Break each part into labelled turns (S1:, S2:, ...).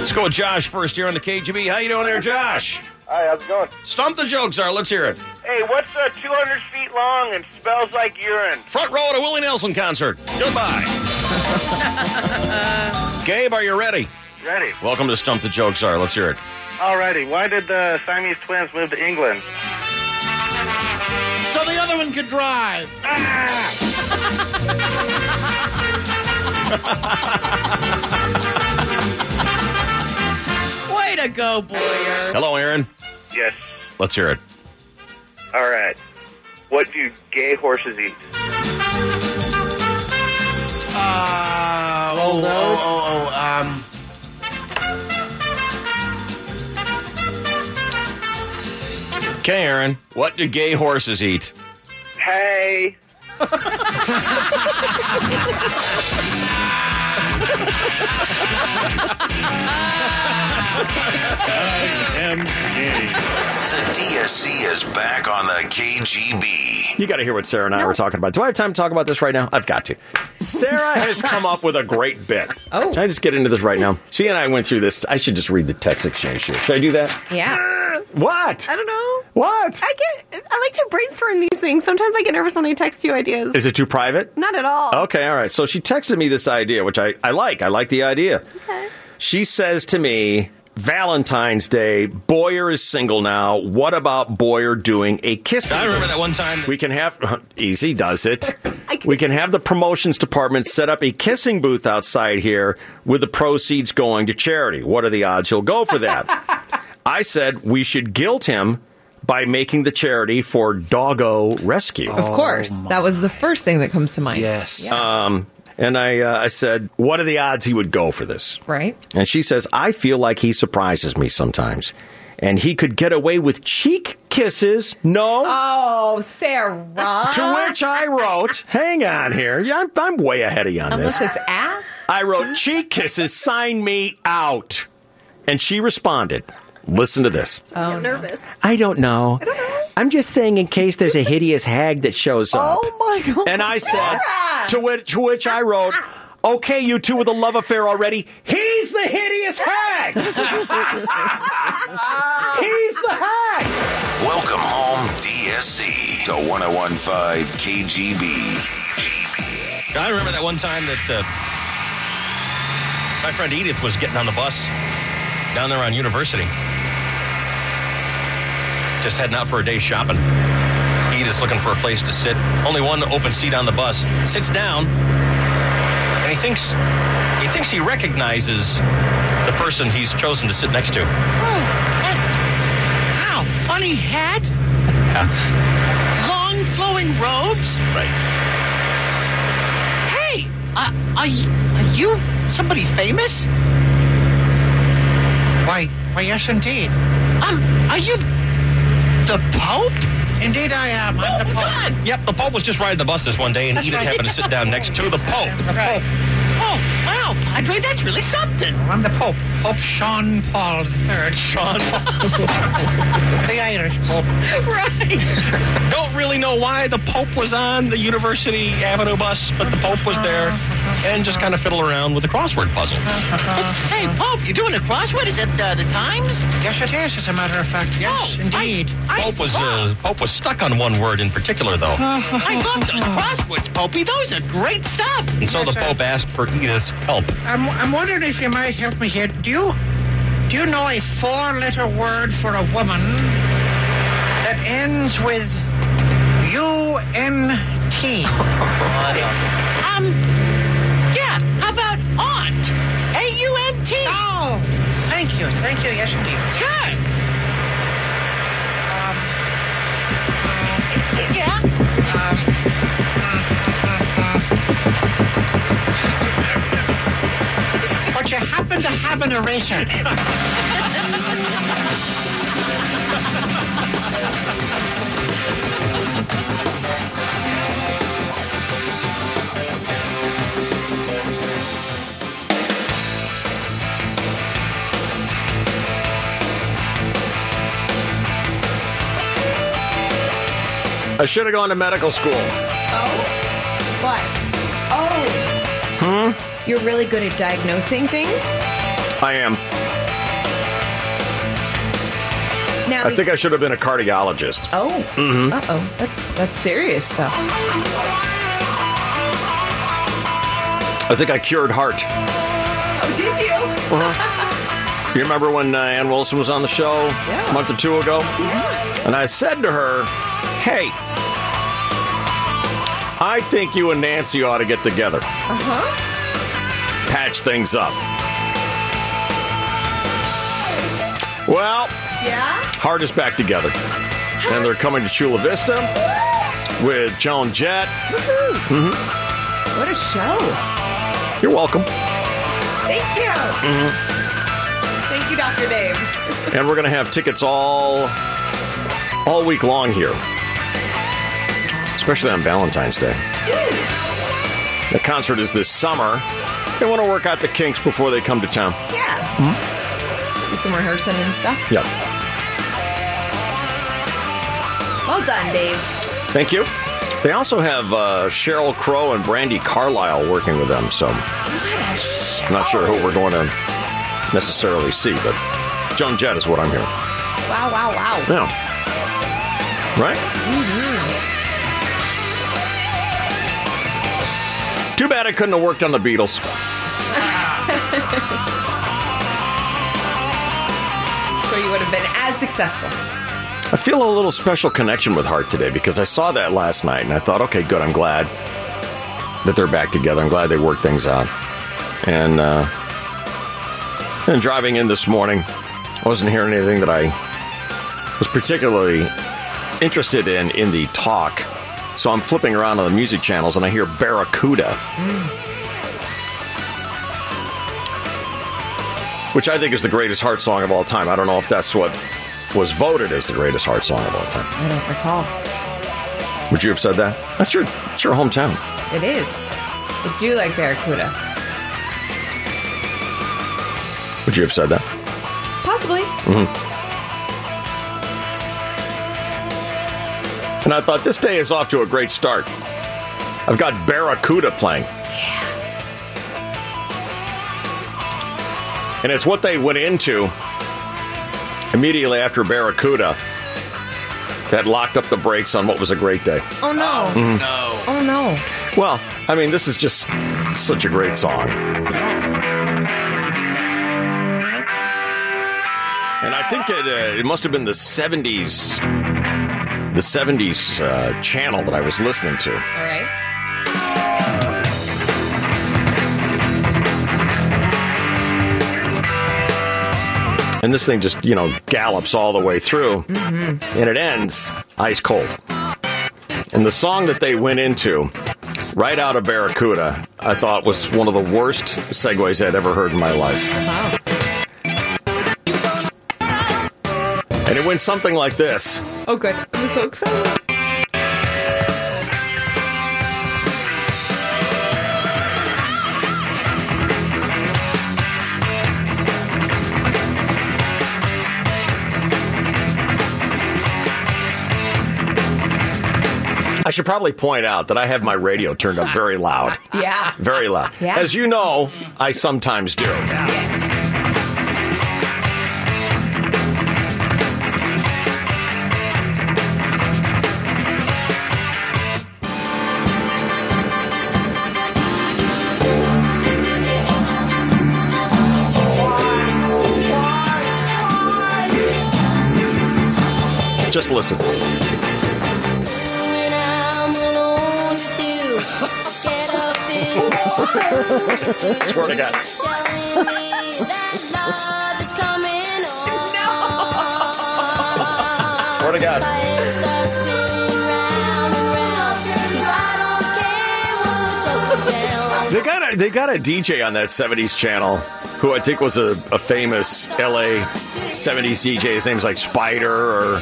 S1: Let's go with Josh first here on the KGB. How you doing there, Josh?
S2: Hi, how's it going?
S1: Stump the jokes are. Let's hear it.
S2: Hey, what's uh, 200 feet long and smells like urine?
S1: Front row at a Willie Nelson concert. Goodbye. Gabe, are you ready?
S2: Ready.
S1: Welcome to Stump the Jokes Are. Let's hear it.
S2: Alrighty, why did the Siamese twins move to England?
S3: So the other one could drive.
S1: Ah.
S4: Way to go, Boyer.
S1: Hello, Aaron.
S2: Yes.
S1: Let's hear it.
S2: Alright. What do gay horses eat?
S3: Uh, oh, oh, oh, oh, um.
S1: Okay, Aaron. What do gay horses eat?
S2: Hey.
S5: The DSC is back on the KGB.
S1: You got to hear what Sarah and I were talking about. Do I have time to talk about this right now? I've got to. Sarah has come up with a great bit.
S4: Oh.
S1: Can I just get into this right now? She and I went through this. I should just read the text exchange here. Should I do that?
S4: Yeah.
S1: What?
S6: I don't know.
S1: What?
S6: I get. I like to brainstorm these things. Sometimes I get nervous when I text you ideas.
S1: Is it too private?
S6: Not at all.
S1: Okay, all right. So she texted me this idea, which I, I like. I like the idea. Okay. She says to me, Valentine's Day, Boyer is single now. What about Boyer doing a kiss?
S7: I remember that one time.
S1: We can have easy does it.
S6: I can-
S1: We can have the promotions department set up a kissing booth outside here with the proceeds going to charity. What are the odds he'll go for that? I said we should guilt him by making the charity for doggo rescue.
S4: Of course. That was the first thing that comes to mind.
S7: Yes.
S1: Um, and I, uh, I said, what are the odds he would go for this?
S4: Right?
S1: And she says, I feel like he surprises me sometimes. And he could get away with cheek kisses. No.
S4: Oh, Sarah.
S1: to which I wrote, hang on here. Yeah, I'm, I'm way ahead of you on this.
S4: Unless it's ass.
S1: I wrote, cheek kisses, sign me out. And she responded, listen to this.
S6: I
S4: Oh,
S6: get nervous.
S1: I don't know. I don't know. I'm just saying in case there's a hideous hag that shows up.
S6: Oh my god.
S1: And I said, to which, to which I wrote, okay, you two with a love affair already. He's the hideous hag. He's the hag.
S5: Welcome home, DSC, to 1015 KGB.
S7: I remember that one time that uh, my friend Edith was getting on the bus down there on University. Just heading out for a day shopping. Edith's looking for a place to sit. Only one open seat on the bus. Sits down, and he thinks he thinks he recognizes the person he's chosen to sit next to.
S3: Wow, funny hat. Long flowing robes.
S7: Right.
S3: Hey, uh, are, y- are you somebody famous? Why, why, yes, indeed. Um, are you the Pope? Oh, Indeed, I am. I'm the Pope.
S7: Yep, the Pope was just riding the bus this one day, and Edith happened to sit down next to the Pope.
S3: Right. Oh, wow, Padre, that's really something. Oh, I'm the Pope. Pope Sean Paul III. Sean the Irish Pope.
S4: Right.
S7: Don't really know why the Pope was on the University Avenue bus, but the Pope was there and just kind of fiddle around with the crossword puzzle.
S3: Hey, Pope, you're doing a crossword? Is it uh, the Times? Oh, Yes, it is, as a matter of fact. Yes, indeed.
S7: Pope was uh, Pope was stuck on one word in particular, though,
S3: I love those crosswords, Popey. Those are great stuff.
S7: and so the Pope asked for Edith's help.
S3: I'm, I'm wondering if you might help me here. Do you do you know a four-letter word for a woman that ends with U N T? Um, yeah. How about aunt? A U N T. Oh, thank you, thank you. Yes, indeed. Sure. Um. Yeah. Um. What
S6: you happen to have an eraser?
S1: I should have gone to medical school.
S3: Oh.
S4: What? Oh,
S1: Hmm?
S4: you're really good at diagnosing things.
S1: I am.
S4: Now,
S1: I think I should have been a cardiologist.
S4: Oh.
S1: Mhm.
S4: Uh oh. That's that's serious stuff.
S1: I think I cured heart.
S4: Oh, did you?
S1: You remember when uh, Ann Wilson was on the show a month or two ago? And I said to her, hey, I think you and Nancy ought to get together,
S4: Uh huh.
S1: patch things up. Well,
S4: Yeah.
S1: Heart is back together. And they're coming to Chula Vista with Joan Jett. Mhm.
S4: What a show!
S1: You're welcome.
S4: Thank you.
S1: Mhm.
S4: Thank you, Doctor Dave.
S1: And we're going to have tickets all all week long here. Especially on Valentine's Day. The concert is this summer. They want to work out the kinks before they come to town.
S4: Yeah. Do some rehearsing and stuff.
S1: Yep.
S4: Well done, Dave.
S1: Thank you. They also have uh, Cheryl Crow and Brandy Carlisle working with them, so I'm not sure who we're going to necessarily see, but Joan Jett is what I'm hearing.
S4: Wow! Wow! Wow!
S1: Yeah. Right?
S4: Mhm.
S1: Too bad I couldn't have worked on the Beatles.
S4: So you would have been as successful.
S1: I feel a little special connection with Heart today because I saw that last night and I thought, okay, good. I'm glad that they're back together. I'm glad they worked things out. And uh, and driving in this morning, I wasn't hearing anything that I was particularly interested in in the talk. So I'm flipping around on the music channels and I hear Barracuda, which I think is the greatest Heart song of all time. I don't know if that's what was voted as the greatest Heart song of all time.
S4: I don't recall.
S1: Would you have said that? That's your, that's your hometown.
S4: It is. I do like Barracuda.
S1: Would you have said that?
S4: Possibly.
S1: hmm And I thought this day is off to a great start. I've got Barracuda playing. And it's what they went into immediately after Barracuda that locked up the brakes on what was a great day.
S4: Oh no.
S1: Mhm.
S4: Oh no.
S1: Well, I mean, this is just such a great song. And I think it, uh, it must have been the 70s, the 70s uh, channel that I was listening to.
S4: All right.
S1: And this thing just, you know, gallops all the way through. And it ends ice cold. And the song that they went into right out of Barracuda, I thought was one of the worst segues I'd ever heard in my life. And it went something like this.
S4: Oh good. I'm so excited.
S1: I should probably point out that I have my radio turned up very loud.
S4: Yeah.
S1: Very loud.
S4: Yeah.
S1: As you know, I sometimes do. Just listen.
S8: When I'm alone with you, I get up and go.
S1: Swear to God.
S8: Telling me that love is coming on.
S1: Swear to God.
S8: My head starts spinning round and round. I don't care what's up or down.
S1: They got a, they got a DJ on that '70s channel who I think was a, a famous LA '70s DJ. His name's like Spider or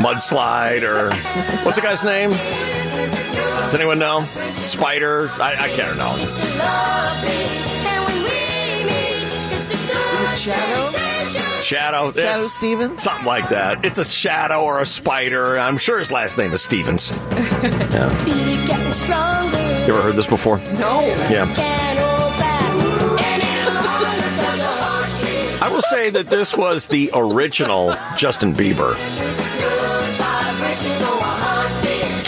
S1: Mudslide or what's the guy's name? Does anyone know? Spider? I, I can't know. Shadow.
S9: Shadow
S1: it's
S9: Stevens?
S1: Something like that. It's a shadow or a spider. I'm sure his last name is Stevens. Yeah. You ever heard this before?
S4: No.
S1: Yeah. I will say that this was the original Justin Bieber.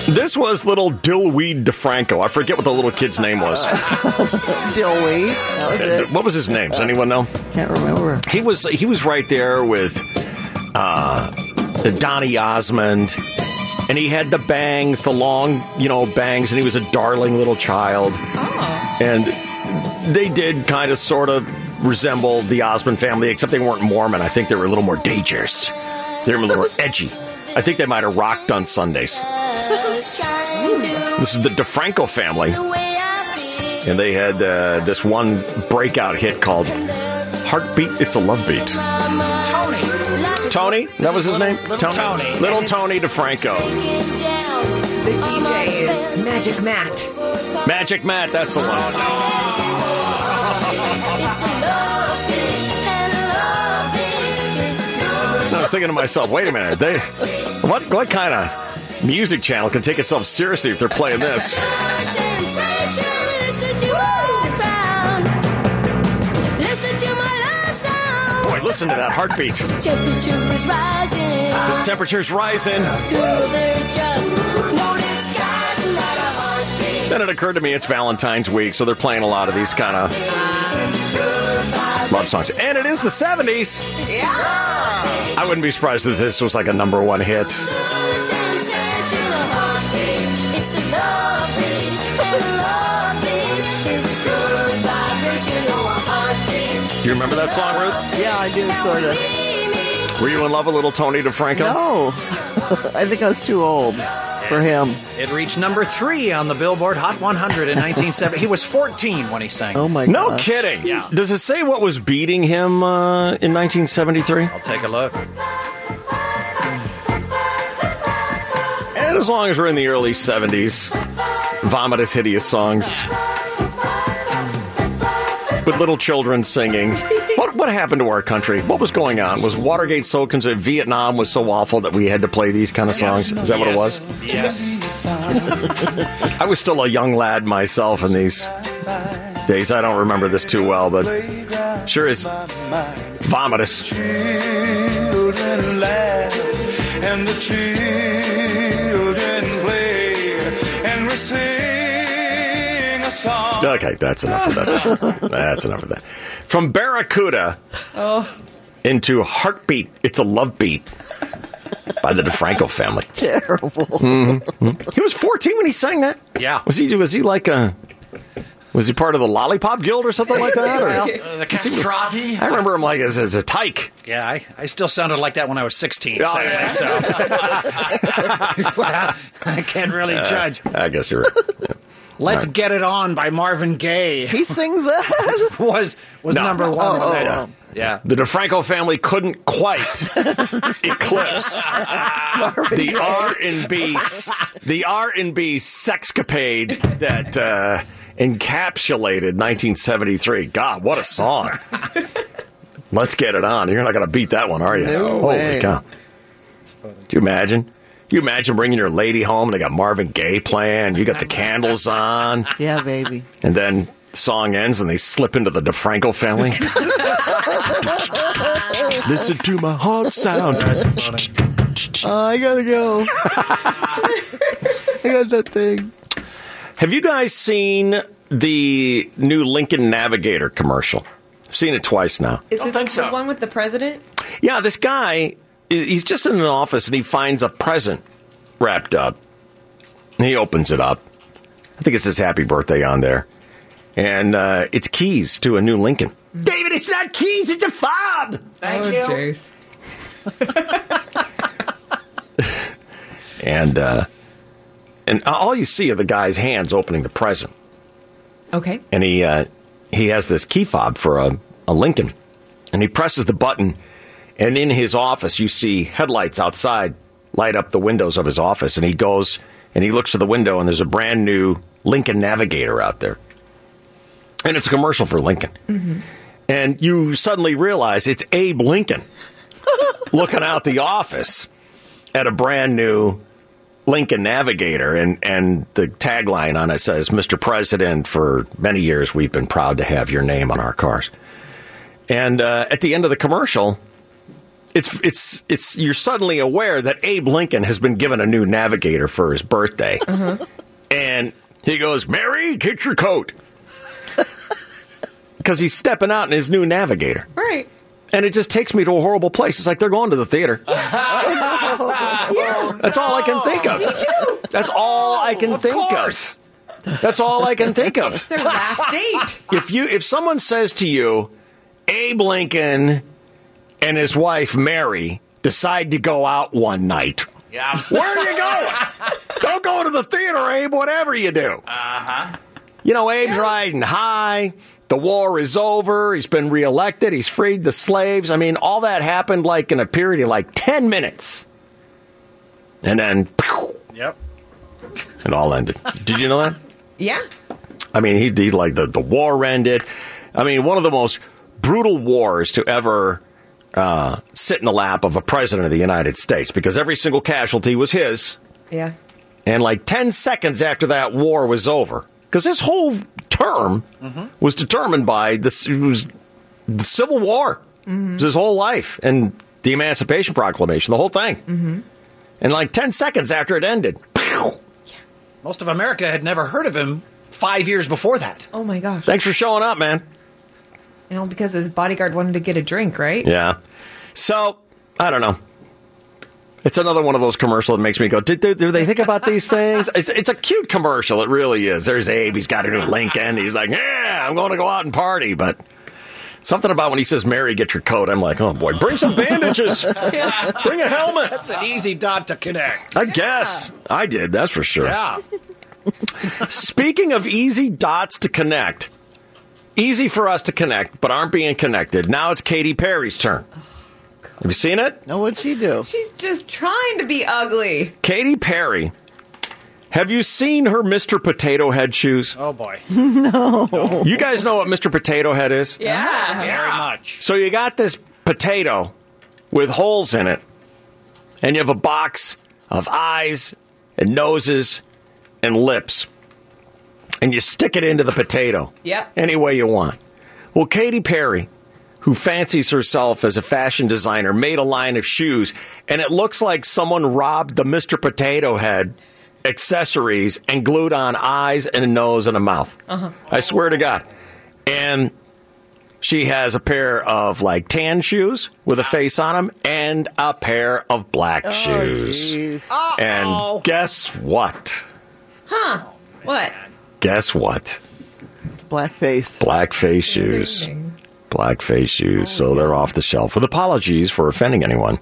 S1: This was little Dillweed DeFranco. I forget what the little kid's name was.
S9: Dillweed. That was it.
S1: What was his name? Does anyone know?
S9: Can't remember.
S1: He was he was right there with uh, Donny Osmond, and he had the bangs, the long you know bangs, and he was a darling little child.
S9: Oh.
S1: And they did kind of sort of resemble the Osmond family, except they weren't Mormon. I think they were a little more dangerous. They were a little more edgy. I think they might have rocked on Sundays. This is the DeFranco family. And they had uh, this one breakout hit called Heartbeat, It's a Love Beat. Tony? That was his name?
S8: Little Tony.
S1: Little Tony DeFranco.
S4: The DJ is Magic Matt.
S1: Magic Matt, that's the one. And I was thinking to myself, wait a minute, they what what kind of music channel can take itself seriously if they're playing this? Boy, listen to that heartbeat.
S8: Temperature is rising.
S1: This temperature's rising.
S8: Girl, there's just no disguise, not a heartbeat.
S1: Then it occurred to me it's Valentine's week, so they're playing a lot of these kind of love songs. And it is the 70s. I wouldn't be surprised if this was like a number one hit.
S8: It's a love beat, and love beat is a good vibration or a heartbeat.
S1: Do you remember that song, Ruth?
S9: Yeah, I do, sort of.
S1: Were you in love with little Tony DeFranco?
S9: No. I think I was too old for him.
S7: It reached number three on the Billboard Hot 100 in 1970. he was 14 when he sang.
S9: Oh, my
S1: No
S9: God.
S1: kidding. Does it say what was beating him uh, in 1973?
S7: I'll take a look.
S1: And as long as we're in the early 70s, vomitous, hideous songs with little children singing. What, what happened to our country? What was going on? Was Watergate so concerned? Vietnam was so awful that we had to play these kind of songs? Is that what it was?
S7: Yes.
S1: I was still a young lad myself in these days. I don't remember this too well, but sure is vomitous.
S3: and the children play, and we sing a song.
S1: Okay, that's enough of that. That's enough of that. From Barracuda into Heartbeat, It's a Love Beat by the DeFranco family.
S9: Terrible.
S1: Hmm. He was 14 when he sang that?
S7: Yeah.
S1: Was he was he like a was he part of the Lollipop Guild or something like that? Or,
S7: Well, the
S1: Is he-
S7: castrati.
S1: I remember him like as, as a tyke.
S7: Yeah, I, I still sounded like that when I was 16.
S1: Oh,
S7: so,
S1: yeah.
S7: so. I can't really judge.
S1: I guess you're Uh, right.
S7: Let's Get It On by Marvin Gaye
S9: He sings that?
S7: was was
S1: No.
S7: number one.
S9: Oh,
S7: on that.
S9: oh,
S7: Yeah.
S1: The DeFranco family couldn't quite eclipse the R and B the R and B sexcapade that uh, encapsulated 1973. God, what a song! Let's get it on. You're not going to beat that one, are you?
S9: No
S1: Holy
S9: way.
S1: cow! Do you imagine? Do you imagine bringing your lady home and they got Marvin Gaye playing? You got the candles on,
S9: Yeah, baby.
S1: and then the song ends and they slip into the DeFranco family. Listen to my heart sound.
S9: Uh, I gotta go. I got that thing.
S1: Have you guys seen the new Lincoln Navigator commercial? I've seen it twice now.
S4: Is it the one with the president?
S1: Yeah, this guy, he- he's just in an office and he finds a present wrapped up. He opens it up. I think it says happy birthday on there. And uh, it's keys to a new Lincoln. David, it's not keys, it's a fob.
S4: Thank oh, you. Jeez.
S1: And uh, and all you see are the guy's hands opening the present.
S4: Okay.
S1: and he uh, he has this key fob for a, a Lincoln, and he presses the button, and in his office you see headlights outside light up the windows of his office, and he goes and he looks to the window, and there's a brand new Lincoln Navigator out there, and it's a commercial for Lincoln,
S4: Mm-hmm.
S1: and you suddenly realize it's Abe Lincoln looking out the office at a brand new Lincoln Navigator, and and the tagline on it says, "Mr. President, for many years we've been proud to have your name on our cars." And uh, at the end of the commercial, it's it's it's you're suddenly aware that Abe Lincoln has been given a new Navigator for his birthday, and he goes, "Mary, get your coat," because he's stepping out in his new Navigator.
S10: Right.
S1: And it just takes me to a horrible place. It's like they're going to the theater. That's all I can think of. That's all I can think of. That's all I can think of.
S4: Their last date.
S1: If you if someone says to you, Abe Lincoln and his wife Mary decide to go out one night.
S11: Yeah.
S1: Where are you going? Don't go to the theater, Abe, whatever you do.
S11: Uh-huh.
S1: You know, Abe's riding high. The war is over. He's been reelected. He's freed the slaves. I mean, all that happened like in a period of like 10 minutes. And then pew,
S11: Yep.
S1: it all ended. Did you know that?
S4: Yeah.
S1: I mean, he, he like the, the war ended. I mean, one of the most brutal wars to ever uh, sit in the lap of a president of the United States because every single casualty was his.
S4: Yeah.
S1: And like 10 seconds after that war was over, because this whole term was determined by this it was the Civil War, It was his whole life, and the Emancipation Proclamation, the whole thing.
S7: Mm-hmm.
S1: And like 10 seconds after it ended,
S7: Most of America had never heard of him five years before that.
S4: Oh my gosh.
S1: thanks for showing up, man.
S4: You know, because his bodyguard wanted to get a drink, right?
S1: Yeah. So, I don't know. It's another one of those commercials that makes me go, did they, do they think about these things? It's, it's a cute commercial. It really is. There's Abe. He's got a new Lincoln. He's like, yeah, I'm going to go out and party. But something about when he says, Mary, get your coat. I'm like, oh, boy, bring some bandages. Bring a helmet.
S7: That's an easy dot to connect.
S1: I guess. I did. That's for sure.
S7: Yeah.
S1: Speaking of easy dots to connect, easy for us to connect, but aren't being connected. Now it's Katy Perry's turn. Have you seen it?
S9: Oh, No, what'd she do?
S4: She's just trying to be ugly.
S1: Katy Perry. Have you seen her Mr. Potato Head shoes?
S7: Oh boy.
S9: no.
S1: You guys know what Mr. Potato Head is?
S4: Yeah.
S7: Very much.
S1: So you got this potato with holes in it, and you have a box of eyes and noses and lips, and you stick it into the potato.
S4: Yep.
S1: Any way you want. Well, Katy Perry, who fancies herself as a fashion designer, made a line of shoes, and it looks like someone robbed the Mr. Potato Head accessories and glued on eyes and a nose and a mouth.
S4: Uh-huh.
S1: I swear to God. And she has a pair of like tan shoes with a face on them and a pair of black shoes. And guess what?
S4: Huh. What?
S1: Guess what?
S9: Blackface.
S1: Blackface shoes. Blackface shoes. so they're off the shelf. With apologies for offending anyone.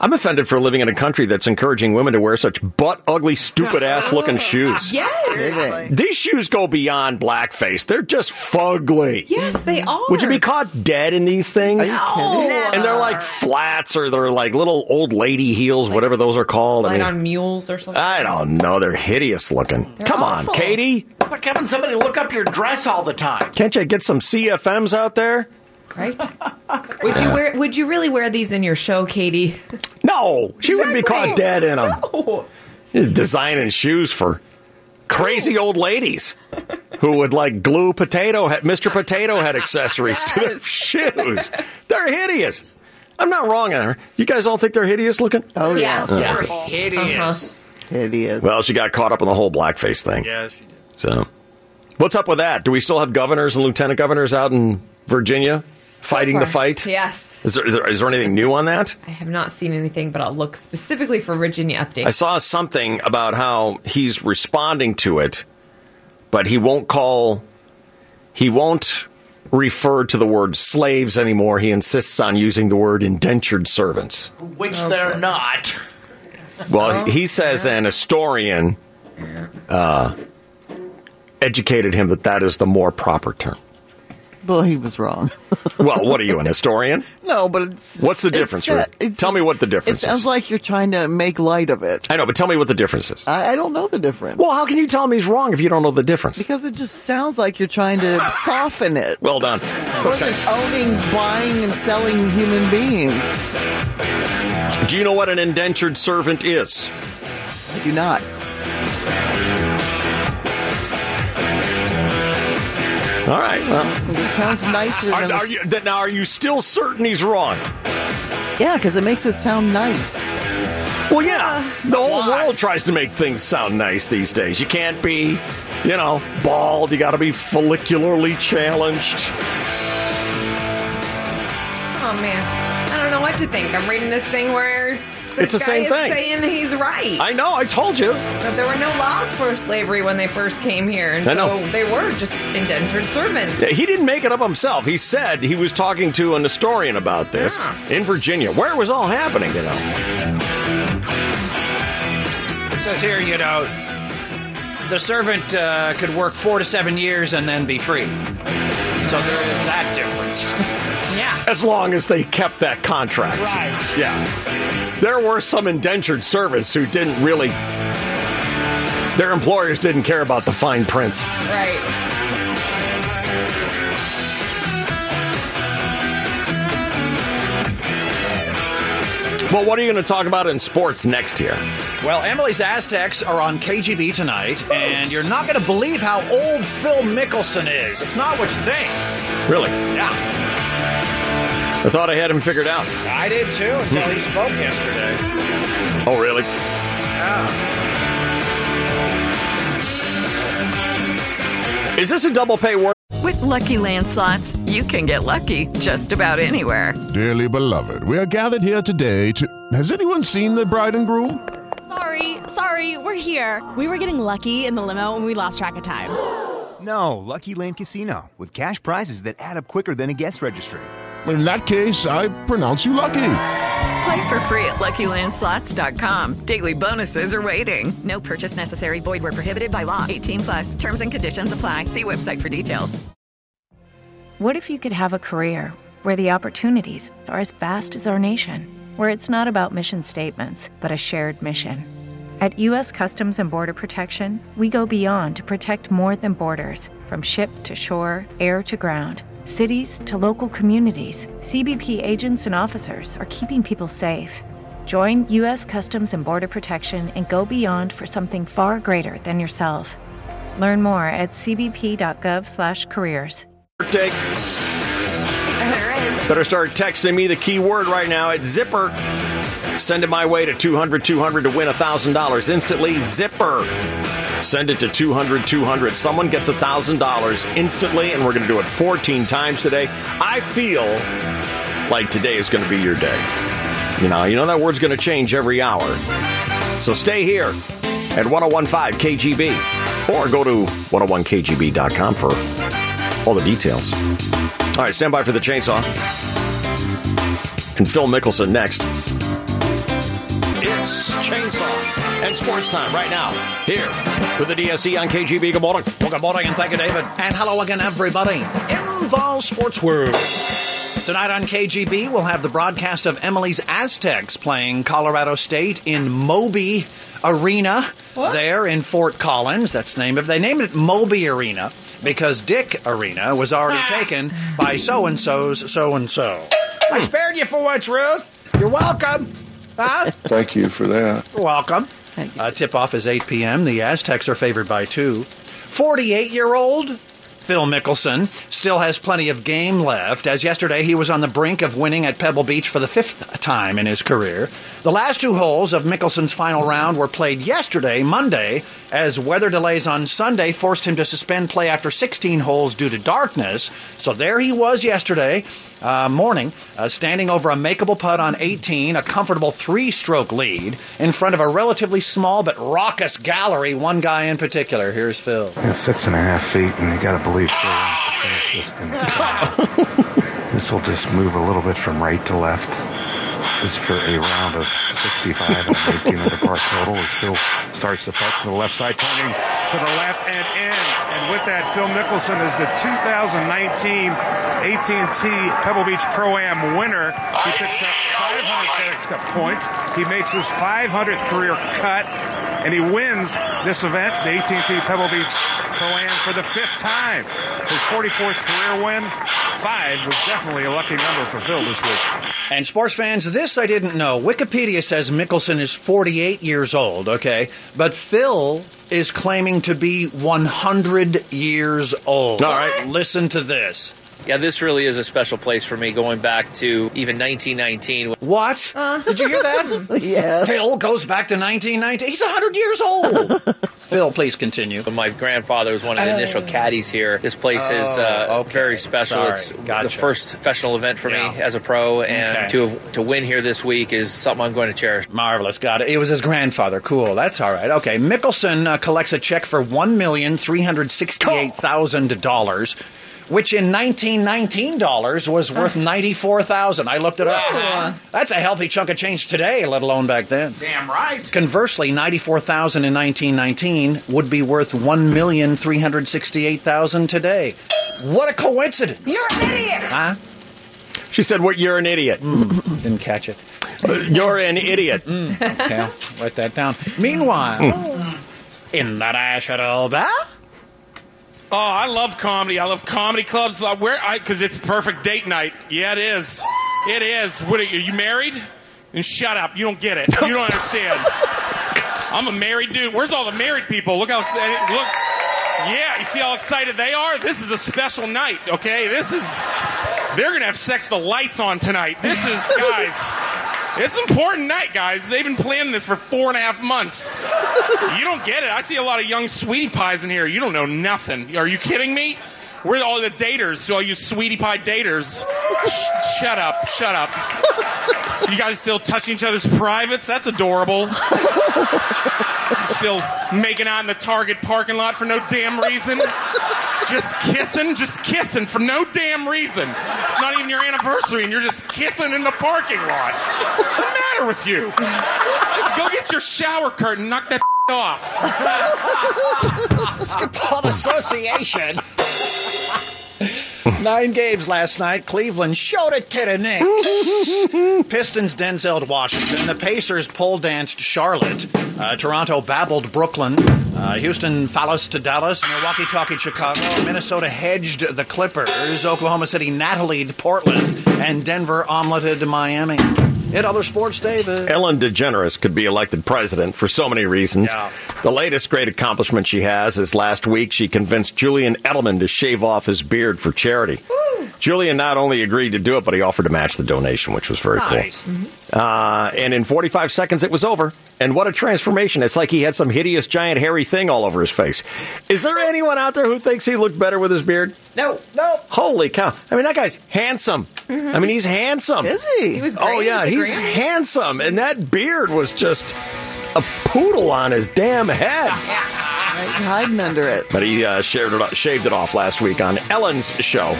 S1: I'm offended for living in a country that's encouraging women to wear such butt ugly, stupid ass looking shoes.
S4: Yes.
S1: These shoes go beyond blackface. They're just fugly.
S4: Yes, they are.
S1: Would you be caught dead in these things?
S4: kidding? No.
S1: And they're like flats or they're like little old lady heels, whatever those are called. I
S4: Light
S1: mean,
S4: on mules or something?
S1: I don't know. They're hideous looking. Come on, Katie.
S11: Like having somebody look up your dress all the time.
S1: Can't you get some CFMs out there?
S4: Right? would you wear? Would you really wear these in your show, Katie?
S1: No, she wouldn't be
S4: Exactly.
S1: caught dead in them.
S4: No.
S1: Designing shoes for crazy old ladies who would like glue potato head, Mr. Potato Head accessories to their shoes. They're hideous. I'm not wrong on her. You guys all think they're hideous looking?
S9: Oh,
S4: yeah. Uh-huh.
S11: You're hideous.
S9: Hideous.
S1: Well, she got caught up in the whole blackface thing.
S11: Yeah, she did.
S1: So, what's up with that? Do we still have governors and lieutenant governors out in Virginia fighting the fight?
S4: Yes.
S1: Is there, is there- is there anything new on that?
S4: I have not seen anything, but I'll look specifically for Virginia updates.
S1: I saw something about how he's responding to it, but he won't call, he won't refer to the word slaves anymore. He insists on using the word indentured servants.
S11: Which
S4: Oh,
S11: they're not.
S9: Oh,
S1: Well, he he says an historian uh, educated him that that is the more proper term.
S9: Well, he was wrong.
S1: Well, what are you, an historian?
S9: no, but it's. uh,
S1: What's the
S9: it's
S1: difference?
S9: sad.
S1: Ruth? tell me what the
S9: It
S1: difference
S9: sounds
S1: is.
S9: like you're trying to make light of it.
S1: I know, but tell me what the difference is.
S9: I, I don't know the difference.
S1: Well, how can you tell him he's wrong if you don't know the difference?
S9: Because it just sounds like you're trying to soften it.
S1: Well done.
S9: It wasn't owning, buying, and selling human beings.
S1: Do you know what an indentured servant is?
S9: I do not.
S1: All right. Well,
S9: It sounds nicer
S1: are,
S9: than a
S1: are you, then now, are you still certain he's wrong?
S9: Yeah, because it Uh, makes it sound nice.
S1: Well, yeah. The whole world tries to make things sound nice these days. You can't be, you know, bald. You got to be follicularly challenged.
S4: Oh man, I don't know what to think. I'm reading this thing where this
S1: It's the
S4: guy
S1: same
S4: is
S1: thing.
S4: saying he's right.
S1: I know. I told you.
S4: But there were no laws for slavery when they first came here, and
S1: I know.
S4: so they were just indentured servants.
S1: Yeah, He didn't make it up himself. He said he was talking to an historian about this in Virginia, where it was all happening, you know.
S7: It says here, you know, the servant uh, could work four to seven years and then be free. So there is that difference.
S4: yeah.
S1: As long as they kept that contract.
S7: Right.
S1: Yeah. There were some indentured servants who didn't really. Their employers didn't care about the fine prints.
S4: Right.
S1: Well, what are you going to talk about in sports next year?
S7: Well, Emily's Aztecs are on KGB tonight, and you're not going to believe how old Phil Mickelson is. It's not what you think.
S1: Really?
S7: Yeah,
S1: I thought I had him figured out.
S7: I did too until he spoke yesterday.
S1: Oh, really? Is this a double pay work?
S12: With Lucky Land slots, you can get lucky just about anywhere.
S13: Dearly beloved, we are gathered here today to. Has anyone seen the bride and groom?
S14: Sorry, sorry, we're here. We were getting lucky in the limo and we lost track of time.
S15: No, Lucky Land Casino with cash prizes that add up quicker than a guest registry.
S13: In that case, I pronounce you lucky.
S12: Play for free at LuckyLandSlots.com. Daily bonuses are waiting. No purchase necessary. Void where prohibited by law. 18 plus. Terms and conditions apply. See website for details.
S16: What if you could have a career where the opportunities are as vast as our nation, where it's not about mission statements, but a shared mission? At U.S. Customs and Border Protection, we go beyond to protect more than borders from ship to shore, air to ground. Cities to local communities, CBP agents and officers are keeping people safe. Join U.S. Customs and Border Protection and go beyond for something far greater than yourself. Learn more at cbp.gov/careers.
S1: Take. Better start texting me the key word right now at zipper. Send it my way to 200 200 to win $1,000 instantly. Zipper. Send it to 200 200. Someone gets $1,000 instantly, and we're going to do it 14 times today. I feel like today is going to be your day. You know, you know that word's going to change every hour. So stay here at 1015 KGB or go to 101kgb.com for all the details. All right, stand by for the chainsaw. And Phil Mickelson next. It's chainsaw and sports time right now here with the DSE on KGB. Good morning.
S7: Well, good morning, and thank you, David. And hello again, everybody in the sports world. Tonight on KGB, we'll have the broadcast of Emily's Aztecs playing Colorado State in Moby Arena there in Fort Collins. That's the name of They named it Moby Arena because Dick Arena was already taken by so and so's so and so. I spared you for once, Ruth. You're welcome. Huh?
S17: Thank you for that.
S7: You're welcome. Uh, tip off is 8 p.m. The Aztecs are favored by two. 48 year old Phil Mickelson still has plenty of game left, as yesterday he was on the brink of winning at Pebble Beach for the fifth time in his career. The last two holes of Mickelson's final round were played yesterday, Monday, as weather delays on Sunday forced him to suspend play after 16 holes due to darkness. So there he was yesterday uh, morning, uh, standing over a makeable putt on 18, a comfortable three stroke lead, in front of a relatively small but raucous gallery, one guy in particular. Here's Phil.
S18: Yeah, six and a half feet, and you got to believe Phil wants to finish this in style. this will just move a little bit from right to left.
S19: is for a round of 65 and 18 under par total as Phil starts the putt to the left side, turning
S20: to the left and in. And with that, Phil Mickelson is the 2019 AT&T Pebble Beach Pro-Am winner. He picks up 500 FedEx Cup points. He makes his 500th career cut, and he wins this event, the AT&T Pebble Beach Pro-Am, for the fifth time. His 44th career win. Five was definitely a lucky number for Phil this week.
S7: And sports fans, this I didn't know. Wikipedia says Mickelson is 48 years old, okay? But Phil is claiming to be 100 years old.
S21: All right.
S7: Listen to this.
S21: Yeah, this really is a special place for me going back to even 1919.
S7: What? Uh. Did you hear that?
S9: yes.
S7: Phil goes back to 1990. He's 100 years old. Phil, please continue. Oh.
S21: My grandfather was one of the initial caddies here. This place is uh, very special.
S7: Sorry.
S21: It's
S7: Gotcha.
S21: the first professional event for me as a pro, and
S7: Okay.
S21: to have, to win here this week is something I'm going to cherish.
S7: Marvelous. Got it. It was his grandfather. Cool. That's all right. Okay. Mickelson uh, collects a check for one million three hundred sixty-eight thousand dollars, which in nineteen nineteen dollars was worth ninety-four thousand. I looked it up.
S11: Wow.
S7: That's a healthy chunk of change today, let alone back then.
S11: Damn right.
S7: Conversely, ninety-four thousand in nineteen nineteen would be worth one million three hundred sixty-eight thousand today. What a coincidence! You're an idiot. Huh?
S1: She said, "What? You're an idiot."
S7: Mm. Didn't catch it. Mm.
S1: You're an idiot.
S7: Okay, I'll write that down.
S1: Hmm.
S7: Meanwhile, in the national ba-
S17: Oh, I love comedy. I love comedy clubs. I- Where I because it's perfect date night. Yeah, it is. It is. What are you, you married? And shut up. You don't get it. You don't understand. I'm a married dude. Where's all the married people? Look how eh, look. Yeah, you see how excited they are. This is a special night. Okay, this is. They're gonna have sex. with The lights on tonight. This is guys. It's an important night, guys. They've been planning this for four and a half months. You don't get it. I see a lot of young sweetie pies in here. You don't know nothing. Are you kidding me? We're all the daters, all you sweetie pie daters. Sh- shut up, shut up. You guys still touching each other's privates? That's adorable. Still making out in the Target parking lot for no damn reason. Just kissing, just kissing for no damn reason. It's not even your anniversary, and you're just kissing in the parking lot. What's the matter with you? Just go get your shower curtain, knock that off.
S7: Skipal Association. Nine games last night. Cleveland showed it to the Knicks. Pistons denzeled Washington. The Pacers pole danced Charlotte. Uh, Toronto babbled Brooklyn. Uh, Houston fallos to Dallas. Milwaukee talkie Chicago. Minnesota hedged the Clippers. Oklahoma City natalie'd Portland. And Denver omeleted Miami. In other sports, David.
S1: Ellen DeGeneres could be elected president for so many reasons. The latest great accomplishment she has is last week she convinced Julian Edelman to shave off his beard for charity. Julian not only agreed to do it, but he offered to match the donation, which was very
S7: Nice.
S1: cool. Uh, and in 45 seconds, it was over. And what a transformation. It's like he had some hideous, giant, hairy thing all over his face. Is there anyone out there who thinks he looked better with his beard?
S3: No, no.
S1: Holy cow. I mean, that guy's handsome. I mean, he's handsome.
S9: Is he? He was
S1: oh,
S9: great
S1: yeah.
S9: at the
S1: He's
S9: Grammys.
S1: handsome. And that beard was just a poodle on his damn head.
S9: hiding under it.
S1: But he uh, shared it, off- shaved it off last week on Ellen's show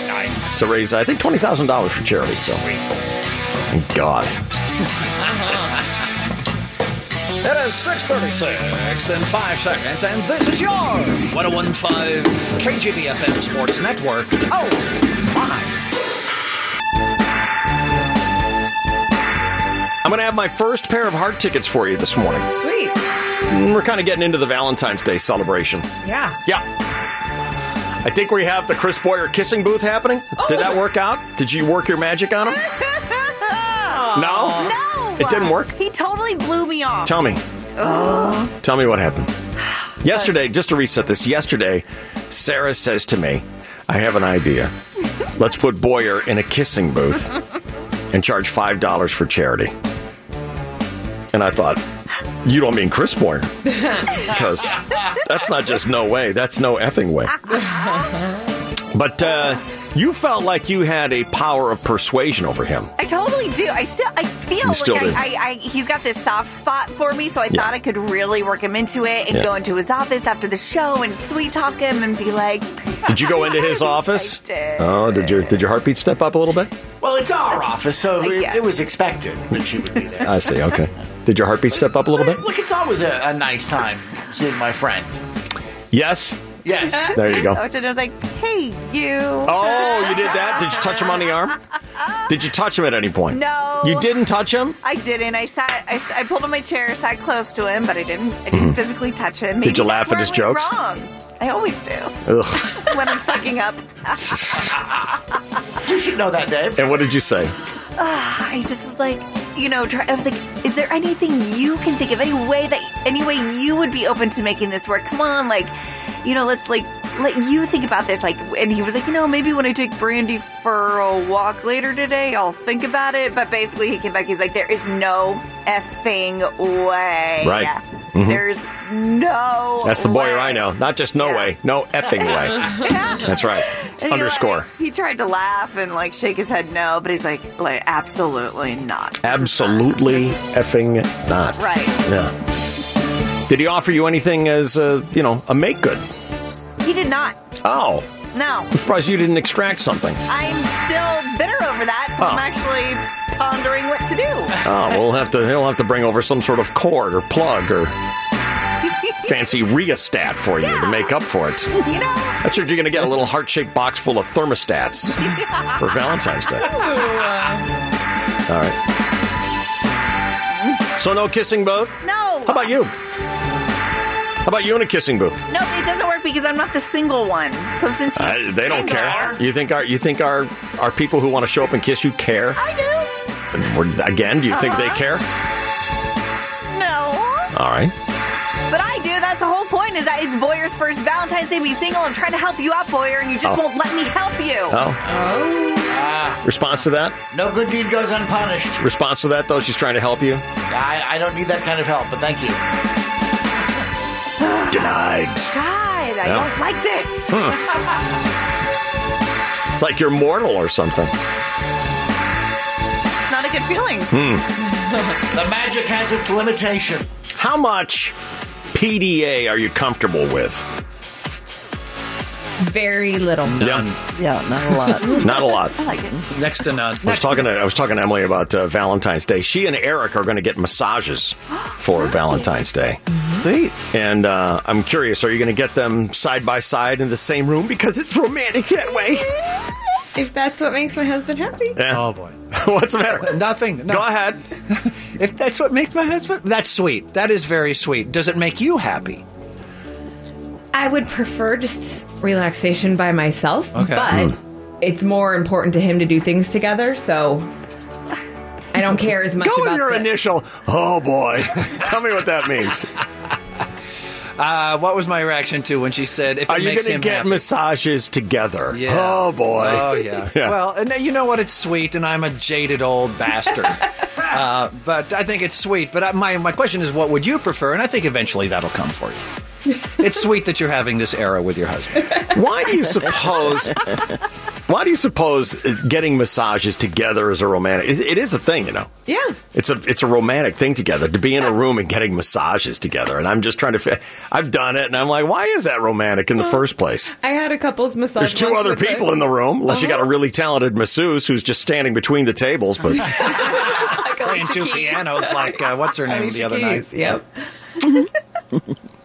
S1: to raise, I think, twenty thousand dollars for charity. So, thank God.
S7: It is 636 and 5 seconds, and this is your 1015 KGBFM Sports Network. Oh, my.
S1: I'm going to have my first pair of heart tickets for you this morning.
S3: Sweet.
S1: Mm, We're kind of getting into the Valentine's Day celebration.
S3: Yeah.
S1: Yeah. I think we have the Chris Boyer kissing booth happening. Did that work out? Did you work your magic on him? Oh, No?
S6: No.
S1: It didn't work?
S6: He totally blew me off.
S1: Tell me.
S6: Ugh.
S1: Tell me what happened. Yesterday, just to reset this, yesterday, Sarah says to me, I have an idea. Let's put Boyer in a kissing booth and charge $5 for charity. And I thought, you don't mean Chris Boyer. Because that's not just no way, that's no effing way. But uh, You felt like you had a power of persuasion over him.
S6: I totally do. I still, I feel
S1: You still
S6: like
S1: do.
S6: I, I, I, he's got this soft spot for me, so I
S1: Yeah.
S6: thought I could really work him into it and
S1: Yeah.
S6: go into his office after the show and sweet talk him and be like,
S1: Did you go into his office? Oh, did your did your heartbeat step up a little bit?
S11: Well, it's our office, so it, it was expected that she would be there.
S1: I see. Okay. Did your heartbeat step up a little bit?
S11: Look, it's always a, a nice time seeing my friend.
S1: Yes.
S11: Yes.
S1: There you go.
S6: Oh, and I was like, hey, you.
S1: Oh, you did that? Did you touch him on the arm? Did you touch him at any point?
S6: No.
S1: You didn't touch him?
S6: I didn't. I sat. I, I pulled on my chair, sat close to him, but I didn't. I didn't
S1: Mhm.
S6: physically touch him.
S1: Did you
S6: that's
S1: laugh at
S6: where
S1: his
S6: I went
S1: jokes?
S6: Wrong. I always do
S1: Ugh.
S6: when I'm sucking up.
S11: You should know that, Dave.
S1: And what did you say?
S6: Ah, I just was like, you know, try, I was like, is there anything you can think of any way that any way you would be open to making this work? Come on, like, you know, let's like let you think about this. Like, and he was like, you know, maybe when I take Brandy for a walk later today, I'll think about it. But basically, he came back. He's like, there is no effing way.
S1: Right. Mhm.
S6: There's no.
S1: That's the boy
S6: way.
S1: I know. Not just no way, no effing way.
S6: Yeah.
S1: That's right.
S6: And he, like,
S1: Underscore.
S6: He tried to laugh and like shake his head no, but he's like, like absolutely not.
S1: Absolutely effing not.
S6: Right.
S1: Yeah. Did he offer you anything as a, you know, a make good?
S6: He did not.
S1: Oh.
S6: No.
S1: I'm surprised you didn't extract something.
S6: I'm still bitter over that, so
S1: Oh.
S6: I'm actually pondering what to do.
S1: Oh, we'll have to he'll have to bring over some sort of cord or plug or fancy rheostat for you to make up for it.
S6: You know?
S1: That's what you're gonna get a little heart shaped box full of thermostats for Valentine's Day. All right. So no kissing booth?
S6: No.
S1: How about you? How about you in a kissing booth?
S6: No, it doesn't work because I'm not the single one. So since
S1: Uh,
S6: he's
S1: they don't
S6: single-
S1: care. You think our you think our our people who want to show up and kiss you care?
S6: I do. Uh-huh.
S1: We're- Again, do you think they care?
S6: No.
S1: All right.
S6: But I do. That's the whole point is that it's Boyer's first Valentine's Day to be single. I'm trying to help you out, Boyer, and you just
S1: Oh.
S6: won't let me help you.
S1: Oh. Response to that?
S11: Ah, No good deed goes unpunished.
S1: Response to that though, she's trying to help you.
S11: I, I don't need that kind of help, but thank you.
S1: Denied.
S6: God, I
S1: Yeah.
S6: don't like this.
S1: It's like you're mortal or something.
S6: it's not a good feeling.
S1: Hmm.
S11: the magic has its limitation.
S1: How much PDA are you comfortable with?
S4: Very little.
S11: Um,
S1: Yeah.
S22: Yeah, not a lot.
S1: Not a lot. I
S6: like it.
S7: Next to none.
S1: I was talking to I was talking to Emily about uh, Valentine's Day. She and Eric are going to get massages for Valentine's Day.
S22: Sweet.
S1: And uh, I'm curious, are you going to get them side by side in the same room because it's romantic that way?
S6: If that's what makes my husband happy.
S1: Oh
S7: boy.
S1: What's the matter?
S7: Nothing. Go
S1: ahead.
S7: if that's what makes my husband, that's sweet. That is very sweet. Does it make you happy?
S4: I would prefer just relaxation by myself,
S7: Okay.
S4: but
S1: Hmm.
S4: it's more important to him to do things together, so I don't care as much
S1: Go with
S4: about
S1: your
S4: the-
S1: initial. Oh boy, tell me what that means.
S7: Uh, what was my reaction to when she said, "If it
S1: Are you
S7: makes
S1: going to
S7: him
S1: get
S7: happy?
S1: massages together?
S7: Yeah.
S1: Oh boy.
S7: Oh yeah. Well, and you know what? It's sweet, and I'm a jaded old bastard. uh, but I think it's sweet. But I, my my question is, what would you prefer? And I think eventually that'll come for you. it's sweet that you're having this era with your husband.
S1: why do you suppose? Why do you suppose getting massages together is a romantic? It, it is a thing, you know.
S4: Yeah.
S1: It's a it's a romantic thing together to be in a room and getting massages together. And I'm just trying to. fi- I've done it, and I'm like, why is that romantic in the first place?
S4: I had a couple's massage.
S1: There's two
S4: once
S1: other
S4: with the-
S1: people in the room, unless you got a
S4: Uh-huh.
S1: really talented masseuse who's just standing between the tables. But
S7: Playing two pianos like uh, what's her name the
S4: Alicia
S7: other
S4: Keys,
S7: night?
S4: yep.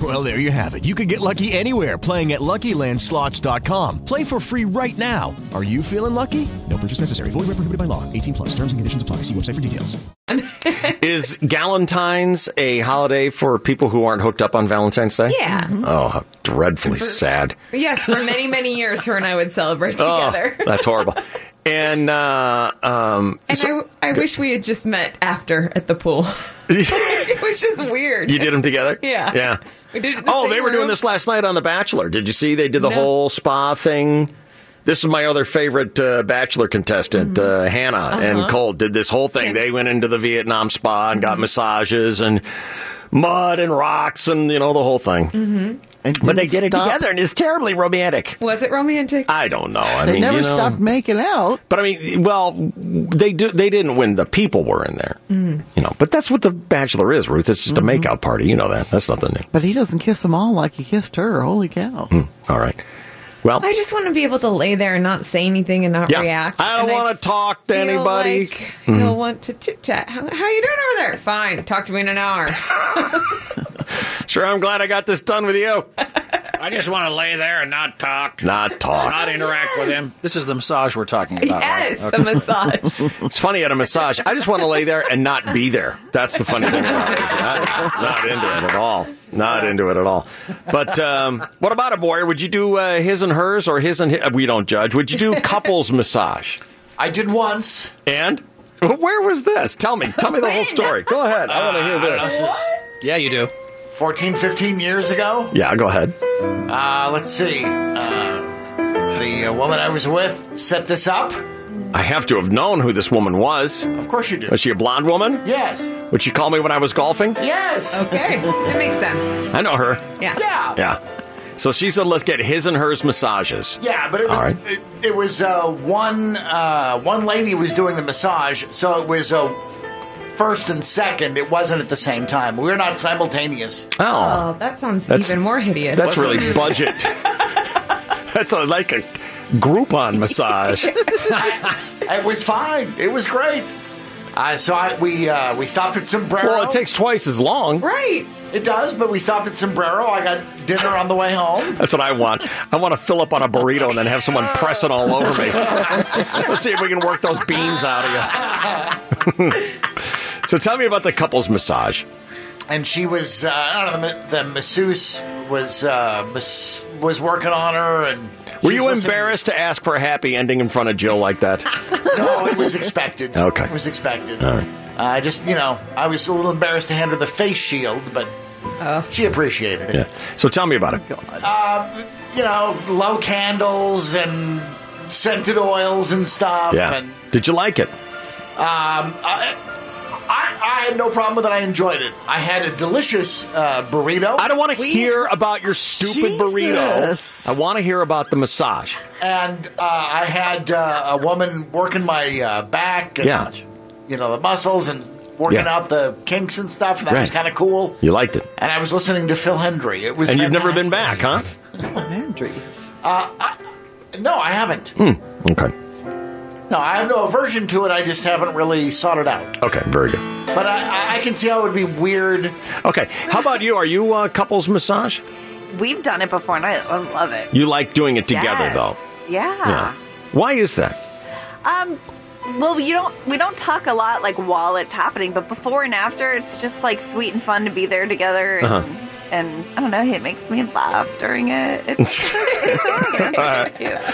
S14: Well, there you have it. You can get lucky anywhere playing at LuckyLandSlots.com. Play for free right now. Are you feeling lucky? No purchase necessary. Void where prohibited by law. 18 plus. Terms and conditions apply. See website for details.
S1: Is Galentine's a holiday for people who aren't hooked up on Valentine's Day?
S4: Yeah. Mhm.
S1: Oh, how dreadfully sad.
S4: Yes, for many, many years, her and I would celebrate
S1: Oh,
S4: together.
S1: that's horrible. And uh, um,
S4: And I, I wish we had just met after at the pool. it was just weird.
S1: you did them together.
S4: Yeah.
S1: yeah.
S4: We did it in the
S1: Oh, they
S4: same
S1: were doing
S4: room.
S1: this last night on The Bachelor. Did you see? They did the
S4: No.
S1: whole spa thing. This is my other favorite uh, Bachelor contestant,
S4: Mm-hmm.
S1: uh, Hannah and
S6: Uh-huh.
S1: Cole. Did this whole thing. They went into the Vietnam spa and got
S4: Mm-hmm.
S1: massages and mud and rocks and you know the whole thing.
S6: Mm-hmm.
S4: Mhm.
S1: But they did it
S4: stop.
S1: together, and it's terribly romantic.
S4: Was it romantic?
S1: I don't know. I
S4: They
S1: mean,
S4: never
S1: you know,
S4: stopped
S1: making out. But I mean, well, they do. They didn't when the people were in there,
S9: Mm.
S1: you know. But that's what the Bachelor is, Ruth. It's just a makeout party. You know that. That's nothing new.
S9: But he doesn't kiss them all like he kissed her. Holy cow.
S1: Mm, all right. Well,
S4: I just want to be able to lay there and not say anything and not
S1: Yeah.
S4: react.
S1: I don't
S4: And
S1: wanna talk to
S4: feel
S1: anybody.
S4: Like
S1: Mhm.
S4: He'll want to chit chat. How, how you doing over there? Fine. Talk to me in an hour.
S1: sure. I'm glad I got this done with you.
S7: I just want to lay there and not talk,
S1: Not talk.
S7: not interact with him.
S1: This is the massage we're talking about.
S7: Yes, right? the Okay.
S1: massage. it's funny at a massage. I just want to lay there and not be there. That's the funny thing. About it. Not, not into it at all. Not into it at all. But um, what about a boy? Would you do uh, his and hers or his and his? We don't judge. Would you do couples massage? I did once. And where was this? Tell me. Tell me the whole story. Go ahead. I want to hear
S11: Uh,
S1: this.
S11: yeah, you do. 14, 15 years ago?
S1: Yeah, go ahead.
S11: Uh, let's see. Uh, the uh, woman I was with set this up.
S1: I have to have known who this woman was.
S11: Of course you do.
S1: Was she a blonde woman?
S11: Yes.
S1: Would she call me when I was golfing?
S11: Yes.
S4: Okay. That makes sense.
S1: I know her.
S4: Yeah.
S11: Yeah.
S1: Yeah. So she said, let's get his and hers massages.
S11: Yeah, but it was,
S1: All right.
S11: it, it was uh, one uh, one lady was doing the massage, so it was uh, first and second. It wasn't at the same time. We were not simultaneous.
S1: Oh.
S4: that sounds
S1: That's-
S4: even more hideous.
S1: That's really budget. That's a, like a Groupon massage.
S11: it was fine. It was great. Uh, so I, we uh, we stopped at Sombrero.
S1: Well, it takes twice as long.
S4: Right.
S11: It does, but we stopped at Sombrero. I got dinner on the way home.
S1: That's what I want. I want to fill up on a burrito and then have someone press it all over me. Let's see if we can work those beans out of you. so tell me about the couple's massage.
S11: and she was uh, I don't know the, the masseuse was uh, mas- was working on her and
S1: Were
S11: she
S1: you
S11: was listening-
S1: embarrassed to ask for a happy ending in front of Jill like that?
S11: No, it was expected.
S1: Okay. Uh.
S11: it was expected.
S1: All right.
S11: I just you know I was a little embarrassed to hand her the face shield, but she appreciated it.
S1: Yeah. So tell me about it.
S11: Um, you know, low candles and scented oils and stuff.
S1: Yeah.
S11: And um,
S1: Did you like it?
S11: I, I, I had no problem with it. I enjoyed it. I had a delicious uh, burrito. I
S1: don't want to hear about your Stupid burrito. I want to hear about the massage.
S11: And uh, I had uh, a woman working my uh, back and,
S1: Yeah.
S11: you know, the muscles and working
S1: Yeah.
S11: out the kinks and stuff. And that
S1: Right.
S11: was kind of cool.
S1: You liked it.
S11: And I was listening to Phil Hendry. It was
S1: And you've never been
S11: fantastic.
S1: back, huh?
S11: Uh, I, no, I haven't.
S1: Hmm. Okay.
S11: No, I have no aversion to it. I just haven't really sought it out.
S1: Okay. Very good.
S11: But I, I- I can see how it would be weird.
S1: Okay. How about you? Are you uh, couples massage?
S10: We've done it before, and I, I love it.
S1: You like doing it together,
S10: Yes.
S1: though.
S10: yeah.
S1: Why is that?
S10: Um, well, you don't. We don't talk a lot like while it's happening, but before and after, it's just like sweet and fun to be there together. And,
S1: Uh-huh.
S10: and I don't know, it makes me laugh during it. It's,
S1: All right. Uh,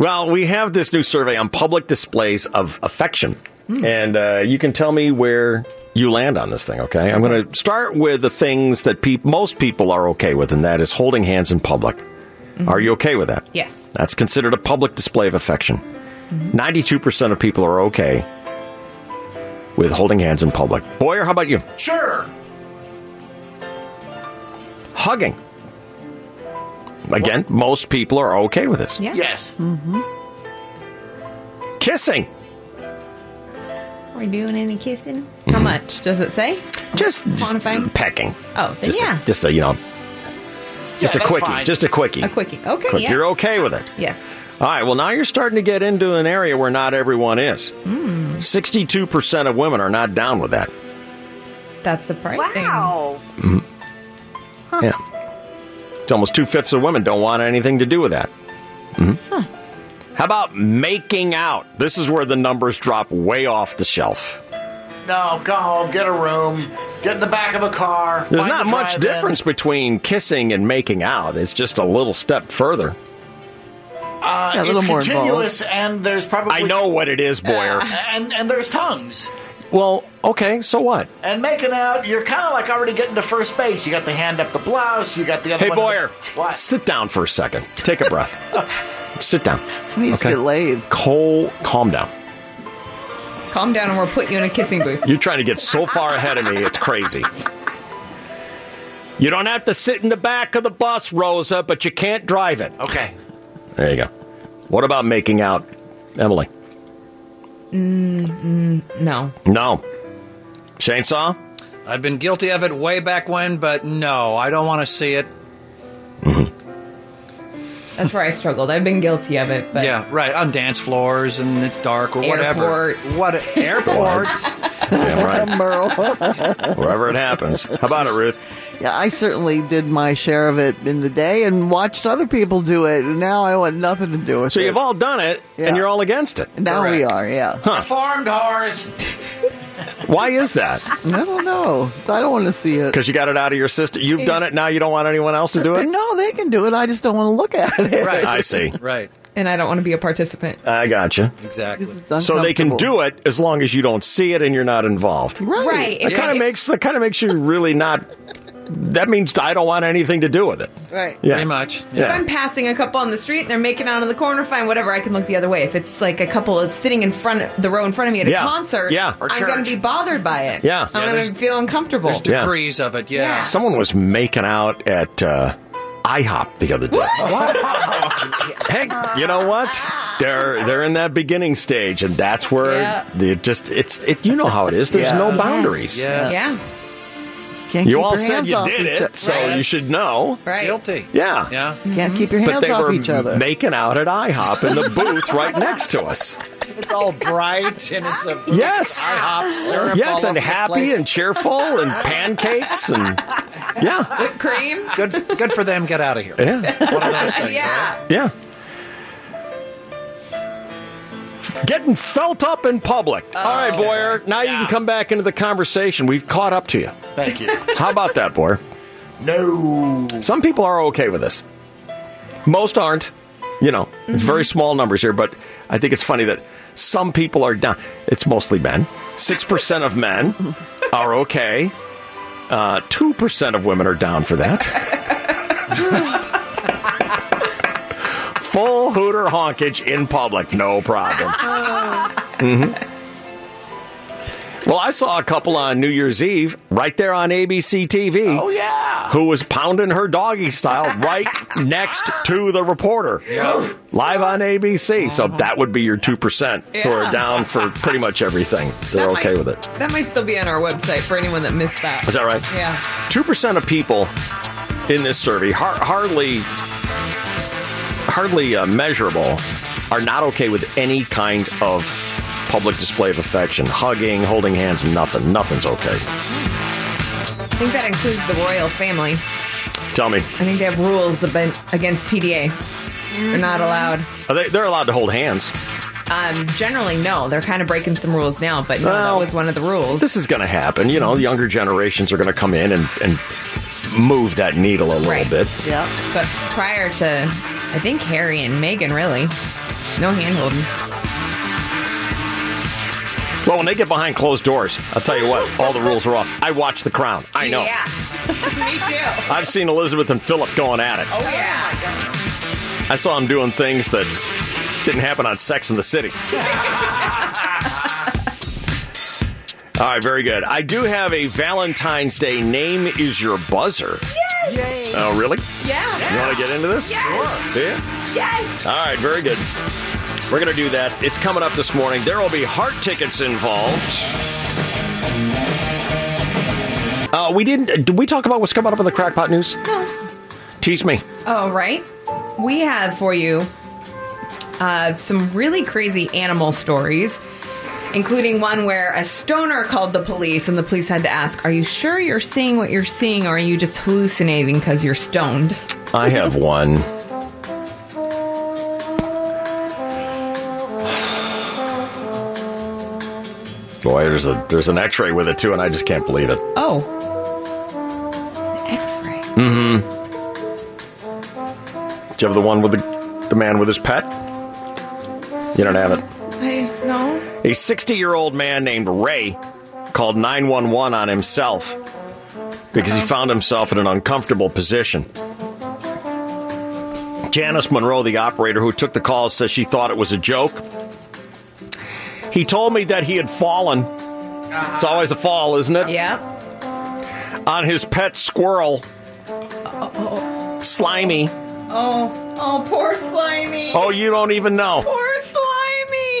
S1: Well, we have this new survey on public displays of affection. And uh, you can tell me where you land on this thing, okay? I'm going to start with the things that peop most people are okay with, and that is holding hands in public. Are you okay with that?
S4: Yes.
S1: That's considered a public display of affection. 92% of people are okay with holding hands in public. Boyer, how about you?
S11: Sure.
S1: Hugging. Again, most people are okay with this.
S11: Yes.
S4: Mm-hmm.
S1: Kissing.
S4: Are we doing any kissing? How much does it say?
S1: Just, just
S4: quantifying.
S1: pecking.
S4: Oh, then
S1: just
S4: yeah.
S1: A, just a you know, just
S4: Yeah,
S1: a
S4: that's
S1: quickie,
S4: fine.
S1: just a quickie,
S4: A quickie. Okay.
S1: Quick-
S4: yeah.
S1: You're okay with it.
S4: Yes.
S1: All right. Well, now you're starting to get into an area where not everyone is.
S4: Hmm.
S1: Sixty-two percent of women are not down with that.
S4: That's surprising. Wow.
S1: Mhm. Yeah, it's almost two fifths of women don't want anything to do with that. Mhm. How about making out? This is where the numbers drop way off the shelf.
S11: No, go home, get a room, get in the back of a car.
S1: There's
S11: find
S1: not
S11: a
S1: much
S11: drive-in.
S1: difference between kissing and making out. It's just a little step further.
S11: Uh, Uh,
S9: Yeah, a little
S11: it's
S9: more
S11: continuous,
S9: involved.
S11: and there's probably
S9: I know what it is,
S6: Uh.
S9: Boyer.
S11: and and there's tongues.
S1: Well, okay, so what?
S11: And making out, you're kind of like already getting to first base. You got the hand up the blouse. You got the other.
S1: Hey,
S11: one in the-
S1: Boyer,
S11: what?
S1: sit down for a second. Take a breath. sit down.
S9: needs to get
S1: laid. Cole, calm down.
S4: Calm down and we'll put you in a kissing booth.
S1: You're trying to get so far ahead of me, it's crazy. You don't have to sit in the back of the bus, Rosa, but you can't drive it.
S11: Okay.
S1: There you go. What about making out, Emily?
S4: Mm, mm, no.
S1: No. Chainsaw?
S7: I've been guilty of it way back when, but no, I don't want to see it.
S1: Mm-hmm.
S4: That's where I struggled. I've been guilty of it, but
S7: yeah, right. On dance floors and it's dark or whatever. What airports?
S1: Yeah, right.
S9: Merle.
S1: Wherever it happens. How about it, Ruth?
S9: Yeah, I certainly did my share of it in the day and watched other people do it. And now I want nothing to do with
S1: So
S9: it.
S1: you've all done it, and you're all against it.
S9: Now we are, yeah.
S1: Huh.
S11: Farmed horse.
S1: Why is that?
S9: I don't know. I don't want to see it.
S1: Because you got it out of your system. You've done it. Now you don't want anyone else to do it?
S9: No, they can do it. I just don't want to look at it.
S1: I see.
S7: Right.
S4: And I don't want to be a participant.
S1: I gotcha.
S7: Exactly.
S1: So they can do it as long as you don't see it and you're not involved.
S4: Right.
S1: That kind of makes that kind of makes you really not. That means I don't want anything to do with it.
S4: Right.
S1: Yeah.
S7: Pretty much.
S4: If
S1: Yeah.
S4: I'm passing a couple on the street and they're making out in the corner, fine, whatever. I can look the other way. If it's like a couple that's sitting in front, the row in front of me at a
S1: Yeah.
S4: concert,
S1: Yeah. Or
S4: I'm going
S1: church.
S4: to be bothered by it.
S1: Yeah. Yeah,
S4: I'm going
S1: there's-
S4: to feel uncomfortable.
S7: There's degrees of it, yeah.
S1: Someone was making out at uh, IHOP the other day. hey, you know what? They're they're in that beginning stage, and that's where
S9: Yeah.
S1: it just it's it. You know how it is. There's
S9: Yeah.
S1: no
S9: Yes.
S1: boundaries.
S4: Yeah.
S9: Can't
S1: You
S9: keep
S1: all
S9: your
S1: said
S9: hands
S1: you
S9: off
S1: did
S9: each
S1: it,
S9: other.
S1: so you should know.
S4: Right.
S7: Guilty.
S1: Yeah.
S7: Yeah.
S9: Can't keep your
S1: But
S9: hands
S1: they
S9: off
S1: were
S9: each other.
S1: making out at IHOP in the booth right next to us.
S7: It's all bright and it's a
S1: Yes.
S7: IHOP syrup.
S1: yes,
S7: all
S1: and
S7: over the
S1: happy
S7: plate.
S1: and cheerful and pancakes and yeah,
S4: Whipped cream.
S7: good. Good for them. Get out of here.
S1: yeah,
S7: One of those things.
S4: yeah.
S1: yeah. Getting felt up in public.
S7: Oh,
S1: All right, Boyer. Now you can come back into the conversation. We've caught up to you.
S11: Thank you.
S1: How about that, Boyer?
S11: No.
S1: Some people are okay with this. Most aren't. You know, it's very small numbers here, but I think it's funny that some people are down. It's mostly men. Six percent of men are okay. Uh, Two percent of women are down for that. Full hooter honkage in public, no problem. hmm Well, I saw a couple on New Year's Eve, right there on ABC TV. Oh
S11: yeah,
S1: who was pounding her doggy style right next to the reporter, live on ABC. So that would be your two percent who
S4: Uh-huh. Yeah.
S1: are down for pretty much everything. They're
S4: That
S1: okay
S4: might-
S1: with it.
S4: That might still be on our website for anyone that missed that.
S1: Is that right?
S4: Yeah.
S1: Two percent of people in this survey, har- hardly, hardly uh, measurable, are not okay with any kind of public display of affection, hugging, holding hands, nothing. Nothing's okay.
S4: I think that includes the royal family.
S1: Tell me,
S4: I think they have rules aben- against PDA. They're
S1: Mm-hmm.
S4: not allowed.
S1: are they, they're allowed to hold hands.
S4: Um, generally, no. They're kind of breaking some rules now, but no, that was one of the rules.
S1: This is going to happen. You know, younger generations are going to come in and, and move that needle a little bit.
S4: Yeah. But prior to, I think Harry and Meghan, really, no hand holding.
S1: Well, when they get behind closed doors, I'll tell you what, all the rules are off. I watch The Crown. I know.
S4: Yeah. Me too.
S1: I've seen Elizabeth and Philip going at it.
S4: Oh, yeah.
S1: I saw them doing things that didn't happen on Sex in the City. All right, very good. I do have a Valentine's Day name is your buzzer.
S3: Yay!
S1: Oh, really?
S3: Yeah.
S1: You want to get into this? Sure. Yeah.
S3: Yes.
S1: All right, very good. We're going to do that. It's coming up this morning. There will be heart tickets involved. Uh, we didn't. Did we talk about what's coming up in the crackpot news?
S4: No.
S1: Tease me.
S4: All Oh, right. We have for you uh, some really crazy animal stories, including one where a stoner called the police and the police had to ask, Are you sure you're seeing what you're seeing or are you just hallucinating because you're stoned?
S1: I have one. Boy, there's a there's an X-ray with it too, and I just can't believe it.
S4: Oh. X ray.
S1: Mm-hmm. Do you have the one with the the man with his pet? You don't have it.
S4: I no.
S1: A 60 year old man named Ray called 911 on himself because he found himself in an uncomfortable position. Janice Monroe, the operator who took the call, says she thought it was a joke. He told me that he had fallen. It's always a fall, isn't it?
S4: Yeah.
S1: On his pet squirrel, Slimy.
S4: Oh, oh, poor Slimy.
S1: Oh, you don't even know.
S4: Poor Slimy.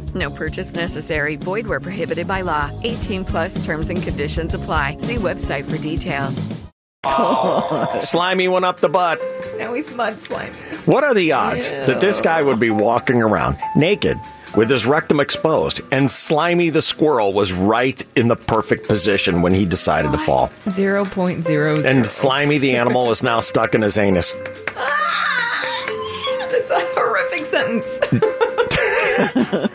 S12: No purchase necessary. Void where prohibited by law. 18 plus terms and conditions apply. See website for details.
S1: Slimy went up the butt.
S4: Now he's mud slimy.
S1: What are the odds that this guy would be walking around naked with his rectum exposed and Slimy the squirrel was right in the perfect position when he decided to fall?
S4: Zero point zero.
S1: And Slimy the animal is now stuck in his anus.
S4: That's a horrific sentence.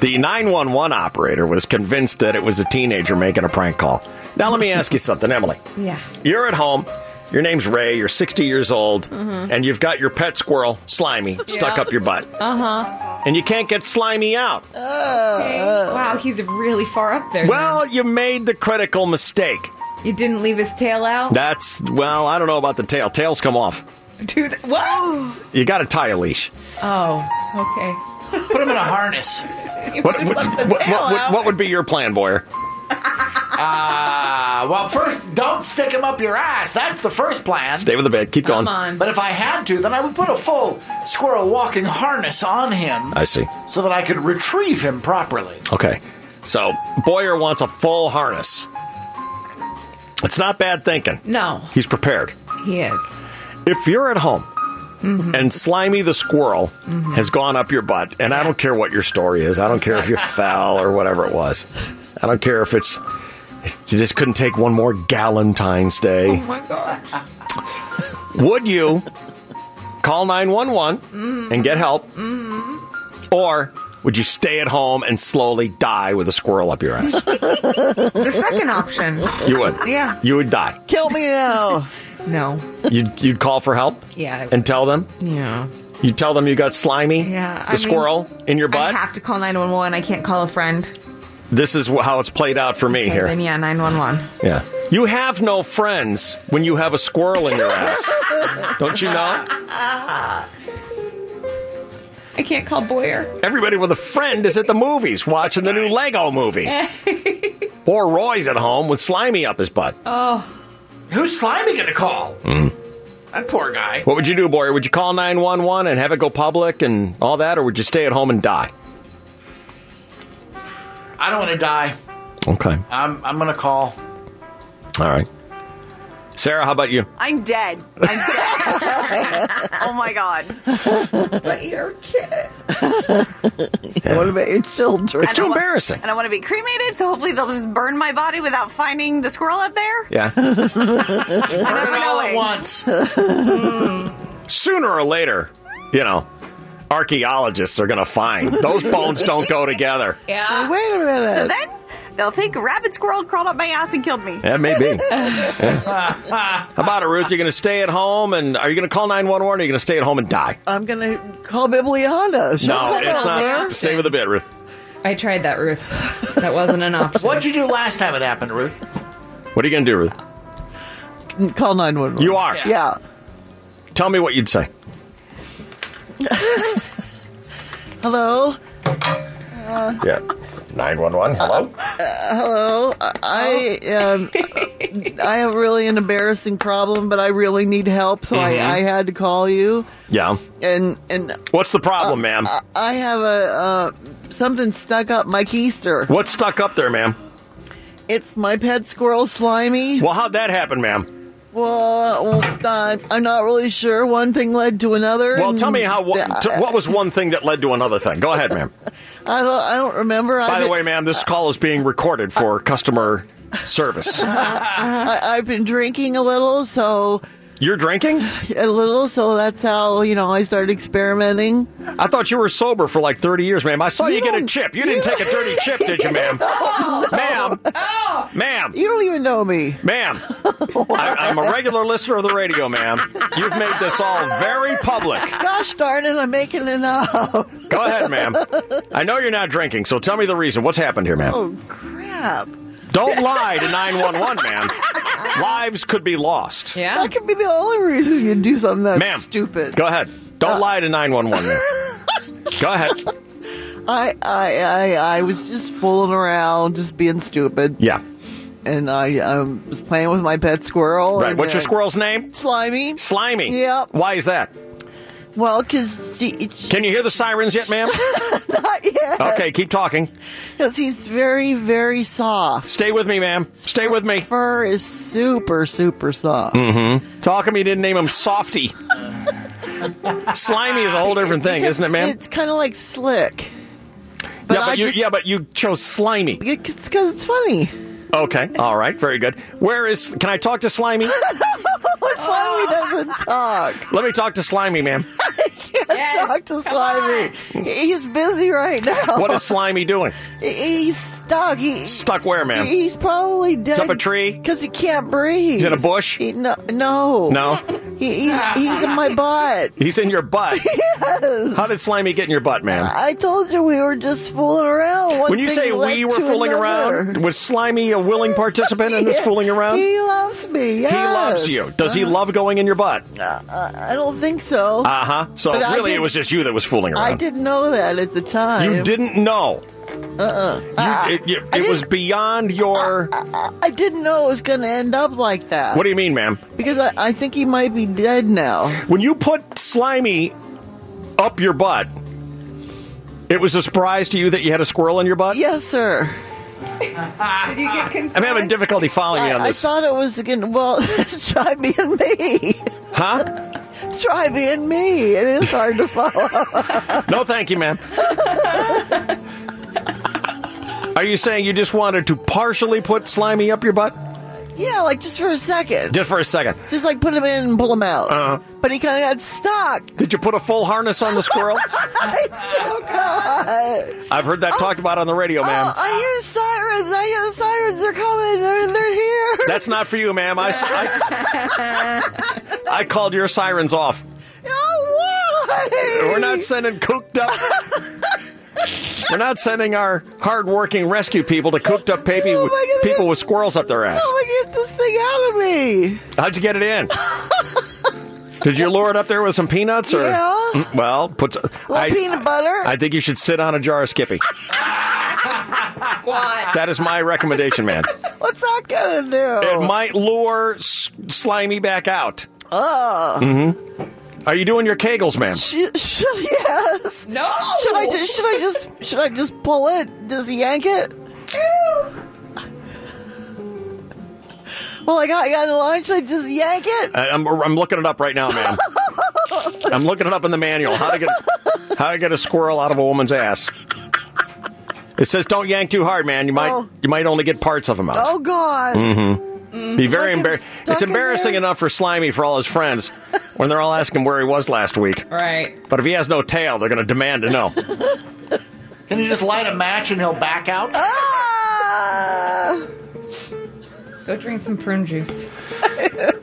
S1: The 911 operator was convinced that it was a teenager making a prank call. Now, let me ask you something, Emily.
S4: yeah.
S1: You're at home. Your name's Ray. You're 60 years old,
S4: Mhm.
S1: and you've got your pet squirrel, Slimy, stuck
S4: Yeah.
S1: up your butt.
S4: Uh huh.
S1: And you can't get Slimy out.
S4: Wow, he's really far up there.
S1: Well, you made the critical mistake.
S4: You didn't leave his tail out,
S1: That's, well, I don't know about the tail. Tails come off.
S4: dude. What?
S1: You got to tie a leash.
S4: Oh, okay.
S11: Put him in a harness.
S1: What, what, what, what, what, what would be your plan, Boyer?
S11: Uh, well, first, don't stick him up your ass. That's the first plan.
S1: Stay with the bit. Keep going.
S11: But if I had to, then I would put a full squirrel walking harness on him
S1: I see.
S11: so that I could retrieve him properly.
S1: Okay. So Boyer wants a full harness. It's not bad thinking.
S4: No.
S1: He's prepared.
S4: He is. Mm-hmm.
S1: If you're at home and Slimy the squirrel has gone up your butt, and I don't care what your story is, I don't care if you fell or whatever it was, I don't care if it's you just couldn't take one more Galentine's Day.
S4: Oh, my gosh.
S1: Would you call 911 and get help? Or would you stay at home and slowly die with a squirrel up your ass?
S4: the second option.
S1: You would.
S4: Yeah.
S1: You would die.
S4: Kill me now. no.
S1: You'd, you'd call for help
S4: Yeah.
S1: and tell them?
S4: Yeah.
S1: You'd tell them you got slimy,
S4: Yeah, I
S1: the
S4: mean,
S1: squirrel in your
S4: I
S1: butt?
S4: have to call 911. I can't call a friend.
S1: this is wh- how it's played out for me
S4: Okay,
S1: here.
S4: Then yeah, 911.
S1: Yeah. You have no friends when you have a squirrel in your ass. Don't you know?
S4: I can't call Boyer.
S1: Everybody with a friend is at the movies watching the new Lego movie. Or Roy's at home with slimy up his butt.
S11: Oh. Who's Slimy going to call?
S1: Mm.
S11: That poor guy.
S1: What would you do, Boyer? Would you call 911 and have it go public and all that, or would you stay at home and die?
S11: I don't want to die.
S1: Okay.
S11: I'm, I'm going to call.
S1: All right. Sarah, how about you?
S10: I'm dead. I'm dead. oh my god. But you're kid.
S9: What about your children?
S10: And I wa- and I want to be cremated, so hopefully they'll just burn my body without finding the squirrel up there.
S1: Yeah.
S10: Never
S11: all
S10: knowing.
S11: at once.
S1: Sooner or later, you know, archaeologists are going to find those bones don't go together.
S10: Yeah.
S9: Wait a minute.
S10: So then they'll think a rabbit squirrel crawled up my ass and killed me.
S1: That may be. How about it, Ruth? You're going to stay at home, and are you going to call 911 or are you going to stay at home and die?
S9: I'm going to call Bibliana. She'll
S1: no,
S9: come
S1: it's
S9: on
S1: not.
S9: there.
S1: Uh, Stay with the bit, Ruth.
S4: I tried that, Ruth. That wasn't an option.
S11: What'd you do last time it happened, Ruth?
S1: What are you going to do, Ruth?
S9: Call 911.
S1: You are?
S9: Yeah.
S1: Tell me what you'd say.
S9: Hello? Uh.
S1: Yeah. 911, hello?
S9: hello. I
S1: Oh.
S9: um, I have a really an embarrassing problem, but I really need help, so
S1: Mhm.
S9: I, I had to call you.
S1: Yeah.
S9: And and uh,
S1: What's the problem, ma'am?
S9: I, I have a uh, something stuck up my keister.
S1: What's stuck up there, ma'am?
S9: It's my pet squirrel, Slimy.
S1: Well, how'd that happen, ma'am?
S9: Well, uh, I'm not really sure. One thing led to another.
S1: Well, tell
S9: and-
S1: me how. What, t- what was one thing that led to another thing? Go ahead, ma'am.
S9: I don't, I don't remember.
S1: By
S9: I've
S1: the
S9: been-
S1: way, ma'am, this call is being recorded for customer service.
S9: I, I've been drinking a little, so
S1: You're drinking?
S9: a little, so that's how you know I started experimenting.
S1: I thought you were sober for like 30 years, ma'am. I saw you, get a chip. You, didn't take a dirty chip, did you, ma'am? Ma'am. Ma'am.
S9: You don't even know me.
S1: Ma'am. I, I'm a regular listener of the radio, ma'am. You've made this all very public.
S9: Gosh darn it, I'm making it up.
S1: Go ahead, ma'am. I know you're not drinking, so tell me the reason. What's happened here, ma'am?
S9: Oh crap!
S1: Don't lie to 911, ma'am. Lives could be lost.
S9: Yeah, that could be the only reason you do something that's
S1: Ma'am.
S9: stupid. Uh,
S1: Go ahead. Don't lie to 911, ma'am. Go ahead.
S9: I, I, I, I was just fooling around, just being stupid.
S1: Yeah.
S9: And I um, was playing with my pet squirrel.
S1: Right.
S9: and,
S1: What's your
S9: uh,
S1: squirrel's name?
S9: Slimy.
S1: Slimy.
S9: Yep.
S1: Why is that?
S9: Well, because
S1: Can you hear the sirens yet, ma'am?
S9: not yet.
S1: Okay, keep talking.
S9: Because he's very, very soft.
S1: Stay with me, ma'am. Stay with me.
S9: Fur is super, super soft.
S1: Mm-hmm. Talking, you didn't name him Softy. Slimy is a whole different thing, isn't it, ma'am?
S9: It's kind of like slick.
S1: yeah, but you, yeah, but you chose Slimy.
S9: It's because it's funny.
S1: Okay. All right. Very good. Where is? Can I talk to Slimy?
S9: Slimy doesn't talk.
S1: Let me talk to Slimy, ma'am.
S9: Talk to Slimy. He's busy right now.
S1: What is Slimy doing?
S9: He- He's stuck. He,
S1: Stuck where, ma'am?
S9: He's probably dead.
S1: up a tree?
S9: Because he can't breathe.
S1: He's in a bush?
S9: He- no, no.
S1: No.
S9: He, he, he's in my butt.
S1: He's in your butt.
S9: Yes.
S1: How did Slimy get in your butt, ma'am?
S9: I told you we were just fooling around. One
S1: when you
S9: thing
S1: say
S9: led
S1: we were
S9: to
S1: fooling
S9: another.
S1: around, was Slimy a willing participant in this fooling around?
S9: He loves me. Yes. Uh-huh.
S1: He loves you. Does he love going in your butt?
S9: Uh, I don't think so.
S1: Uh huh. So
S9: But I
S1: really, it
S9: did-
S1: was just you that was fooling around.
S9: I didn't know that at the time.
S1: You didn't know.
S9: Uh-uh.
S1: It, you- it was beyond your.
S9: Uh, I didn't know it was going to end up like that.
S1: What do you mean, ma'am?
S9: Because I, uh, I think he might be dead now.
S1: When you put slimy up your butt, it was a surprise to you that you had a squirrel in your butt.
S9: Yes, sir.
S4: Did you get consent?
S1: I'm having difficulty following you on
S9: I, I
S1: this,
S9: thought it was going to, well, try being me.
S1: huh?
S9: Try being me. It is hard to follow.
S1: No, thank you, ma'am. Are you saying you just wanted to partially put slimy up your butt,
S9: yeah, like just for a second.
S1: just for a second?
S9: Just like put him in and pull him out.
S1: Uh,
S9: But he kind of got stuck.
S1: did you put a full harness on the squirrel?
S9: oh, God.
S1: I've heard that talked about on the radio, ma'am.
S9: Oh, I hear sirens. I hear sirens. They're coming. They're, they're here.
S1: That's not for you, ma'am. I, I, I called your sirens off.
S9: Oh, why?
S1: We're not sending cooked up. We're not sending our hardworking rescue people to cooked up baby
S9: Oh, my goodness.
S1: people with squirrels up their ass.
S9: How am I get this thing out of me?
S1: How'd you get it in? Did you lure it up there with some peanuts or?
S9: Yeah.
S1: Mm, Well, put. s-
S9: Little peanut butter.
S1: I think you should sit on a jar of Skippy.
S4: Squat.
S1: That is my recommendation, man.
S9: What's that gonna do?
S1: It might lure s- slimy back out.
S9: Oh.
S1: hmm Are you doing your kegels, ma'am?
S9: Should, should, yes.
S4: No.
S9: Should I just? Should I just? Should I just pull it? Does he yank it? Well, I got, I got lunch. I just yank it.
S1: I- I'm, I'm looking it up right now, ma'am. I'm looking it up in the manual. How to get how to get a squirrel out of a woman's ass. It says don't yank too hard, man. You might
S9: Oh.
S1: you might only get parts of them out.
S9: Oh God.
S1: Mm-hmm. Be very embarrassed.
S9: stuck
S1: It's
S9: in
S1: embarrassing
S9: there.
S1: enough for Slimy for all his friends when they're all asking where he was last week.
S4: Right.
S1: But if he has no tail, they're going to demand to know.
S11: Can you just light a match and he'll back out?
S4: Go drink some prune juice.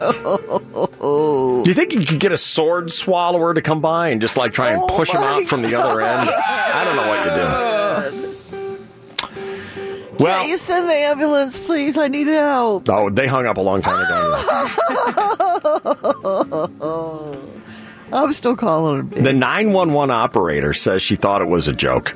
S1: Do you think you could get a sword swallower to come by and just like try
S9: Oh
S1: and push him out from the other end? I don't know what you do. Well,
S9: Can you send the ambulance, please? I need help.
S1: Oh, they hung up a long time ago.
S9: I'm still calling him.
S1: the 911 operator says she thought it was a joke.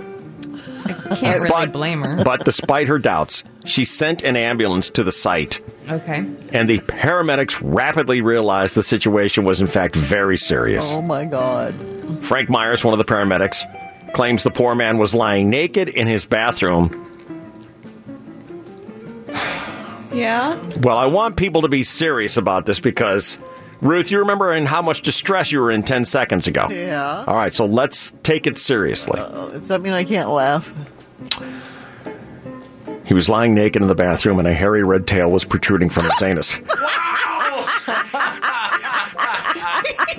S4: Can't really blame her.
S1: But despite her doubts, she sent an ambulance to the site,
S4: Okay.
S1: and the paramedics rapidly realized the situation was, in fact, very serious.
S9: Oh my God.
S1: Frank Myers, one of the paramedics, claims the poor man was lying naked in his bathroom
S4: Yeah.
S1: Well, I want people to be serious about this because, Ruth, you remember in how much distress you were in 10 seconds ago.
S9: Yeah.
S1: All right, so let's take it seriously.
S9: Does that mean I can't laugh?
S1: He was lying naked in the bathroom and a hairy red tail was protruding from his anus.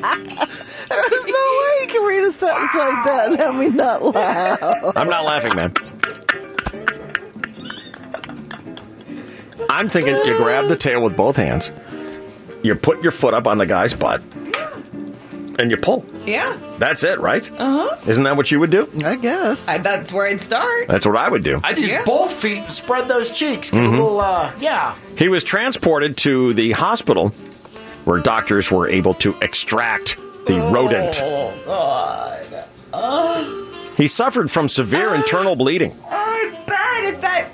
S9: There's no way you can read a sentence like that and have me not laugh.
S1: I'm not laughing, man. I'm thinking you grab the tail with both hands, you put your foot up on the guy's butt, and you pull.
S4: Yeah.
S1: That's it, right?
S4: Uh huh.
S1: Isn't that what you would do?
S9: I guess.
S4: I, that's where I'd start.
S1: That's what I would do.
S11: I'd use both feet and spread those cheeks. Get a
S1: Mhm.
S11: little, uh, yeah.
S1: He was transported to the hospital where doctors were able to extract the rodent.
S3: Oh, God.
S4: Uh,
S3: Oh,
S1: He suffered from severe internal bleeding.
S4: I bet if that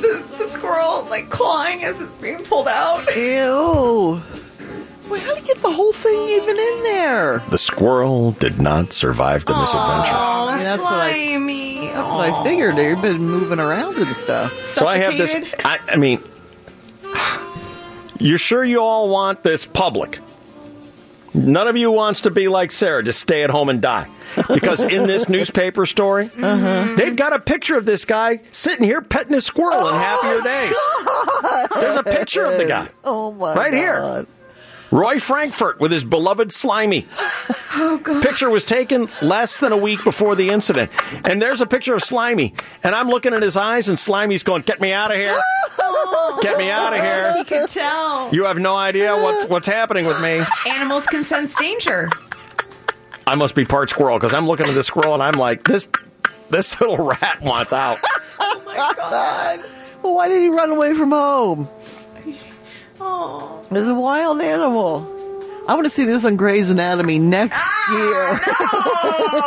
S4: the, the squirrel like clawing as it's being pulled out.
S9: Ew. Wait, how'd you get the whole thing even in there?
S1: The squirrel did not survive the misadventure.
S9: Yeah, that's what I,
S4: slimy.
S9: that's what I figured. You've been moving around and stuff.
S1: So I have this. I, I mean, you're sure you all want this public? None of you wants to be like Sarah, just stay at home and die. Because in this newspaper story,
S9: Uh-huh. Mm-hmm.
S1: they've got a picture of this guy sitting here petting a squirrel in happier days. There's a picture of the guy.
S9: Oh my!
S1: right here. Roy Frankfurt with his beloved Slimy.
S9: Oh,
S1: Picture was taken less than a week before the incident. And there's a picture of Slimy. And I'm looking at his eyes, and Slimy's going, Get me out of here. Get me out of here.
S4: You can tell.
S1: You have no idea what, what's happening with me.
S4: Animals can sense danger.
S1: I must be part squirrel because I'm looking at this squirrel and I'm like, This, this little rat wants out.
S9: Well, why did he run away from home? Oh, it's a wild animal. I want to see this on Grey's Anatomy next year.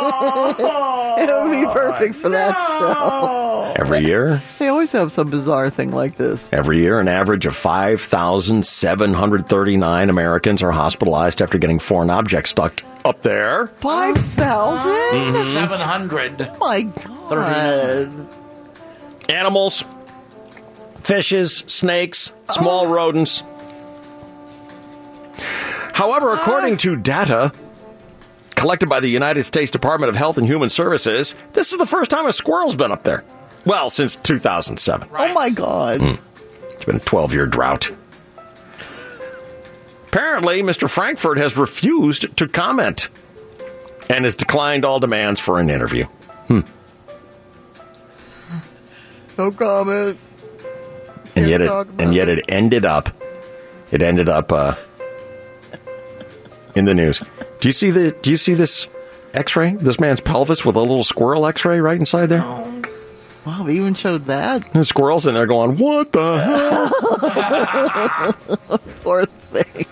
S9: It'll be perfect for that show.
S1: Every year,
S9: They always have some bizarre thing like this.
S1: Every year, an average of 5,739 Americans are hospitalized after getting foreign objects stuck up there.
S9: Five thousand? Oh
S1: Mhm.
S11: 700.
S9: My God.
S1: Animals, fishes, snakes,
S9: Oh.
S1: small rodents.
S9: Oh.
S1: However, according to data collected by the United States Department of Health and Human Services, this is the first time a squirrel's been up there. Well, since 2007.
S9: Oh my God.
S1: Mm. It's been a 12 year drought. Apparently, Mr. Frankfurt has refused to comment and has declined all demands for an interview. Hmm.
S9: No comment.
S1: And yet, it,
S9: talk about
S1: and yet, it ended up. It ended up uh, in the news. Do you see the? Do you see this X-ray? This man's pelvis with a little squirrel X-ray right inside there.
S9: Wow, they even showed that.
S1: And the squirrel's in there going, "What the hell?"
S9: Poor thing.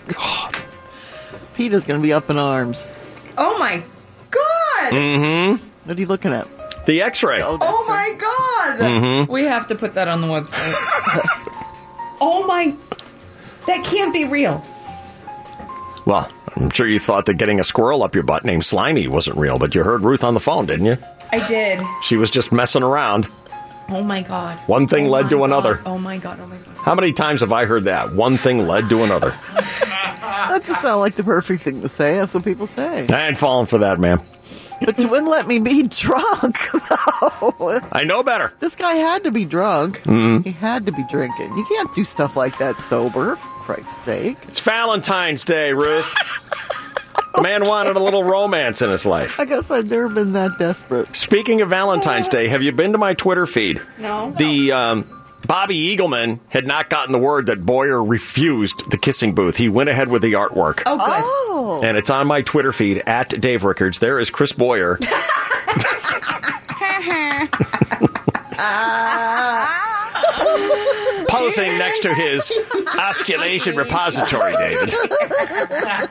S9: PETA's going to be up in arms.
S4: Oh my god.
S1: Mm-hmm.
S9: What are you looking at?
S1: The X-ray.
S4: Oh my god.
S1: Mhm.
S4: We have to put that on the website. oh my that can't be real.
S1: Well, I'm sure you thought that getting a squirrel up your butt named Slimy wasn't real, but you heard Ruth on the phone, didn't you?
S4: I did.
S1: She was just messing around.
S4: Oh my god.
S1: One thing
S4: Oh
S1: led
S4: my
S1: to
S4: God.
S1: another.
S4: Oh my god. Oh my god.
S1: How many times have I heard that? One thing led to another.
S9: That just sounds like the perfect thing to say. That's what people say.
S1: I ain't falling for that, ma'am.
S9: But you wouldn't let me be drunk, though.
S1: I know better.
S9: This guy had to be drunk.
S1: Mhm.
S9: He had to be drinking. You can't do stuff like that sober, for Christ's sake.
S1: It's Valentine's Day, Ruth. The man wanted a little romance in his life.
S9: I guess I've never been that desperate.
S1: Speaking of Valentine's Day, have you been to my Twitter feed?
S4: No.
S1: The um, Bobby Eagleman had not gotten the word that Boyer refused the kissing booth. He went ahead with the artwork.
S4: Oh good.
S1: And it's on my Twitter feed at Dave Rickards. There is Chris Boyer. posing next to his osculation repository, David.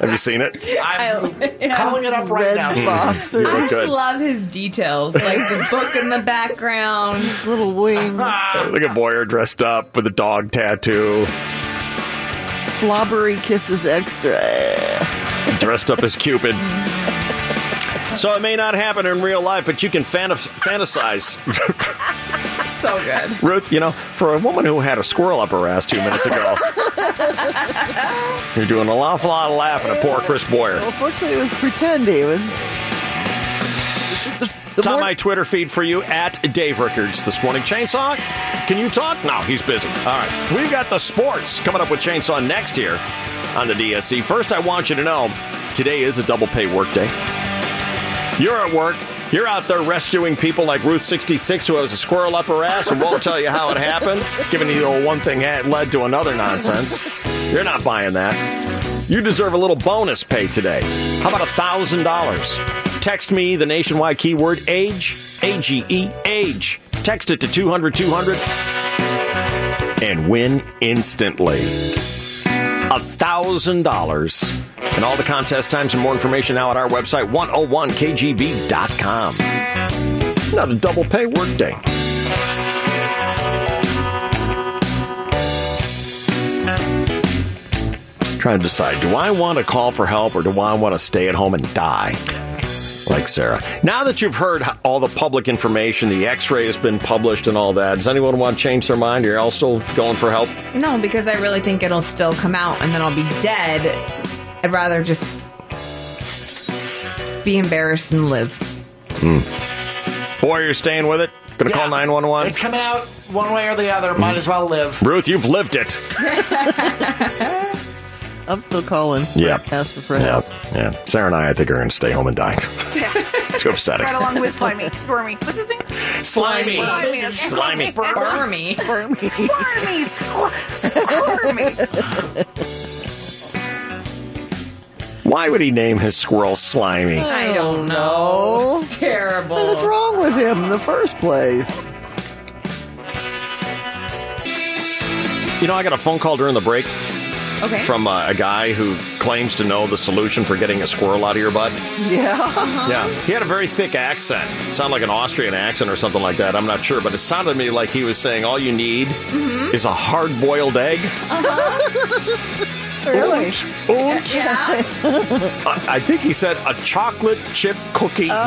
S1: Have you seen it?
S4: I'm
S11: calling it up right now.
S1: box or-
S4: I
S1: You look good.
S4: love his details, like the book in the background,
S9: little wing,
S1: Look at Boyer dressed up with a dog tattoo,
S9: slobbery kisses extra.
S1: dressed up as Cupid. So it may not happen in real life, but you can fantas- fantasize.
S4: so good.
S1: Ruth, you know, for a woman who had a squirrel up her ass two minutes ago, you're doing an awful lot of laughing at poor Chris Boyer.
S9: Well, fortunately, it was pretending. It was
S1: Top of my Twitter feed for you at Dave Rickards this morning. Chainsaw, can you talk? No, he's busy. All right. We've got the sports coming up with Chainsaw next here on the DSC. First, I want you to know today is a double pay workday. You're at work. You're out there rescuing people like Ruth 66, who has a squirrel up her ass and won't tell you how it happened, giving you the one thing that led to another nonsense. You're not buying that. You deserve a little bonus pay today. How about $1,000? Text me the nationwide keyword age, A G E, age. Text it to 200 200 and win instantly $1,000. And all the contest times and more information now at our website, 101kgb.com. Another double pay workday. Trying to decide do I want to call for help or do I want to stay at home and die? Like Sarah. Now that you've heard all the public information, the x ray has been published and all that, does anyone want to change their mind? Are you all still going for help?
S4: No, because I really think it'll still come out and then I'll be dead. I'd rather just be embarrassed and live.
S1: Hmm. Boy, you're staying with it. Gonna call 911.
S11: It's coming out one way or the other.
S1: Mm-hmm.
S11: Might as well live.
S1: Hmm. Ruth, you've lived it.
S9: I'm still calling.
S1: Yeah.
S9: Ask for
S1: Yeah,
S9: help.
S1: yeah. Sarah and I, I think, are going to stay home and die. Too upsetting.
S10: Right along with Slimy. Squirmy. What's his name?
S1: Slimy.
S10: Slimy.
S1: Slimy.
S4: Squirmy.
S10: Squirmy. Squirmy.
S1: Why would he name his squirrel Slimy?
S4: I don't know. It's Oh, terrible.
S9: Oh, What is wrong with him in the first place?
S1: You know, I got a phone call during the break
S4: Okay.
S1: from uh, a guy who claims to know the solution for getting a squirrel out of your butt.
S9: Yeah.
S23: Uh-huh.
S1: Yeah, he had a very thick accent. Sounded like an Austrian accent or something like that. I'm not sure, but it sounded to me like he was saying all you need is a hard-boiled egg.
S9: Uh-huh. really?
S1: Ooch. Uh, I, I think he said a chocolate chip cookie.
S3: Oh.
S10: Oh.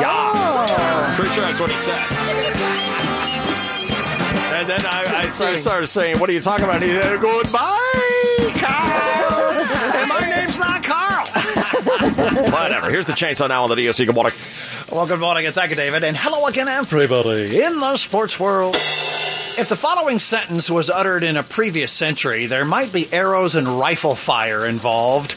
S1: Yeah, pretty sure that's what he said. And then I, I started, started saying, "What are you talking about?" He said, "Goodbye, Carl." and my name's not Carl. Whatever. Here's the chainsaw now on the DSC. Good morning.
S7: Well, good morning and thank you, David. And hello again, everybody. In the sports world, if the following sentence was uttered in a previous century, there might be arrows and rifle fire involved.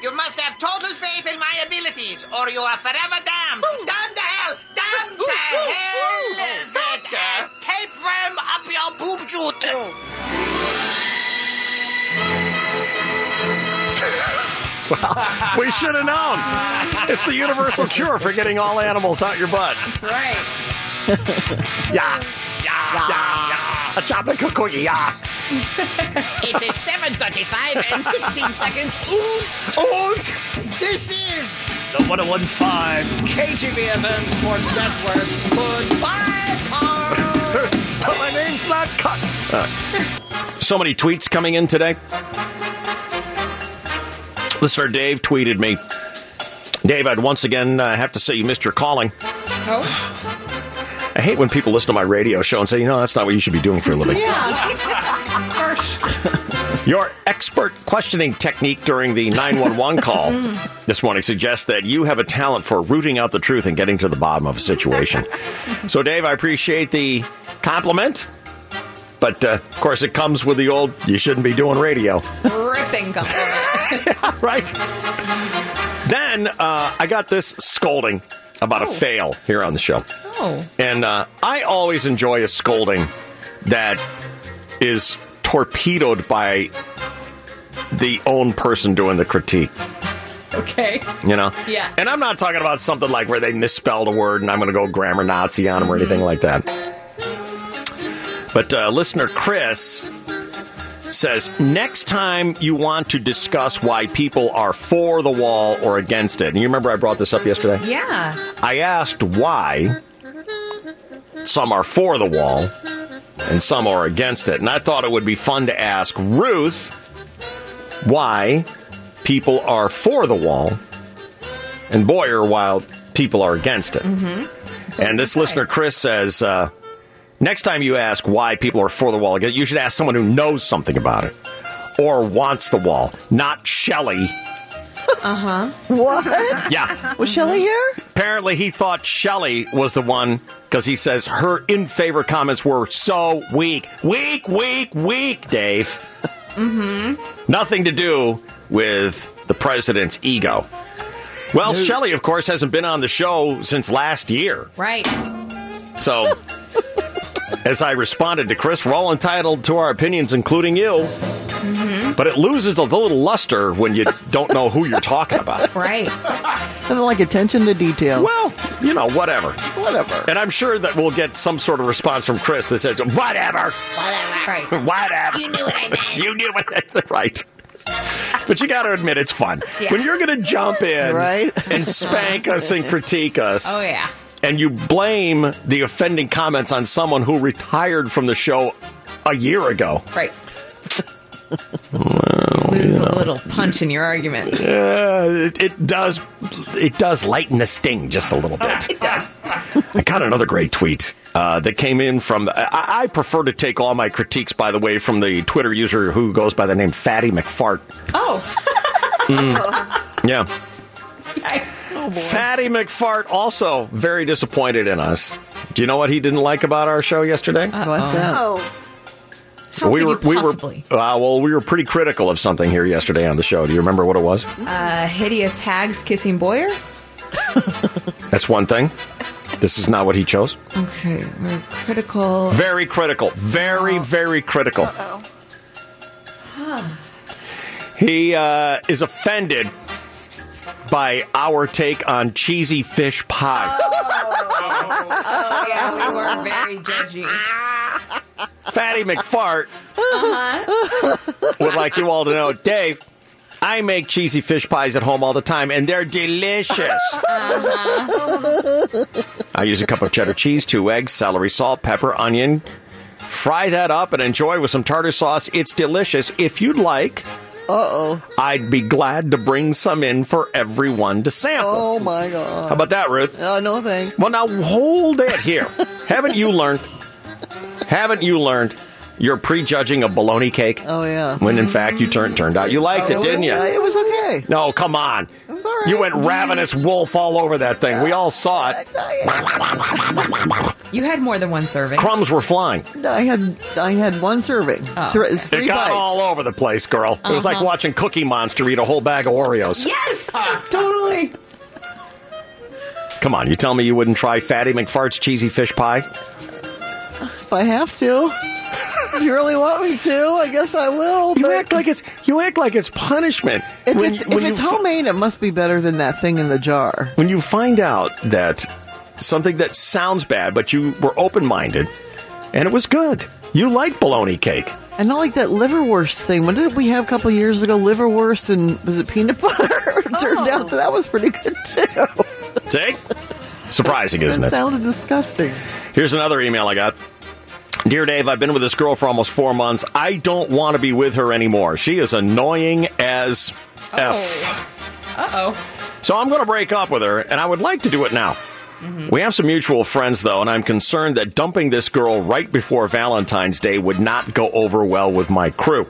S3: You must have total faith in my abilities, or you are forever damned. Damned to hell! Damned to hell! with a tapeworm up your boob chute!
S1: Oh, Well, we should have known. It's the universal cure for getting all animals out your butt.
S3: Right.
S1: Yeah, yeah, yeah, yeah. A chocolate cookie, yeah.
S3: It is 7.35 and 16 seconds. Oot, oot. This is oh
S7: the 1015.
S3: KGB FM Sports Network. Goodbye, Carl.
S1: But my name's not cut. Uh, so many tweets coming in today. Listener Dave tweeted me. Dave, I'd once again uh, have to say you missed your calling.
S4: Oh.
S1: I hate when people listen to my radio show and say, you know, that's not what you should be doing for a living. Your expert questioning technique during the 911 call this morning suggests that you have a talent for rooting out the truth and getting to the bottom of a situation. so, Dave, I appreciate the compliment, but uh, of course, it comes with the old you shouldn't be doing radio.
S4: Ripping compliment.
S1: right. Then uh, I got this scolding about a fail here on the show.
S4: Oh.
S1: And uh, I always enjoy a scolding that is torpedoed by the own person doing the critique.
S4: Okay.
S1: You know?
S4: Yeah.
S1: And I'm not talking about something like where they misspelled a word and I'm going to go grammar Nazi on them or anything like that. But uh, listener Chris says, next time you want to discuss why people are for the wall or against it. And you remember I brought this up yesterday?
S4: Yeah.
S1: I asked why some are for the wall and some are against it. And I thought it would be fun to ask Ruth why people are for the wall and Boyer while people are against it. And this listener, Chris, says uh, next time you ask why people are for the wall, again, you should ask someone who knows something about it or wants the wall, not Shelley.
S4: Uh huh.
S9: What?
S1: Yeah.
S9: Was Shelley here?
S1: Apparently, he thought Shelley was the one because he says her in favor comments were so weak. Weak, weak, weak, Dave.
S3: Mm-hmm.
S1: Nothing to do with the president's ego. Well, Shelley, of course, hasn't been on the show since last year.
S4: Right.
S1: So, as I responded to Chris, we're all entitled to our opinions, including you.
S9: Mm-hmm.
S1: But it loses a little luster when you don't know who you're talking about.
S4: Right.
S9: Something like attention to detail.
S1: Well, you know, whatever.
S9: Whatever.
S1: And I'm sure that we'll get some sort of response from Chris that says, whatever.
S4: Right.
S1: Whatever. You knew what I meant. you knew what I meant. Right. But you got to admit, it's fun.
S4: Yeah.
S1: When you're going to jump in
S4: Right?
S1: and spank us and critique us.
S4: Oh, yeah.
S1: And you blame the offending comments on someone who retired from the show a year ago.
S4: Right.
S1: Well, you
S4: There's
S1: know.
S4: a little punch in your argument.
S1: Yeah, it, it does. It does lighten the sting just a little bit.
S4: It does.
S1: I got another great tweet uh, that came in from. I, I prefer to take all my critiques, by the way, from the Twitter user who goes by the name Fatty McFart.
S4: Oh.
S1: Mm. Yeah.
S4: Oh, boy.
S1: Fatty McFart also very disappointed in us. Do you know what he didn't like about our show yesterday?
S9: What's that?
S4: Oh. How
S1: we
S4: could
S1: were
S4: you
S1: we were
S4: possibly?
S1: uh, well we were pretty critical of something here yesterday on the show. Do you remember what it was?
S4: Uh, hideous hags kissing Boyer?
S1: That's one thing. This is not what he chose.
S4: Okay. We're critical.
S1: Very critical.
S4: Oh.
S1: Very, very critical.
S4: Huh.
S1: He uh, is offended by our take on cheesy fish pie.
S4: Oh, yeah, we were very judgy.
S1: Fatty McFart
S4: Uh-huh.
S1: would like you all to know, Dave. I make cheesy fish pies at home all the time, and they're delicious. Uh-huh. I use a cup of cheddar cheese, two eggs, celery, salt, pepper, onion. Fry that up and enjoy with some tartar sauce. It's delicious. If you'd like,
S9: uh oh,
S1: I'd be glad to bring some in for everyone to sample.
S9: Oh my god.
S1: How about that, Ruth?
S9: Oh no, thanks.
S1: Well, now hold it here. Haven't you learned? Haven't you learned? You're prejudging a bologna cake.
S9: Oh yeah.
S1: When in fact you turned turned out you liked it, didn't you?
S9: Oh, Yeah, It was okay.
S1: No, come on. You went ravenous wolf all over that thing. We all saw it.
S4: You had more than one serving.
S1: Crumbs were flying.
S9: I had I had one serving.
S4: Oh,
S9: Thr- it was
S1: It
S9: three
S1: got
S9: bites.
S1: all over the place, girl. It was like
S9: Uh-huh.
S1: watching Cookie Monster eat a whole bag of Oreos.
S4: Yes! totally.
S1: Come on, you tell me you wouldn't try Fatty McFart's cheesy fish pie?
S9: If I have to, if you really want me to, I guess I will. You act
S1: like it's you act like it's punishment.
S9: If
S1: When-
S9: it's if
S1: when
S9: it's
S1: you-
S9: homemade, it must be better than that thing in the jar.
S1: When you find out that something that sounds bad, but you were open minded and it was good, you like bologna cake.
S9: And not like that liverwurst thing. What did we have a couple years ago? Liverwurst and was it peanut butter? Turned
S4: Oh.
S9: out that, that was pretty good too.
S1: See? Surprising, isn't
S9: that
S1: it?
S9: sounded disgusting.
S1: Here's another email I got. Dear Dave, I've been with this girl for almost four months. I don't want to be with her anymore. She is annoying as F.
S4: Uh oh.
S1: So I'm going to break up with her, and I would like to do it now. We have some mutual friends, though, and I'm concerned that dumping this girl right before Valentine's Day would not go over well with my crew.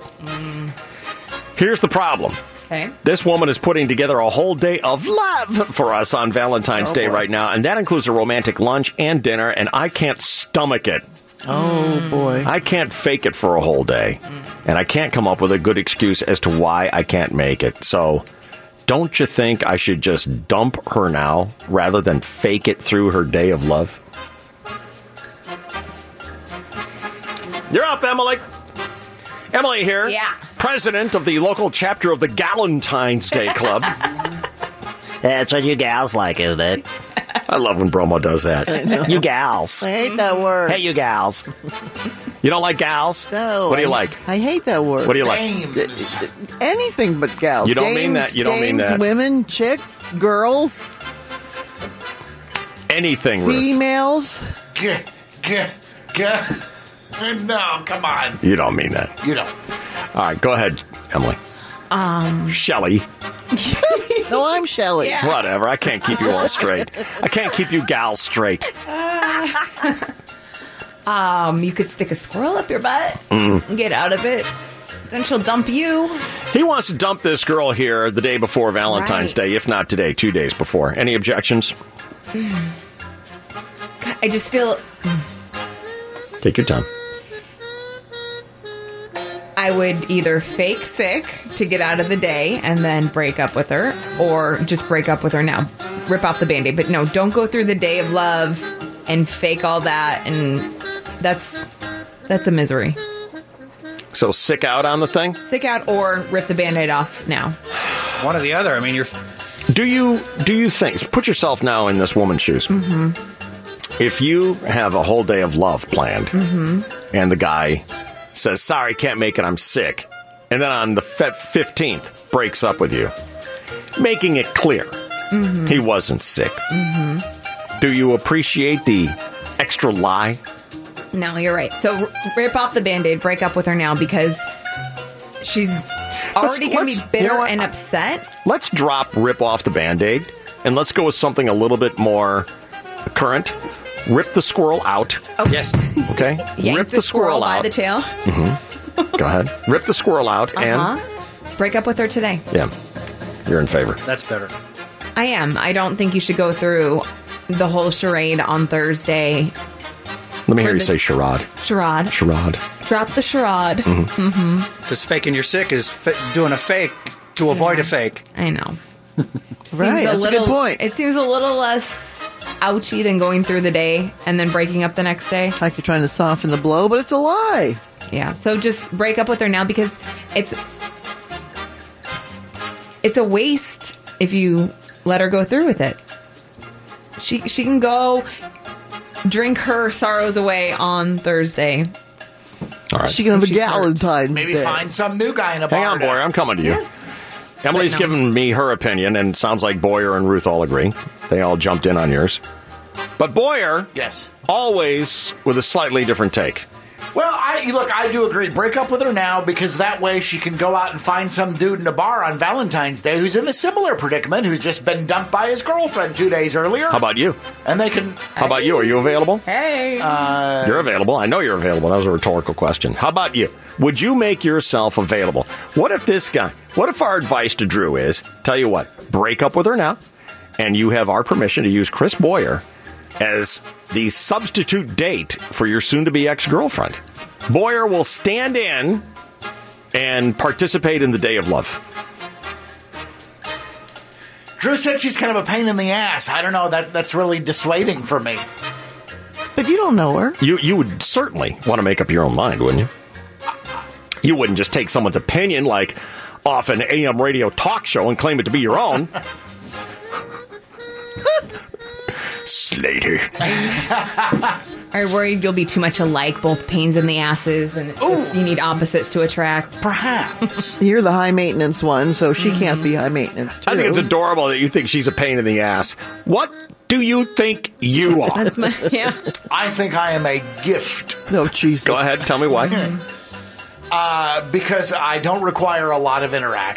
S1: Here's the problem.
S4: Okay.
S1: This woman is putting together a whole day of love for us on Valentine's
S4: Oh,
S1: Day
S4: boy.
S1: right now, and that includes a romantic lunch and dinner, and I can't stomach it.
S9: Oh boy.
S1: I can't fake it for a whole day,
S4: Mm.
S1: and I can't come up with a good excuse as to why I can't make it. So, don't you think I should just dump her now rather than fake it through her day of love? You're up, Emily. Emily here. Yeah. President of the local chapter of the Galentine's Day Club. That's what you gals like, isn't it? I love when Bromo does that. You gals.
S9: I hate that word.
S1: Hey, you gals. You don't like gals?
S9: No.
S1: What do you like?
S9: I hate that word.
S1: What do you like?
S9: D- Anything but gals.
S1: You don't mean
S9: Dames,
S1: that. You don't mean
S9: dames,
S1: that.
S9: Women, chicks, girls,
S1: Anything, Ruth.
S9: females.
S11: Get, get, get. No, come on.
S1: You don't mean that.
S11: You don't.
S1: All right, go ahead, Emily.
S4: Um.
S1: Shelley.
S9: no, I'm Shelly.
S1: Whatever. I can't keep you all straight. I can't keep you gals straight.
S4: Uh, um, you could stick a squirrel up your butt
S1: Mm.
S4: and get out of it. Then she'll dump you.
S1: He wants to dump this girl here the day before Valentine's
S4: Right.
S1: Day, if not today, two days before. Any objections?
S4: I just feel
S1: Take your time.
S4: I would either fake sick to get out of the day and then break up with her, or just break up with her now. Rip off the band aid. But no, don't go through the day of love and fake all that. And that's that's a misery.
S1: So sick out on the thing?
S4: Stick out or rip the band aid off now.
S7: One or the other. I mean, you're.
S1: Do you do you think put yourself now in this woman's shoes?
S4: Mm-hmm.
S1: If you have a whole day of love planned
S4: Mm-hmm.
S1: and the guy says, "Sorry, can't make it. I'm sick," and then on the fifteenth breaks up with you, making it clear
S3: Mhm.
S1: he wasn't sick.
S4: Mm-hmm.
S1: Do you appreciate the extra lie?
S4: No, you're right. So r- rip off the band aid, break up with her now because she's already going to
S1: let's-
S4: be bitter
S1: you know what?
S4: and upset.
S1: Let's drop rip off the band aid and let's go with something a little bit more current. Rip the squirrel out.
S7: Yes.
S1: Okay.
S4: Yank
S1: rip the, squirrel,
S4: by
S1: out.
S4: the tail.
S1: Mhm. Go ahead. Rip the squirrel out
S4: Uh huh. Break up with her today.
S1: and yeah, you're in favor.
S7: That's better.
S4: I am. I don't think you should go through the whole charade on Thursday.
S1: Let me hear
S4: For
S1: you
S4: the-
S1: say charade.
S4: Charade.
S1: Charade.
S4: Drop the charade.
S1: Mhm.
S4: Mm-hmm.
S7: Because faking you're sick is fa- doing a fake to avoid a fake.
S4: I know.
S9: Right, that's a good
S4: little, point. It seems a little less ouchy than going through the day and then breaking up the next day.
S9: Like you're trying to soften the blow, but it's a lie.
S4: Yeah. So just break up with her now because it's it's a waste if you let her go through with it. She she can go drink her sorrows away on Thursday.
S1: All right.
S9: She can have a
S4: She starts.
S9: Galentine's
S11: Maybe
S9: Day.
S11: find some new guy in a bar.
S1: Hang on, Boyer. I'm coming to you. Emily's
S11: But no.
S1: given me her opinion, and it sounds like Boyer and Ruth all agree. They all jumped in on yours. But Boyer,
S11: yes,
S1: always with a slightly different take.
S11: Well, I look, I do agree. Break up with her now because that way she can go out and find some dude in a bar on Valentine's Day who's in a similar predicament, who's just been dumped by his girlfriend two days earlier.
S1: How about you?
S11: And they can.
S1: How about you? Are you available?
S4: Hey.
S11: Uh,
S1: You're available. I know you're available. That was a rhetorical question. How about you? Would you make yourself available? What if this guy, what if our advice to Drew is tell you what, break up with her now, and you have our permission to use Chris Boyer as the substitute date for your soon to be ex girlfriend? Boyer will stand in and participate in the day of love.
S11: Drew said she's kind of a pain in the ass. I don't know. That that's really dissuading for me.
S9: But you don't know her.
S1: You, you would certainly want to make up your own mind, wouldn't you? You wouldn't just take someone's opinion like off an AM radio talk show and claim it to be your own. Slater.
S4: Are you worried you'll be too much alike, both pains in the asses, and it's just- you need opposites to attract?
S11: Perhaps.
S9: You're the high maintenance one, so she
S4: Mm-hmm.
S9: can't be high maintenance too.
S1: I think it's adorable that you think she's a pain in the ass. What do you think you are?
S4: That's my yeah.
S11: I think I am a gift
S9: No, Jesus.
S1: Go ahead, tell me why.
S11: uh, because I don't require a lot of interaction.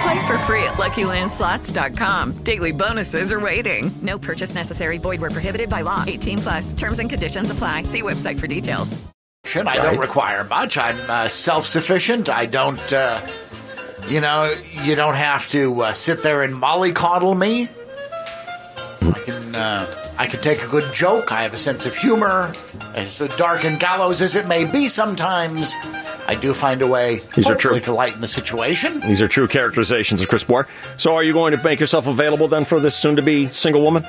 S12: Play for free at LuckyLandSlots.com. Daily bonuses are waiting. No purchase necessary. Void where prohibited by law. 18 plus. Terms and conditions apply. See website for details.
S11: I don't require much. I'm uh, self-sufficient. I don't. Uh, you know, you don't have to uh, sit there and mollycoddle me. I can. Uh, I can take a good joke. I have a sense of humor. As dark and gallows as it may be, sometimes I do find a way.
S1: These are
S11: hopefully,
S1: true.
S11: to lighten the situation.
S1: These are true characterizations of Chris Boyer. So, are you going to make yourself available then for this soon to be single woman?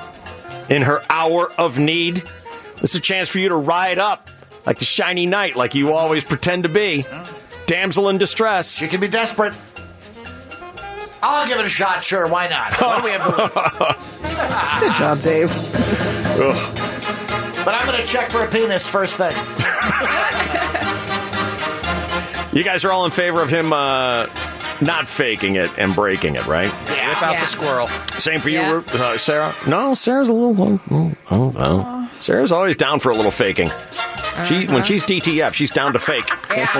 S1: in her hour of need. This is a chance for you to ride up like the shiny knight, like you always pretend to be. Damsel in distress. She
S11: can be desperate. I'll give it a shot, sure. Why not? What do we have to lose?
S9: Good job, Dave.
S11: But I'm going to check for a penis first thing.
S1: You guys are all in favor of him uh, not faking it and breaking it, right?
S11: Yeah. Without
S1: Yeah.
S11: the squirrel.
S1: Same for you, Ru- uh, Sarah. No, Sarah's a little. Oh, oh, oh. Sarah's always down for a little faking. She when she's DTF, she's down to fake.
S9: Is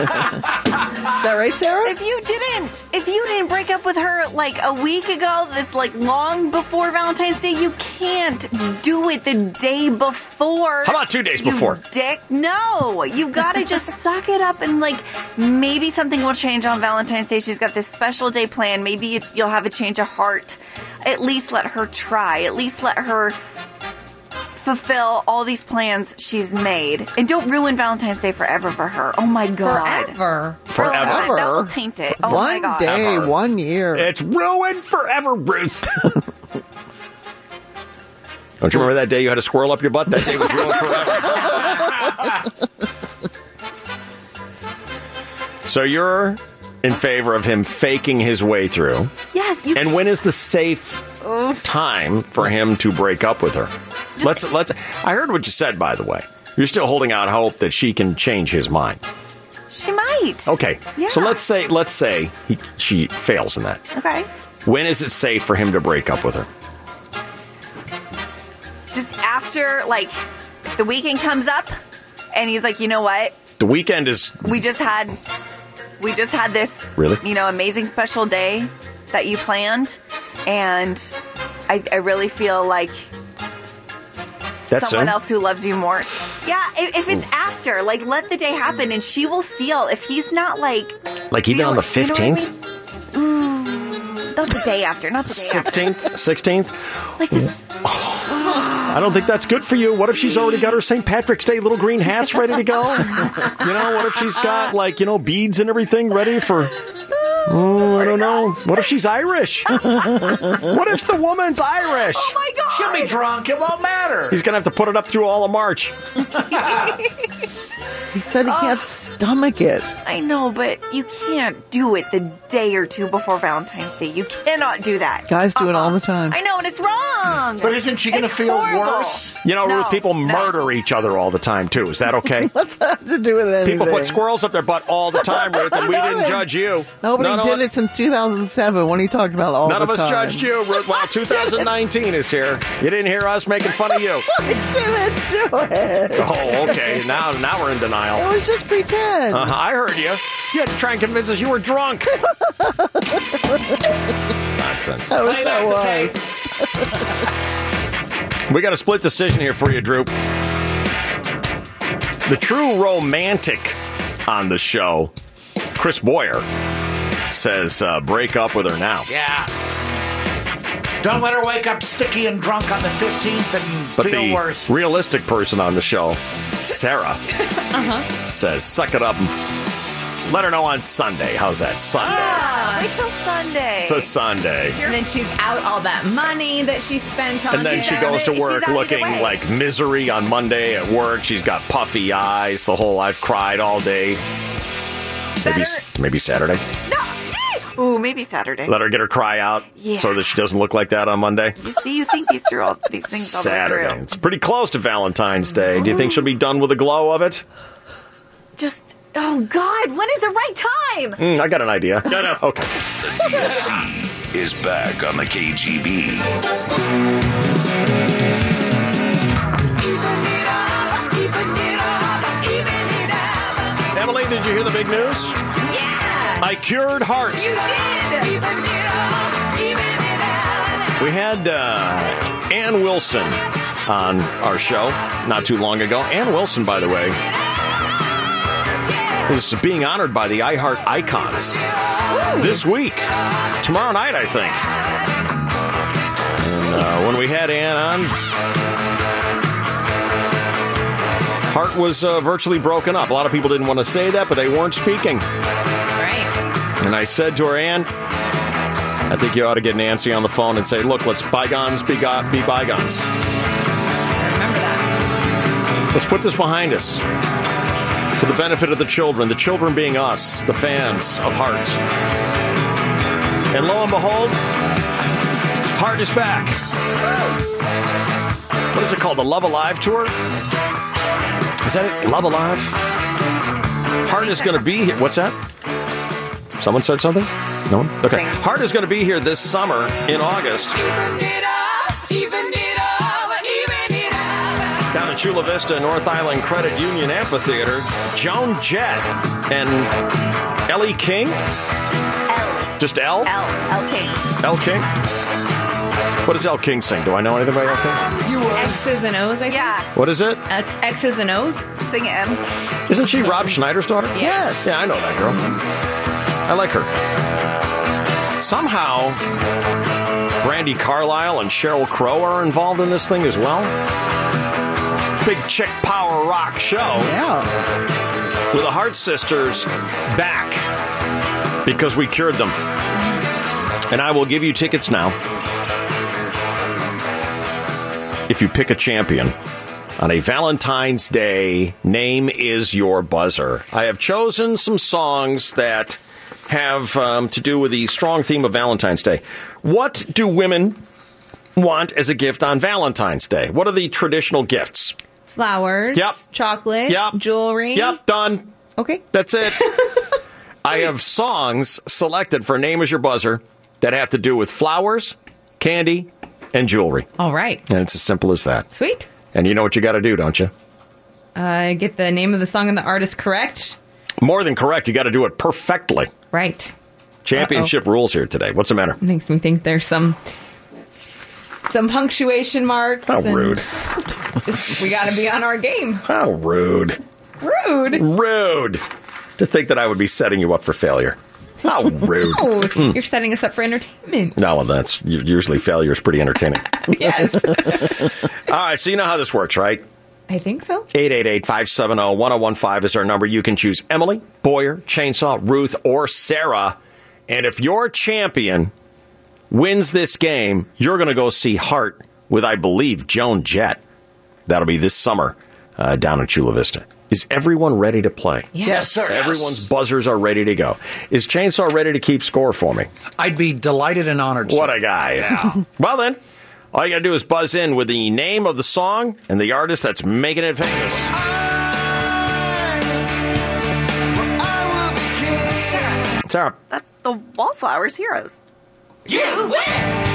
S9: that right, Sarah?
S6: If you didn't, if you didn't break up with her like a week ago, this like long before Valentine's Day, you can't do it the day before.
S1: How about two days before?
S6: You dick, no, you gotta just suck it up and like maybe something will change on Valentine's Day. She's got this special day planned. Maybe it, you'll have a change of heart. At least let her try. At least let her fulfill all these plans she's made and don't ruin Valentine's Day forever for her. Oh my god.
S4: Forever.
S6: Forever.
S9: Forever.
S6: That will taint it. Oh my
S9: One
S6: god.
S9: day,
S1: Ever.
S9: one year.
S1: It's ruined forever, Ruth. Don't you remember that day you had a squirrel up your butt? That day was ruined forever. so you're in favor of him faking his way through.
S6: Yes, you
S1: And when is the safe time for him to break up with her? Let's let's. I heard what you said, by the way. You're still holding out hope that she can change his mind.
S6: She might.
S1: Okay.
S6: Yeah. Uh,
S1: So let's say let's say he, she fails in that.
S6: Okay.
S1: When is it safe for him to break up with her?
S6: Just after like the weekend comes up and he's like, "You know what?
S1: The weekend is
S6: We just had we just had this
S1: Really?
S6: you know, amazing special day that you planned and I, I really feel like
S1: That's
S6: someone
S1: soon?
S6: else who loves you more. Yeah, if, if it's after, like let the day happen and she will feel if he's not like
S1: like even on the
S6: you know what I mean?
S1: fifteenth,
S6: Mm, not the day after, not the day after.
S1: sixteenth, sixteenth.
S6: Like this.
S1: I don't think that's good for you. What if she's already got her St. Patrick's Day little green hats ready to go? you know, what if she's got like you know beads and everything ready for? Oh, I don't know. What if she's Irish? what if the woman's Irish?
S6: Oh my god!
S11: She'll be drunk. It won't matter.
S1: He's gonna have to put it up through all of March.
S9: He said he can't stomach it.
S6: I know, but you can't do it the day or two before Valentine's Day. You cannot do that.
S9: Guys do it all the time.
S6: I know, and it's wrong.
S11: Um, But isn't she gonna
S6: It's
S11: feel
S6: horrible.
S11: worse?
S1: You know,
S6: No,
S1: Ruth, people murder each other all the time too. Is that okay?
S9: What's that have to do with anything?
S1: people put squirrels up their butt all the time, Ruth, and we didn't judge you.
S9: Nobody
S1: None of
S9: did it since 2007 when he talked about it all
S1: None
S9: the
S1: of us
S9: time.
S1: judged you. Ruth. Well, 2019 is here. You didn't hear us making fun of you.
S9: I didn't do it.
S1: Oh, okay. Now, now we're in
S9: It
S1: denial.
S9: was just pretend.
S1: Uh-huh, I heard you. You had to try and convince us you were drunk. Nonsense.
S9: I wish I was.
S1: We got a split decision here for you, Drew. The true romantic on the show, Chris Boyer, says uh, break up with her now.
S11: Yeah. Don't let her wake up sticky and drunk on the 15th and
S1: But
S11: feel
S1: the
S11: worse.
S1: realistic person on the show, Sarah,
S6: Uh-huh.
S1: says suck it up. and Let her know on Sunday. How's that? Sunday.
S6: Ah, wait till Sunday.
S1: It's a Sunday.
S4: And then she's out all that money that she spent on.
S1: And then
S4: She's
S1: she
S4: out
S1: goes
S4: it-
S1: to
S4: she's out
S1: work
S4: either
S1: looking
S4: way.
S1: like misery on Monday at work. She's got puffy eyes, the whole I've cried all day. Maybe, maybe Saturday.
S6: Ooh, maybe Saturday.
S1: Let her get her cry out
S6: Yeah.
S1: so that she doesn't look like that on Monday.
S6: You see, you think these through all these things all the way
S1: Saturday.
S6: through.
S1: It's pretty close to Valentine's Day. Do you think she'll be done with the glow of it?
S6: Just oh god, when is the right time?
S1: Mm, I got an idea. No, no. Okay.
S10: DSC is back on the KGB.
S1: Emily, did you hear the big news? Yeah. I cured heart.
S6: You
S1: We had uh, Ann Wilson on our show not too long ago. Ann Wilson, by the way, is being honored by the iHeart Icons this week, tomorrow night, I think. And, uh, when we had Ann on, Heart was uh, virtually broken up. A lot of people didn't want to say that, but they weren't speaking. And I said to her, Ann, I think you ought to get Nancy on the phone and say, look, let's bygones be, go- be bygones. Let's put this behind us for the benefit of the children, the children being us, the fans of Heart. And lo and behold, Heart is back. What is it called? The Love Alive Tour? Is that it? Love Alive? Heart is going to be here. What's that? Someone said something? No one? Okay. Heart is going to be here this summer in August. Down at Chula Vista North Island Credit Union Amphitheater, Joan Jett and Ellie King. Just L?
S6: L. King.
S1: L. King? What does L. King sing? Do I know anything about L. King?
S4: X's and O's, I think. Yeah.
S1: What is it?
S4: X's and O's? Sing M.
S1: Isn't she Rob Schneider's daughter? Yes. Yeah, I know that girl. I like her. Somehow, Brandy Carlisle and Cheryl Crow are involved in this thing as well. Big chick power rock show. Yeah. With the Heart Sisters back because we cured them. And I will give you tickets now if you pick a champion on a Valentine's Day name is your buzzer. I have chosen some songs that have um, to do with the strong theme of Valentine's Day. What do women want as a gift on Valentine's Day? What are the traditional gifts?
S4: Flowers.
S1: Yep.
S4: Chocolate.
S1: Yep.
S4: Jewelry.
S1: Yep, done.
S4: Okay.
S1: That's it. I have songs selected for name is your buzzer that have to do with flowers, candy, and jewelry.
S4: All right.
S1: And it's as simple as that.
S4: Sweet.
S1: And you know what you got to do, don't you?
S4: Uh, get the name of the song and the artist correct.
S1: More than correct, you got to do it perfectly.
S4: Right.
S1: Championship rules here today. What's the matter?
S4: Makes me think there's some some punctuation marks.
S1: How
S4: and
S1: rude.
S4: we got to be on our game.
S1: How rude.
S4: Rude.
S1: Rude. To think that I would be setting you up for failure. How rude.
S4: No,
S1: Mm.
S4: Oh, you're setting us up for entertainment.
S1: No, well, that's u- usually failure is pretty entertaining.
S4: yes.
S1: All right, so you know how this works, right?
S4: I think so.
S1: 888-570-1015 is our number. You can choose Emily, Boyer, Chainsaw, Ruth, or Sarah. And if your champion wins this game, you're going to go see Hart with, I believe, Joan Jett. That'll be this summer uh, down in Chula Vista. Is everyone ready to play?
S11: Yes. Yes, sir.
S1: Everyone's buzzers are ready to go. Is Chainsaw ready to keep score for me?
S7: I'd be delighted and honored.
S1: What a guy. well, then, all you got to do is buzz in with the name of the song and the artist that's making it famous. Sarah,
S6: That's the Wallflowers Heroes. You win!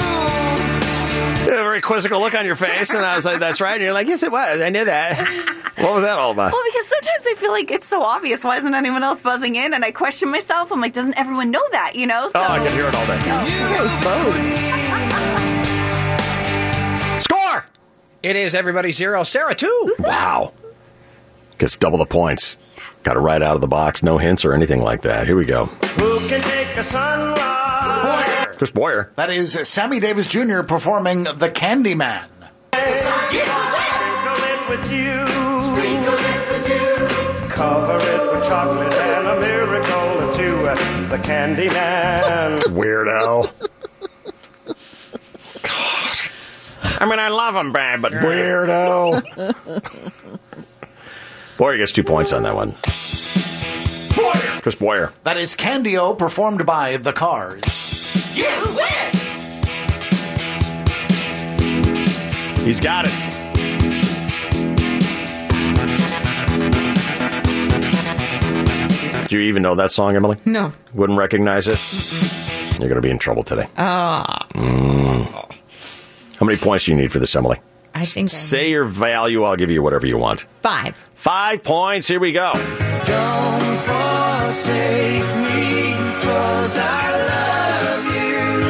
S1: you had a very quizzical look on your face, and I was like, that's right. And you're like, yes, it was. I knew that. What was that all about?
S6: Well, because sometimes I feel like it's so obvious. Why isn't anyone else buzzing in? And I question myself. I'm like, doesn't everyone know that? You know? So
S1: Oh, I can hear it all day. Score!
S7: It is everybody zero, Sarah two.
S1: Wow. Gets double the points. Got it right out of the box. No hints or anything like that. Here we go.
S11: Who can take a sunrise?
S1: Chris Boyer.
S11: That is Sammy Davis Jr. performing The Candyman.
S3: Sprinkle it with you. Sprinkle it with you. Cover it with chocolate and a miracle or two. Uh, The candy man.
S1: Weirdo. God. I mean, I love him, Brad, but weirdo. Boyer gets two points on that one. Chris Boyer.
S11: That is Candio performed by The Cars.
S3: You win!
S1: He's got it. Do you even know that song, Emily?
S4: No.
S1: Wouldn't recognize it? You're going to be in trouble today.
S4: Ah,
S1: Mm. How many points do you need for this, Emily?
S4: I think I-
S1: Say your value. I'll give you whatever you want.
S4: five.
S1: Five points. Here we go.
S3: Don't forsake me, cause I love you.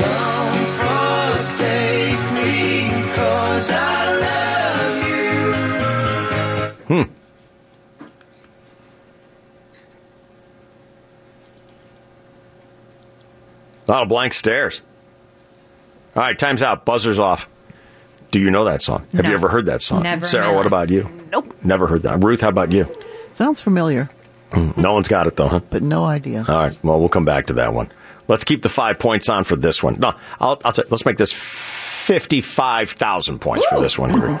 S3: Don't forsake me, cause I love you.
S1: Hmm. A lot of blank stares. All right, time's out. Buzzer's off. Do you know that song? Have
S9: No.
S1: you ever heard that song?
S9: Never in
S1: Sarah,
S9: my
S1: what
S9: life.
S1: about you?
S6: Nope.
S1: Never heard that. Ruth, how about you?
S9: Sounds familiar.
S1: Mm, No one's got it, though, huh?
S9: But no idea.
S1: All right, well, we'll come back to that one. Let's keep the five points on for this one. No, I'll, I'll say, let's make this fifty-five thousand points for this one here.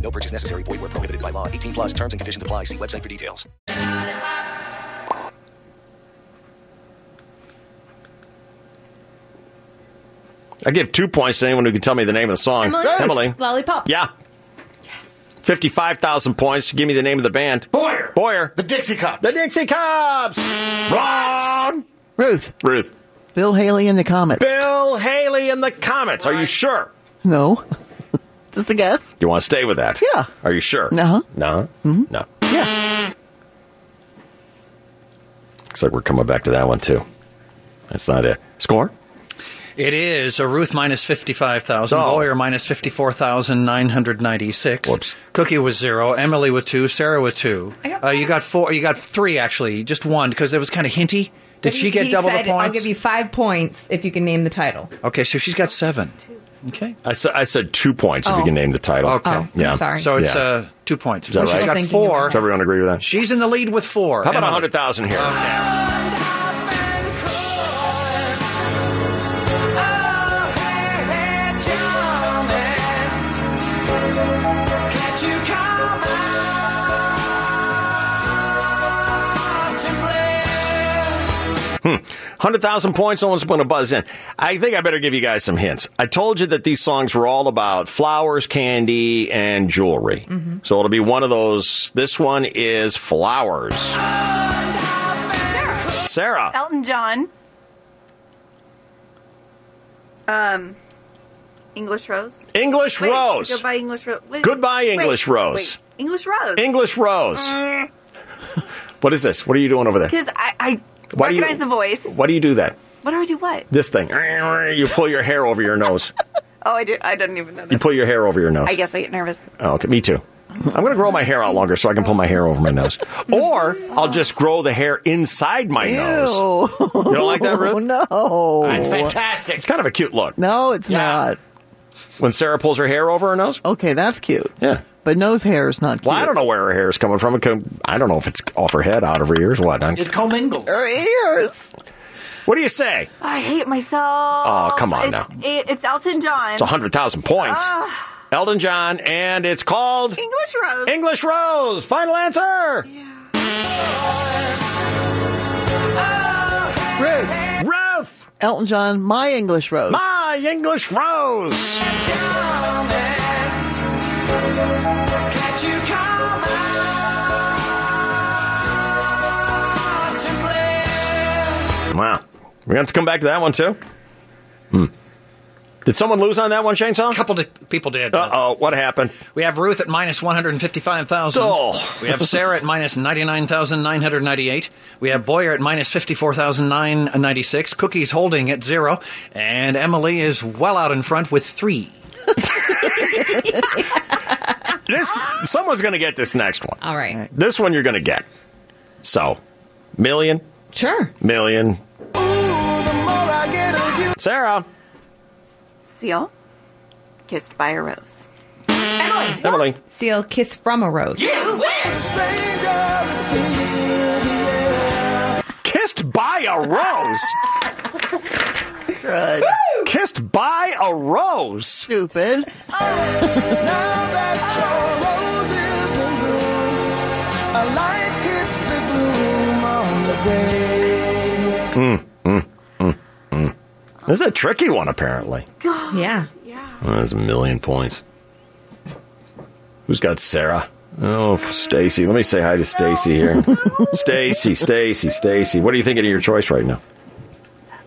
S13: No purchase necessary. Void where prohibited by law. 18 plus terms and conditions apply. See website for details.
S1: I give two points to anyone who can tell me the name of the song. Emily.
S15: Lollipop.
S1: Yeah. Fifty-five thousand points. Give me the name of the band. Boyer. Boyer. The Dixie Cups. The Dixie Cups. Wrong.
S9: Ruth.
S1: Ruth.
S9: Bill Haley and the Comet.
S1: Bill Haley and the Comets. Are you sure?
S9: No. Just a guess.
S1: You want to stay with that?
S9: Yeah.
S1: Are you sure?
S9: Uh-huh.
S1: No.
S9: Mhm.
S1: No.
S9: Yeah.
S1: Looks like we're coming back to that one too. That's not it. Score.
S7: It is a Ruth minus 55,000, Boyer minus 54,996. Whoops. Cookie was zero, Emily with two, Sarah with two. Uh, you got four, you got three actually, just one because it was kind of hinty. Did
S4: But
S7: she
S4: he-
S7: get
S4: he
S7: double
S4: said,
S7: the points?
S4: I'll give you five points if you can name the title.
S7: okay, so she's got seven. Okay.
S1: I said I said two points if
S4: Oh.
S1: you can name the title.
S4: Okay. Oh, I'm
S1: yeah.
S4: sorry.
S7: So it's
S1: Yeah.
S7: uh, two points.
S1: Is that
S7: Well,
S1: right?
S7: She's got four.
S1: Does everyone agree with that?
S7: She's in the lead with four.
S1: How about
S7: Emily. Um,
S1: 100,000 here? Hmm. 100,000 points, someone's going to buzz in. I think I better give you guys some hints. I told you that these songs were all about flowers, candy, and jewelry.
S6: Mm-hmm.
S1: So it'll be one of those. This one is flowers. Sarah.
S6: Elton John. Um, English Rose.
S1: English
S6: Wait,
S1: Rose.
S6: Goodbye English Rose. Wait,
S1: Goodbye,
S6: wait,
S1: English Rose.
S6: wait. English Rose.
S1: English Rose.
S6: Because
S1: What is this? What are you doing over there?
S6: I, I
S1: Why do you-
S6: recognize the voice.
S1: Why do you do that?
S6: What do I do? What?
S1: This thing. You pull your hair over your nose.
S6: Oh, I do. I don't even know.
S1: You
S6: This.
S1: pull your hair over your nose.
S6: I guess I get nervous.
S1: Oh, okay, me too. I'm going to grow my hair out longer so I can pull my hair over my nose. Or I'll just grow the hair inside my nose.
S9: Ew.
S1: You don't like that, Ruth?
S9: No.
S1: It's kind of a cute look.
S9: No, it's not.
S1: When Sarah pulls her hair over her nose?
S9: Okay, that's cute.
S1: Yeah.
S9: But nose hair is not cute.
S1: Well, I don't know where her hair is coming from. It come- I don't know if it's off her head, out of her ears, what.
S11: It commingles.
S9: Her ears.
S1: What do you say?
S6: I hate myself.
S1: Oh, come on
S6: it's,
S1: now.
S6: It, it's Elton John.
S1: It's 100,000 points.
S6: Ah,
S1: Elton John, and it's called
S6: English Rose.
S1: English Rose. Final answer.
S9: Ruth.
S1: Ruth.
S9: Elton John, My English Rose.
S1: My English Rose. Wow. We're going to have to come back to that one, too. Hmm. Did someone lose on that one, Chainsaw? A
S7: couple of people did.
S1: Uh oh. What happened?
S7: We have Ruth at minus 155,000.
S1: Oh.
S7: We have Sarah at minus 99,998. We have Boyer at minus 54,996. Cookie's holding at zero. And Emily is well out in front with three.
S1: This someone's going to get this next one.
S4: All right.
S1: This one you're going to get. So, million.
S4: Sure.
S1: Million. Sarah.
S6: Seal. Kissed by a rose.
S1: Emily.
S4: Seal Kiss from a Rose.
S1: Kissed by a rose.
S9: Good.
S1: Kissed by a rose.
S9: Stupid.
S1: Mm, mm, mm, mm. This is a tricky one, apparently.
S4: Yeah.
S1: Oh, that's a million points. Who's got Sarah? Oh, Stacy. Let me say hi to Stacy here. Stacy, Stacy, Stacy. What are you thinking of your choice right now?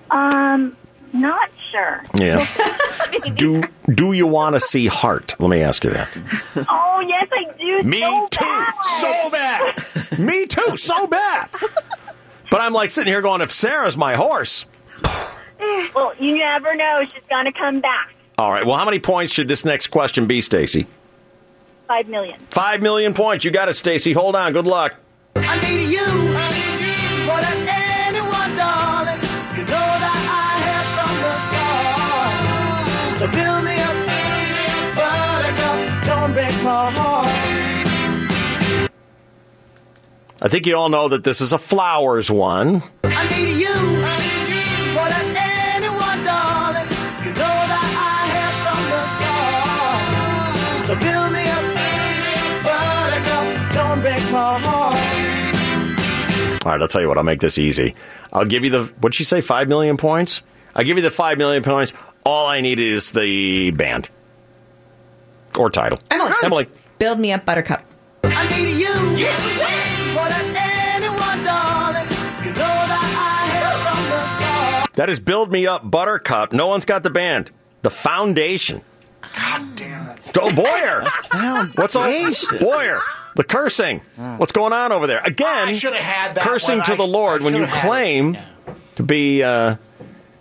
S18: Um, not sure.
S1: Yeah. do do you want to see Heart? Let me ask you that.
S18: oh yes, I you
S1: Me
S18: so
S1: too.
S18: bad.
S1: So bad. Me too. So bad. But I'm like sitting here going, if Sarah's my horse.
S18: well, you never know. She's going to come back.
S1: All right. Well, how many points should this next question be, Stacy?
S18: Five million.
S1: Five million points. You got it, Stacy. Hold on. Good luck.
S9: I need you. More than anyone, darling. You know that I have from the start. So build me up, buttercup. Don't break my heart.
S1: I think you all know that this is a flowers one.
S9: I need you. More than anyone, darling. You know that I have from the start. So build me up, buttercup. Don't break my heart.
S1: All right, I'll tell you what. I'll make this easy. I'll give you the what'd she say? Five million points. I'll give you the five million points. All I need is the band or title.
S4: Emily.
S1: Emily.
S4: Build me up, Buttercup.
S9: I need you. More than anyone, darling. You know that I have from the start.
S1: That is build me up, Buttercup. No one's got the band. The foundation. God damn it. Oh, Boyer. What's all Boyer? The cursing. What's going on over there? Again,
S11: had that
S1: cursing
S11: one.
S1: to
S11: I-
S1: the Lord
S11: I
S1: when you
S11: should've had it.
S1: claim to be uh,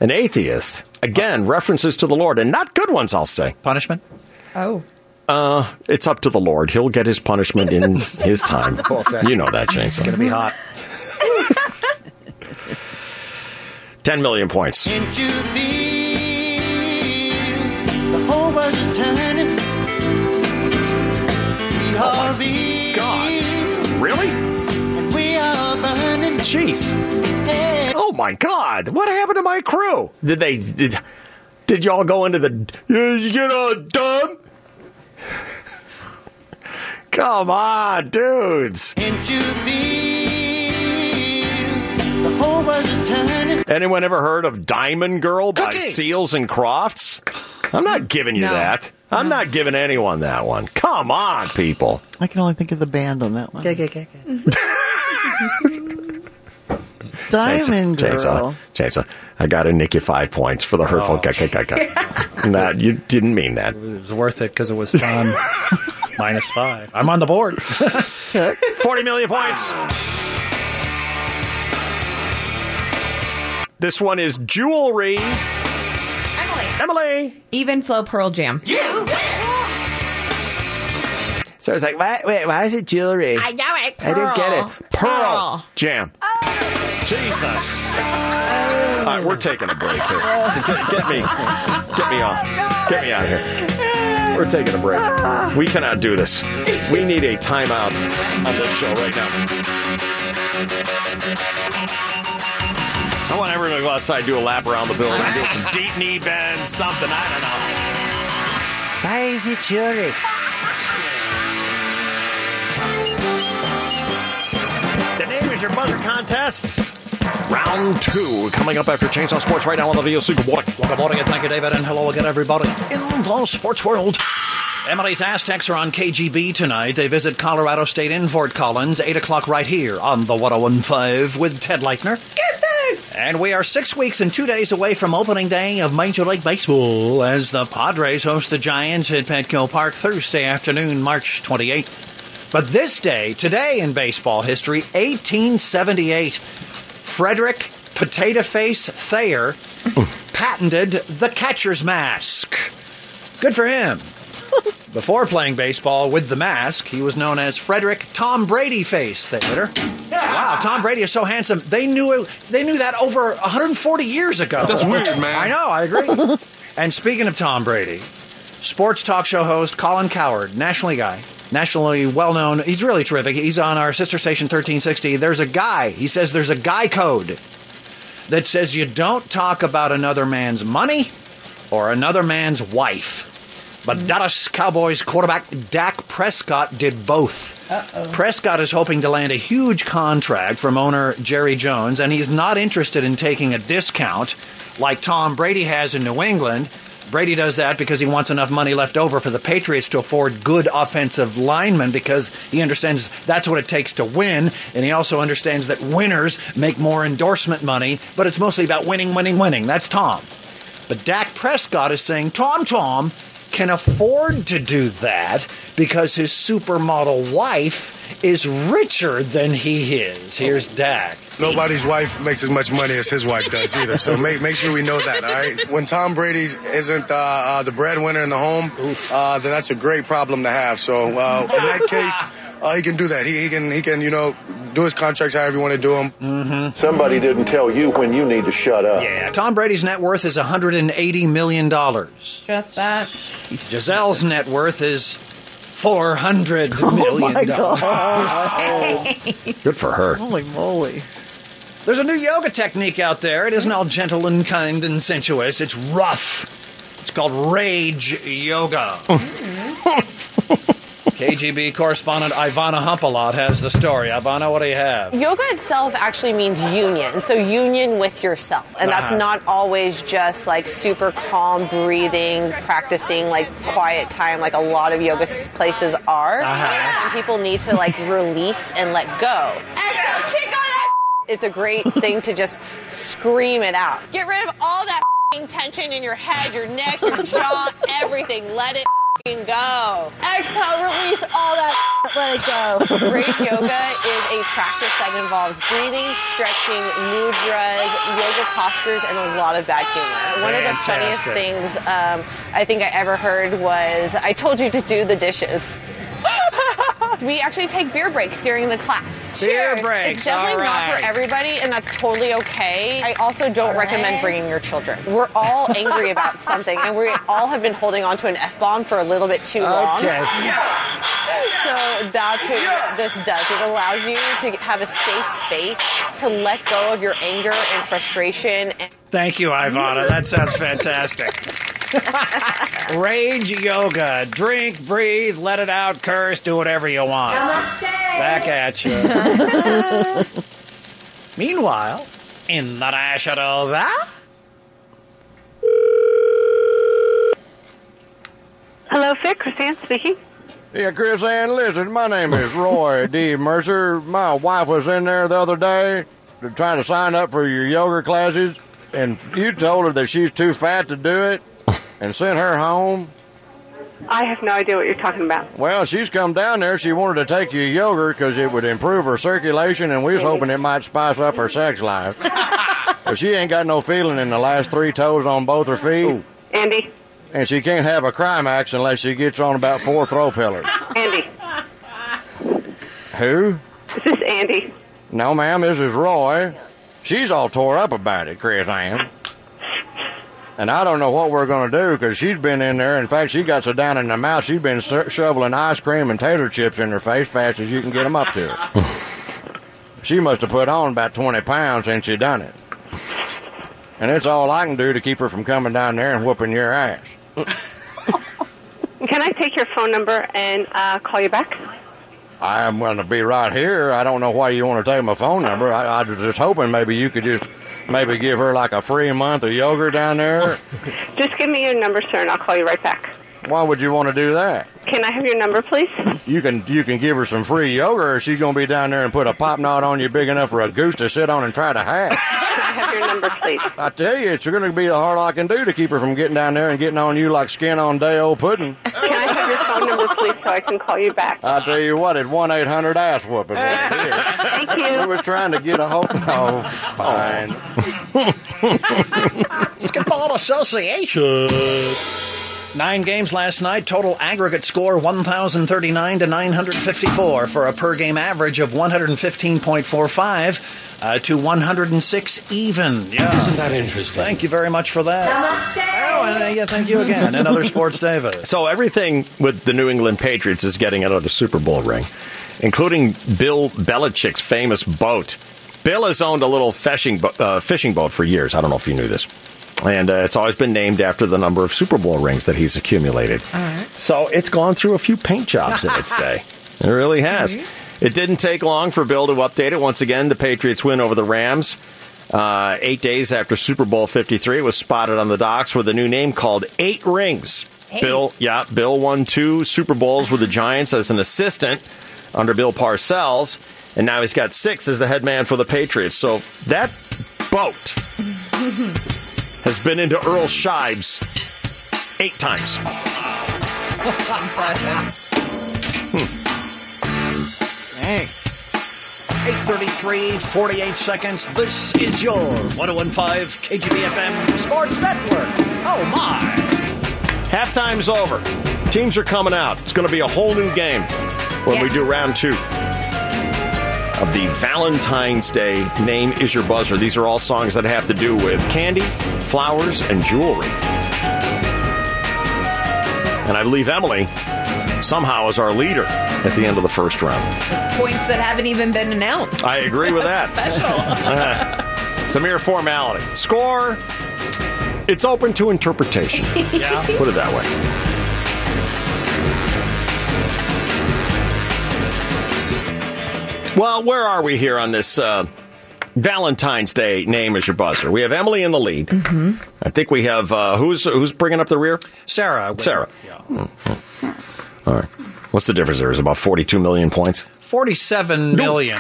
S1: an atheist. Again, references to the Lord and not good ones. I'll say
S7: punishment.
S4: Oh.
S1: Uh, it's up to the Lord. He'll get his punishment in his time. you know that, James. It's
S7: gonna be hot.
S1: Ten million points.
S2: Can't you feel the whole world is turning? We are real.
S1: Oh Really?
S2: We are burning.
S1: Jeez. Oh my God! What happened to my crew? Did they? Did, did y'all go into the? You, you get all dumb. Come on, dudes.
S2: Can't you feel the whole world is turning?
S1: Anyone ever heard of Diamond Girl by Seals and Crofts? I'm not giving you
S9: No.
S1: that. I'm not giving anyone that one. Come on, people.
S9: I can only think of the band on that one. Okay, okay, Diamond Girl.
S1: Chainsaw, chainsaw. I got to nick you five points for the hurtful.
S7: Oh.
S1: Guy, guy, guy, guy. Nah, you didn't mean that.
S7: It was worth it because it was fun. Minus five. I'm on the board.
S1: 40 million points. This one is jewelry. Emily. Emily.
S4: Even flow pearl jam.
S1: You. Sarah's like, why, wait, why is it jewelry?
S4: I know it.
S1: I don't get it. Pearl,
S4: Pearl.
S1: jam. Jesus. All right, we're taking a break here. Get, get me, get me off, get me out of here. We're taking a break. We cannot do this. We need a timeout on this show right now. I want everyone to go outside, do a lap around the building, do some deep knee bends, something. I
S2: Why is it jewelry?
S1: don't know. The name is your buzzer contests. Round two coming up after Chainsaw Sports right now on the VOC. Good morning.
S7: Good morning, and thank you, David, and hello again, everybody in the sports world. Emily's Aztecs are on KGB tonight. They visit Colorado State in Fort Collins, 8 o'clock right here on the 1015 with Ted Leitner. And we are six weeks and two days away from opening day of Major League Baseball as the Padres host the Giants at Petco Park Thursday afternoon, March 28th. But this day, today in baseball history, 1878, Frederick Potato Face Thayer patented the catcher's mask. Good for him. Before playing baseball with the mask, he was known as Frederick Tom Brady Face Thayer. Wow, Tom Brady is so handsome. They knew they knew that over 140 years ago.
S24: That's weird, man.
S7: I know. I agree. and speaking of Tom Brady, sports talk show host Colin Coward, nationally guy, nationally well known. He's really terrific. He's on our sister station 1360. There's a guy. He says there's a guy code that says you don't talk about another man's money or another man's wife. But Dallas Cowboys quarterback Dak Prescott did both. Prescott is hoping to land a huge contract from owner Jerry Jones, and he's not interested in taking a discount like Tom Brady has in New England. Brady does that because he wants enough money left over for the Patriots to afford good offensive linemen because he understands that's what it takes to win. And he also understands that winners make more endorsement money, but it's mostly about winning, winning, winning. That's Tom. But Dak Prescott is saying Tom Tom can afford to do that because his supermodel wife is richer than he is. Here's Dak.
S24: Nobody's wife makes as much money as his wife does either. So make make sure we know that. All right. When Tom Brady isn't uh, uh, the breadwinner in the home, uh, then that's a great problem to have. So uh, in that case, uh, he can do that. He, he can he can you know do his contracts however you want to do them. Mm-hmm.
S21: Somebody didn't tell you when you need to shut up.
S7: Yeah, Tom Brady's net worth is $180 million.
S4: Just that.
S7: Giselle's net worth is four hundred million
S1: Oh.
S7: dollars.
S1: Good for her.
S7: Oh, Holy moly. There's a new yoga technique out there. It isn't all gentle and kind and sensuous. It's rough. It's called rage yoga. KGB correspondent Ivana Humpalot has the story. Ivana, what do you have?
S23: Yoga itself actually means union, so union with yourself. And that's
S7: Uh-huh.
S23: not always just like super calm breathing, practicing like quiet time, like a lot of yoga s- places are.
S1: Uh-huh.
S23: Some people need to like release and let go. And so kick on that. It's a great thing to just scream it out.
S25: Get rid of all that f***ing tension in your head, your neck, your jaw, everything. Let it f***ing go. Exhale, release all that. f***. Let it go.
S23: Break yoga is a practice that involves breathing, stretching, mudras, yoga postures, and a lot of bad humor. One of the funniest Fantastic. things um, I think I ever heard was I told you to do the dishes. we actually take beer breaks during the class.
S7: Beer breaks,
S23: It's definitely
S7: all
S23: not
S7: right.
S23: for everybody, and that's totally okay. I also don't recommend right. bringing your children. We're all angry about something, and we all have been holding on to an F bomb for a little bit too long.
S7: Okay.
S23: So that's what this does. It allows you to have a safe space to let go of your anger and frustration. And
S7: Thank you, Ivana. That sounds fantastic. Rage yoga. Drink, breathe, let it out, curse, do whatever you want. Back at you. Meanwhile, in the national va-
S26: Hello, Fit. Christine speaking.
S27: Yeah, Chris Ann, listen, my name is Roy D. Mercer. My wife was in there the other day trying to sign up for your yoga classes, and you told her that she's too fat to do it and sent her home.
S26: I have no idea what you're talking about.
S27: Well, she's come down there. She wanted to take your yoga because it would improve her circulation, and we was hoping it might spice up her sex life. but she ain't got no feeling in the last three toes on both her feet.
S26: Andy,
S27: And she can't have a Crimax unless she gets on about four throw pillars.
S26: Andy,
S27: Who?
S26: is this Andy?
S27: No, ma'am, this is Roy. She's all tore up about it, Chris Ann. And I don't know what we're going to do because she's been in there. In fact, she got so down in the mouth, she's been sho- shoveling ice cream and tater chips in her face fast as you can get 'em up to her. she must have put on about 20 pounds since she done it. And it's all I can do to keep her from coming down there and whooping your ass.
S26: Can I take your phone number and uh, call you back?
S27: I'm going to be right here. I don't know why you want to take my phone number. I, I was just hoping maybe you could just maybe give her like a free month of yogurt down there.
S26: Just give me your number, sir, and I'll call you right back.
S27: Why would you want to do that?
S26: Can I have your number, please?
S27: You can you can give her some free yogurt, or she's going to be down there and put a pop knot on you big enough for a goose to sit on and try to hatch.
S26: Can I have your number, please?
S27: I tell you, it's going to be the hard I can do to keep her from getting down there and getting on you like skin on day old pudding.
S26: Can I have your phone number, please, so I can call you back?
S27: I tell you what, it's one eight hundred ass whooping.
S26: Thank you.
S27: We was trying to get a hold. Oh, fine.
S7: Basketball Association. Nine games last night, total aggregate score 1,039 to 954 for a per game average of 115.45 uh, to 106 even. Yeah. Isn't that interesting? Thank you very much for that. Oh, and uh, yeah, thank you again. And other sports, David.
S1: So everything with the New England Patriots is getting another Super Bowl ring, including Bill Belichick's famous boat. Bill has owned a little fishing bo- uh, fishing boat for years. I don't know if you knew this, and uh, it's always been named after the number of Super Bowl rings that he's accumulated. So Oh, it's gone through a few paint jobs in its day. It really has. It didn't take long for Bill to update it. Once again, the Patriots win over the Rams. Uh, eight days after Super Bowl 53, it was spotted on the docks with a new name called Eight Rings.
S28: Hey.
S1: Bill, yeah, Bill won two Super Bowls with the Giants as an assistant under Bill Parcells, and now he's got six as the head man for the Patriots. So that boat has been into Earl Shives eight times.
S7: 833, 48 seconds. This is your 1015 KGBFM Sports Network. Oh, my.
S1: Halftime's over. Teams are coming out. It's going to be a whole new game when we do round two of the Valentine's Day Name Is Your Buzzer. These are all songs that have to do with candy, flowers, and jewelry. And I believe Emily somehow is our leader at the end of the first round.
S4: Points that haven't even been announced.
S1: I agree with that. Uh-huh. it's a mere formality. Score. It's open to interpretation.
S9: Yeah.
S1: Put it that way. Well, where are we here on this uh, Valentine's Day name as your buzzer? We have Emily in the lead.
S9: Mhm.
S1: I think we have uh, who's who's bringing up the rear?
S7: Sarah.
S1: Sarah. Hmm. All right. What's the difference? There is about forty-two million points.
S7: Forty-seven million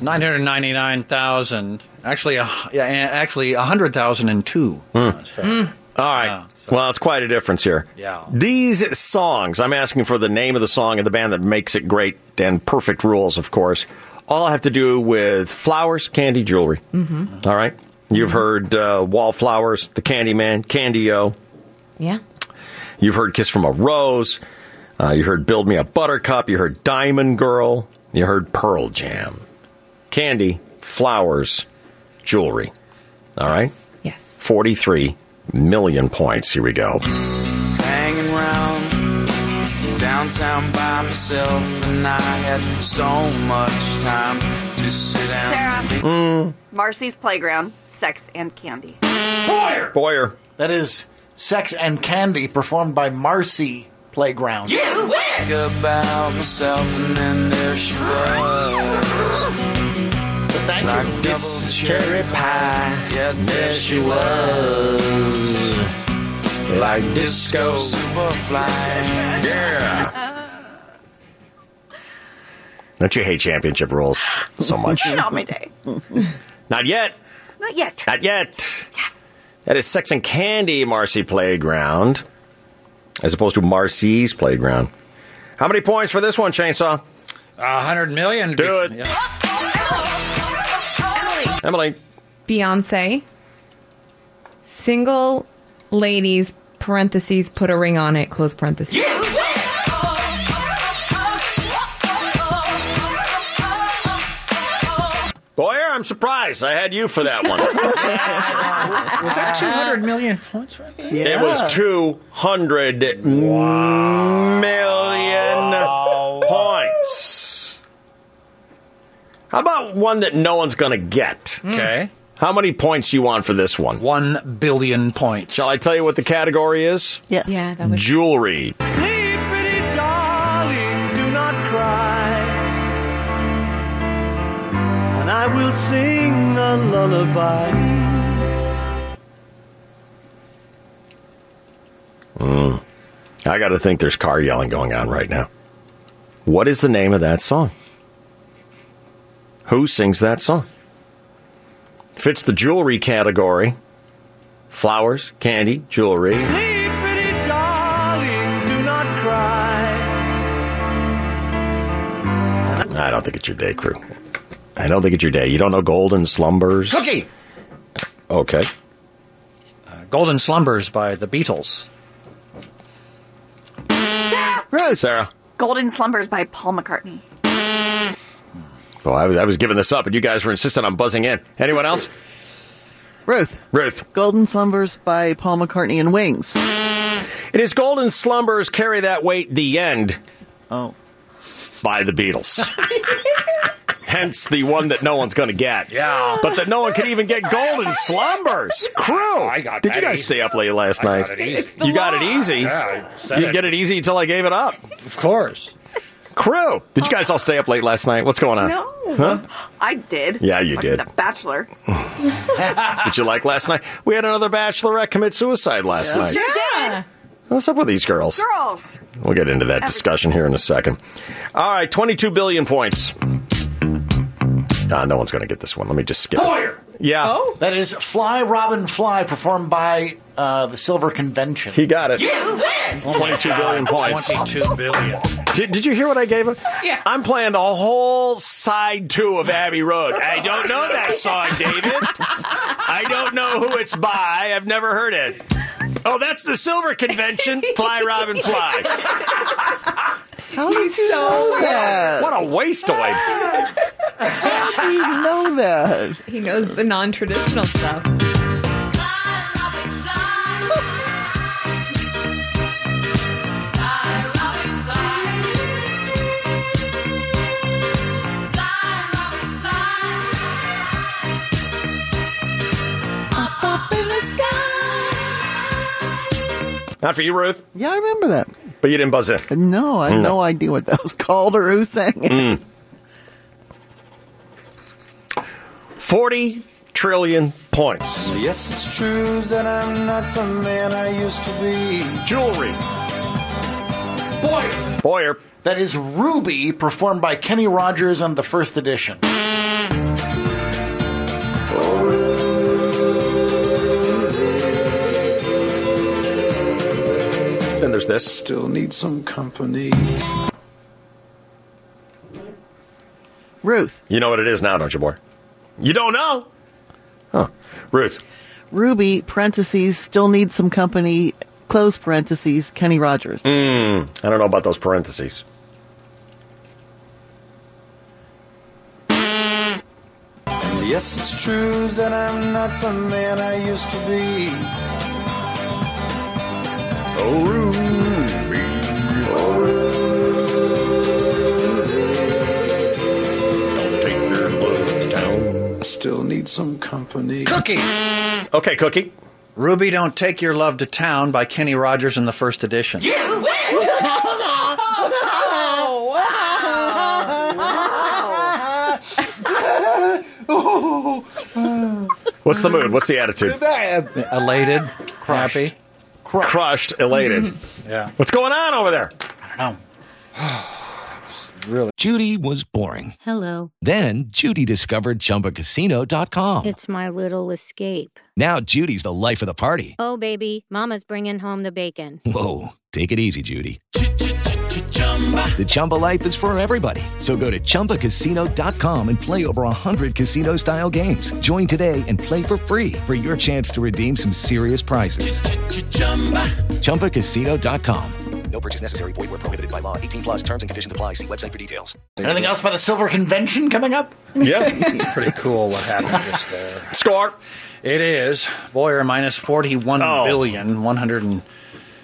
S7: nine hundred ninety-nine thousand. Actually, uh, yeah, and actually, a hundred thousand and two.
S1: Hmm.
S7: Uh,
S1: All right. well, it's quite a difference here.
S7: Yeah.
S1: These songs, I'm asking for the name of the song and the band that makes it great and perfect rules, of course, all have to do with flowers, candy, jewelry. All right. You've heard uh, Wallflowers, The Candyman, Candy-O.
S4: Yeah.
S1: You've heard Kiss from a Rose. Uh, you heard Build Me a Buttercup. You heard Diamond Girl. You heard Pearl Jam. Candy, flowers, jewelry. All right?
S4: Yes.
S1: 43 million points. Here we go.
S29: Hanging round downtown by myself, and I had so much time to sit down. and
S6: Sarah.
S29: think.
S6: Marcy's Playground, Sex and Candy.
S1: Boyer! Boyer.
S11: That is Sex and Candy performed by Marcy Playground.
S29: You Think about myself, and then there she was.
S11: Thank you.
S29: Like double cherry pie, yeah, there she was. Like disco superfly, yeah.
S1: Don't you hate championship rules so much?
S6: Not my day.
S1: Not yet.
S6: Not yet.
S1: Not yet. That is Sex and Candy, Marcy Playground, as opposed to Marcy's Playground. How many points for this one, Chainsaw?
S7: A hundred million.
S1: Do it. Emily.
S4: Beyonce. Single ladies, parentheses, put a ring on it, close parentheses.
S1: Boyer, I'm surprised. I had you for that one.
S7: Was that two hundred million points? Right there?
S1: It was two hundred million points. How about one that no one's going to get?
S7: Okay.
S1: How many points do you want for this one?
S7: One billion points.
S1: Shall I tell you what the category is?
S2: Yes.
S4: Yeah, that
S1: Jewelry.
S9: Sleep, pretty darling, do not cry. And I will sing a lullaby.
S1: Mm. I got to think there's car yelling going on right now. What is the name of that song? Who sings that song? Fits the jewelry category. Flowers, candy, jewelry.
S9: Sleep, pretty darling, do not cry.
S1: I don't think it's your day, crew. I don't think it's your day. You don't know Golden Slumbers?
S7: Cookie.
S1: Okay.
S7: Golden Slumbers by the Beatles.
S1: Right. Sarah.
S6: Golden Slumbers by Paul McCartney.
S1: Well, I was, I was giving this up, and you guys were insisting on buzzing in. Anyone else?
S8: Ruth.
S1: Ruth.
S8: Golden Slumbers by Paul McCartney and Wings.
S1: It is Golden Slumbers Carry That Weight The End.
S8: Oh.
S1: By the Beatles. Hence the one that no one's going to get. Yeah. But that no one can even get Golden Slumbers. Crew. I got Did you
S7: that
S1: guys
S7: easy.
S1: stay up late last
S7: I
S1: night?
S7: got it easy. It's the
S1: You got it
S7: law.
S1: easy.
S7: Yeah, I said
S1: you
S7: it.
S1: get it easy until I gave it up.
S7: Of course.
S1: Crew. Did you guys all stay up late last night? What's going on? Huh?
S6: I did.
S1: Yeah, you
S6: Watching
S1: did.
S6: The Bachelor.
S1: Did you like last night? We had another bachelorette commit suicide last night.
S6: Yeah.
S1: What's up with these girls?
S6: Girls.
S1: We'll get into that discussion here in a second. All right, 22 billion points. Ah, no one's going to get this one. Let me just skip. it. Yeah.
S4: Oh.
S11: That is Fly Robin Fly performed by uh, the Silver Convention. He
S1: got it.
S11: You win!
S1: 22 billion points.
S7: 22 billion.
S1: Did, did you hear what I gave him? Yeah. I'm playing the whole side two of Abbey Road. I don't know that song, David. I don't know who it's by. I've never heard it. Oh, that's the Silver Convention. Fly, Robin, fly.
S9: How did you know that?
S1: What a wasteoid.
S4: How do you know that? He knows the non traditional stuff.
S9: Up, up in the sky.
S1: Not for you, Ruth.
S8: Yeah, I remember that.
S1: But you didn't buzz in.
S8: No,
S1: Mm.
S8: I had no idea what that was called or who sang it.
S1: 40 trillion points.
S29: Yes, it's true that I'm not the man I used to be.
S1: Jewelry.
S11: Boyer.
S1: Boyer.
S11: That is Ruby performed by Kenny Rogers on the first edition.
S1: Then there's this.
S29: Still need some company.
S8: Ruth.
S1: You know what it is now, don't you, boy? You don't know? Huh. Ruth.
S8: Ruby, parentheses, still need some company, close parentheses, Kenny Rogers.
S1: Mm, I don't know about those parentheses.
S29: Yes, it's true that I'm not the man I used to be.
S1: Oh, Ruby. Don't take your love to town.
S29: I still need some company.
S7: Cookie.
S1: Okay, Cookie.
S7: Ruby Don't Take Your Love to Town by Kenny Rogers in the first edition.
S9: You win!
S1: What's the mood? What's the attitude?
S7: Elated, happy.
S1: Crushed, elated.
S7: Yeah.
S1: What's going on over there?
S7: I don't know.
S1: Really?
S13: Judy was boring.
S15: Hello.
S13: Then Judy discovered ChumbaCasino.com.
S15: It's my little escape.
S13: Now Judy's the life of the party.
S15: Oh, baby. Mama's bringing home the bacon.
S13: Whoa, take it easy, Judy. The Chumba life is for everybody. So go to ChumbaCasino.com and play over 100 casino style games. Join today and play for free for your chance to redeem some serious prizes. ChumbaCasino.com. No purchase necessary. Void where prohibited by law. 18 plus terms and conditions apply. See website for details.
S11: Anything else by the Silver Convention coming up?
S1: Yeah.
S7: Pretty cool what happened just there.
S1: Score.
S7: It is. Boyer minus forty-one billion
S1: Oh.
S7: one hundred and.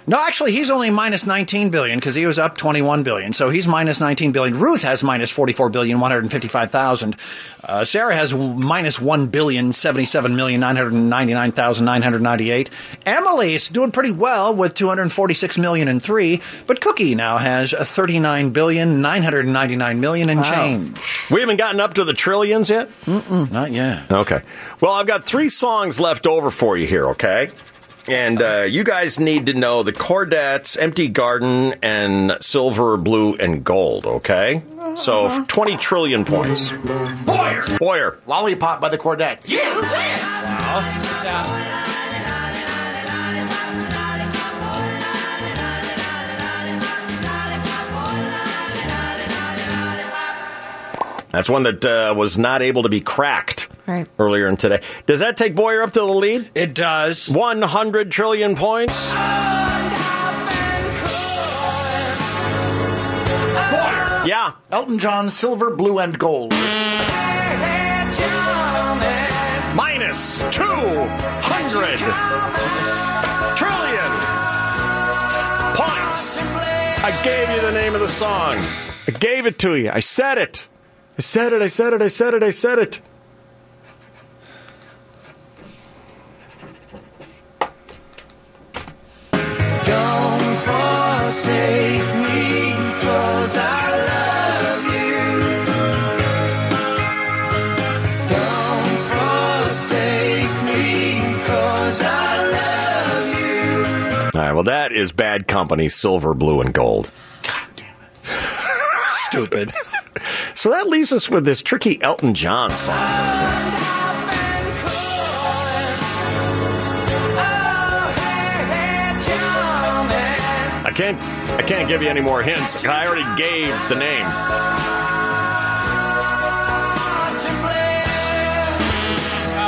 S7: No, actually, he's only minus 19 billion because he was up 21 billion. So he's minus 19 billion. Ruth has minus 44 billion, 155,000. Uh, Sarah has w- minus 1 billion, 77,999,998. Emily's doing pretty well with 246 million and three. But Cookie now has 39 billion, 999 million and change.
S1: We haven't gotten up to the trillions yet?
S7: Not yet.
S1: Okay. Well, I've got three songs left over for you here, okay? And uh, you guys need to know the Cordettes, Empty Garden, and Silver, Blue, and Gold, okay? So f- 20 trillion points.
S11: Boyer.
S1: Boyer.
S11: Lollipop by the Cordettes.
S9: You win!
S1: That's one that uh, was not able to be cracked
S4: Right.
S1: earlier in today. Does that take Boyer up to the lead?
S7: It does.
S1: 100 trillion points. Yeah.
S11: Elton John, Silver, Blue, and Gold.
S1: Minus 200 trillion points. I gave you the name of the song. I gave it to you. I said it. I said it. I said it. I said it. I said it.
S9: Don't forsake me, 'cause I love you. Don't forsake me, 'cause I love you.
S1: All right. Well, that is Bad Company, Silver, Blue, and Gold.
S7: Stupid.
S1: So that leaves us with this tricky Elton John song. can't. I can't give you any more hints. I already gave the name.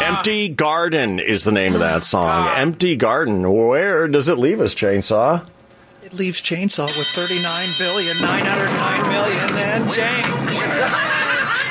S1: Empty Garden is the name of that song. Empty Garden. Where does it leave us, Chainsaw?
S7: It leaves Chainsaw with 39 billion, 909 million, and change.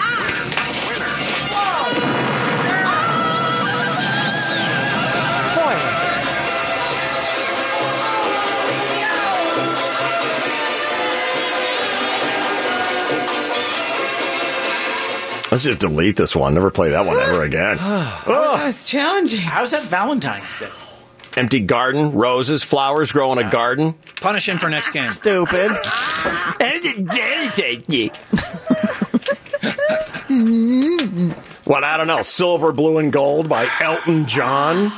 S1: Let's just delete this one. Never play that one ever again.
S4: Oh, that was challenging.
S11: How's that Valentine's Day?
S1: Empty Garden. Roses, flowers grow in a garden.
S7: Punish him for next game.
S8: Stupid.
S1: What I don't know, Silver, Blue, and Gold by Elton John.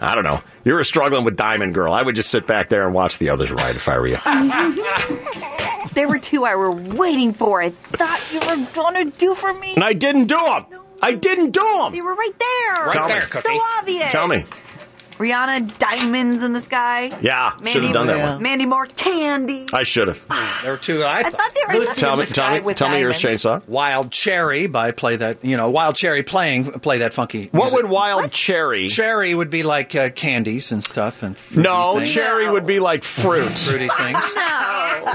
S1: I don't know. You were struggling with Diamond Girl. I would just sit back there and watch the others ride if I were you.
S6: there were two I were waiting for. I thought you were going to do for me.
S1: And I didn't do them. I didn't do them.
S6: They were right there.
S1: Right Tell there, me. Cookie.
S6: So obvious.
S1: Tell me.
S6: Rihanna, diamonds in the sky.
S1: Yeah, should have done that one.
S6: Mandy Moore, candy.
S1: I should have.
S7: There were two I,
S6: I
S7: thought.
S6: thought they were just
S1: Tell me, tell me, tell me yours, Chainsaw.
S7: Wild Cherry by play that you know Wild Cherry playing play that funky.
S1: What
S7: music.
S1: would Wild Cherry?
S7: Cherry would be like uh, candies and stuff and fruity
S1: No,
S7: things.
S1: cherry would be like fruit.
S7: fruity things.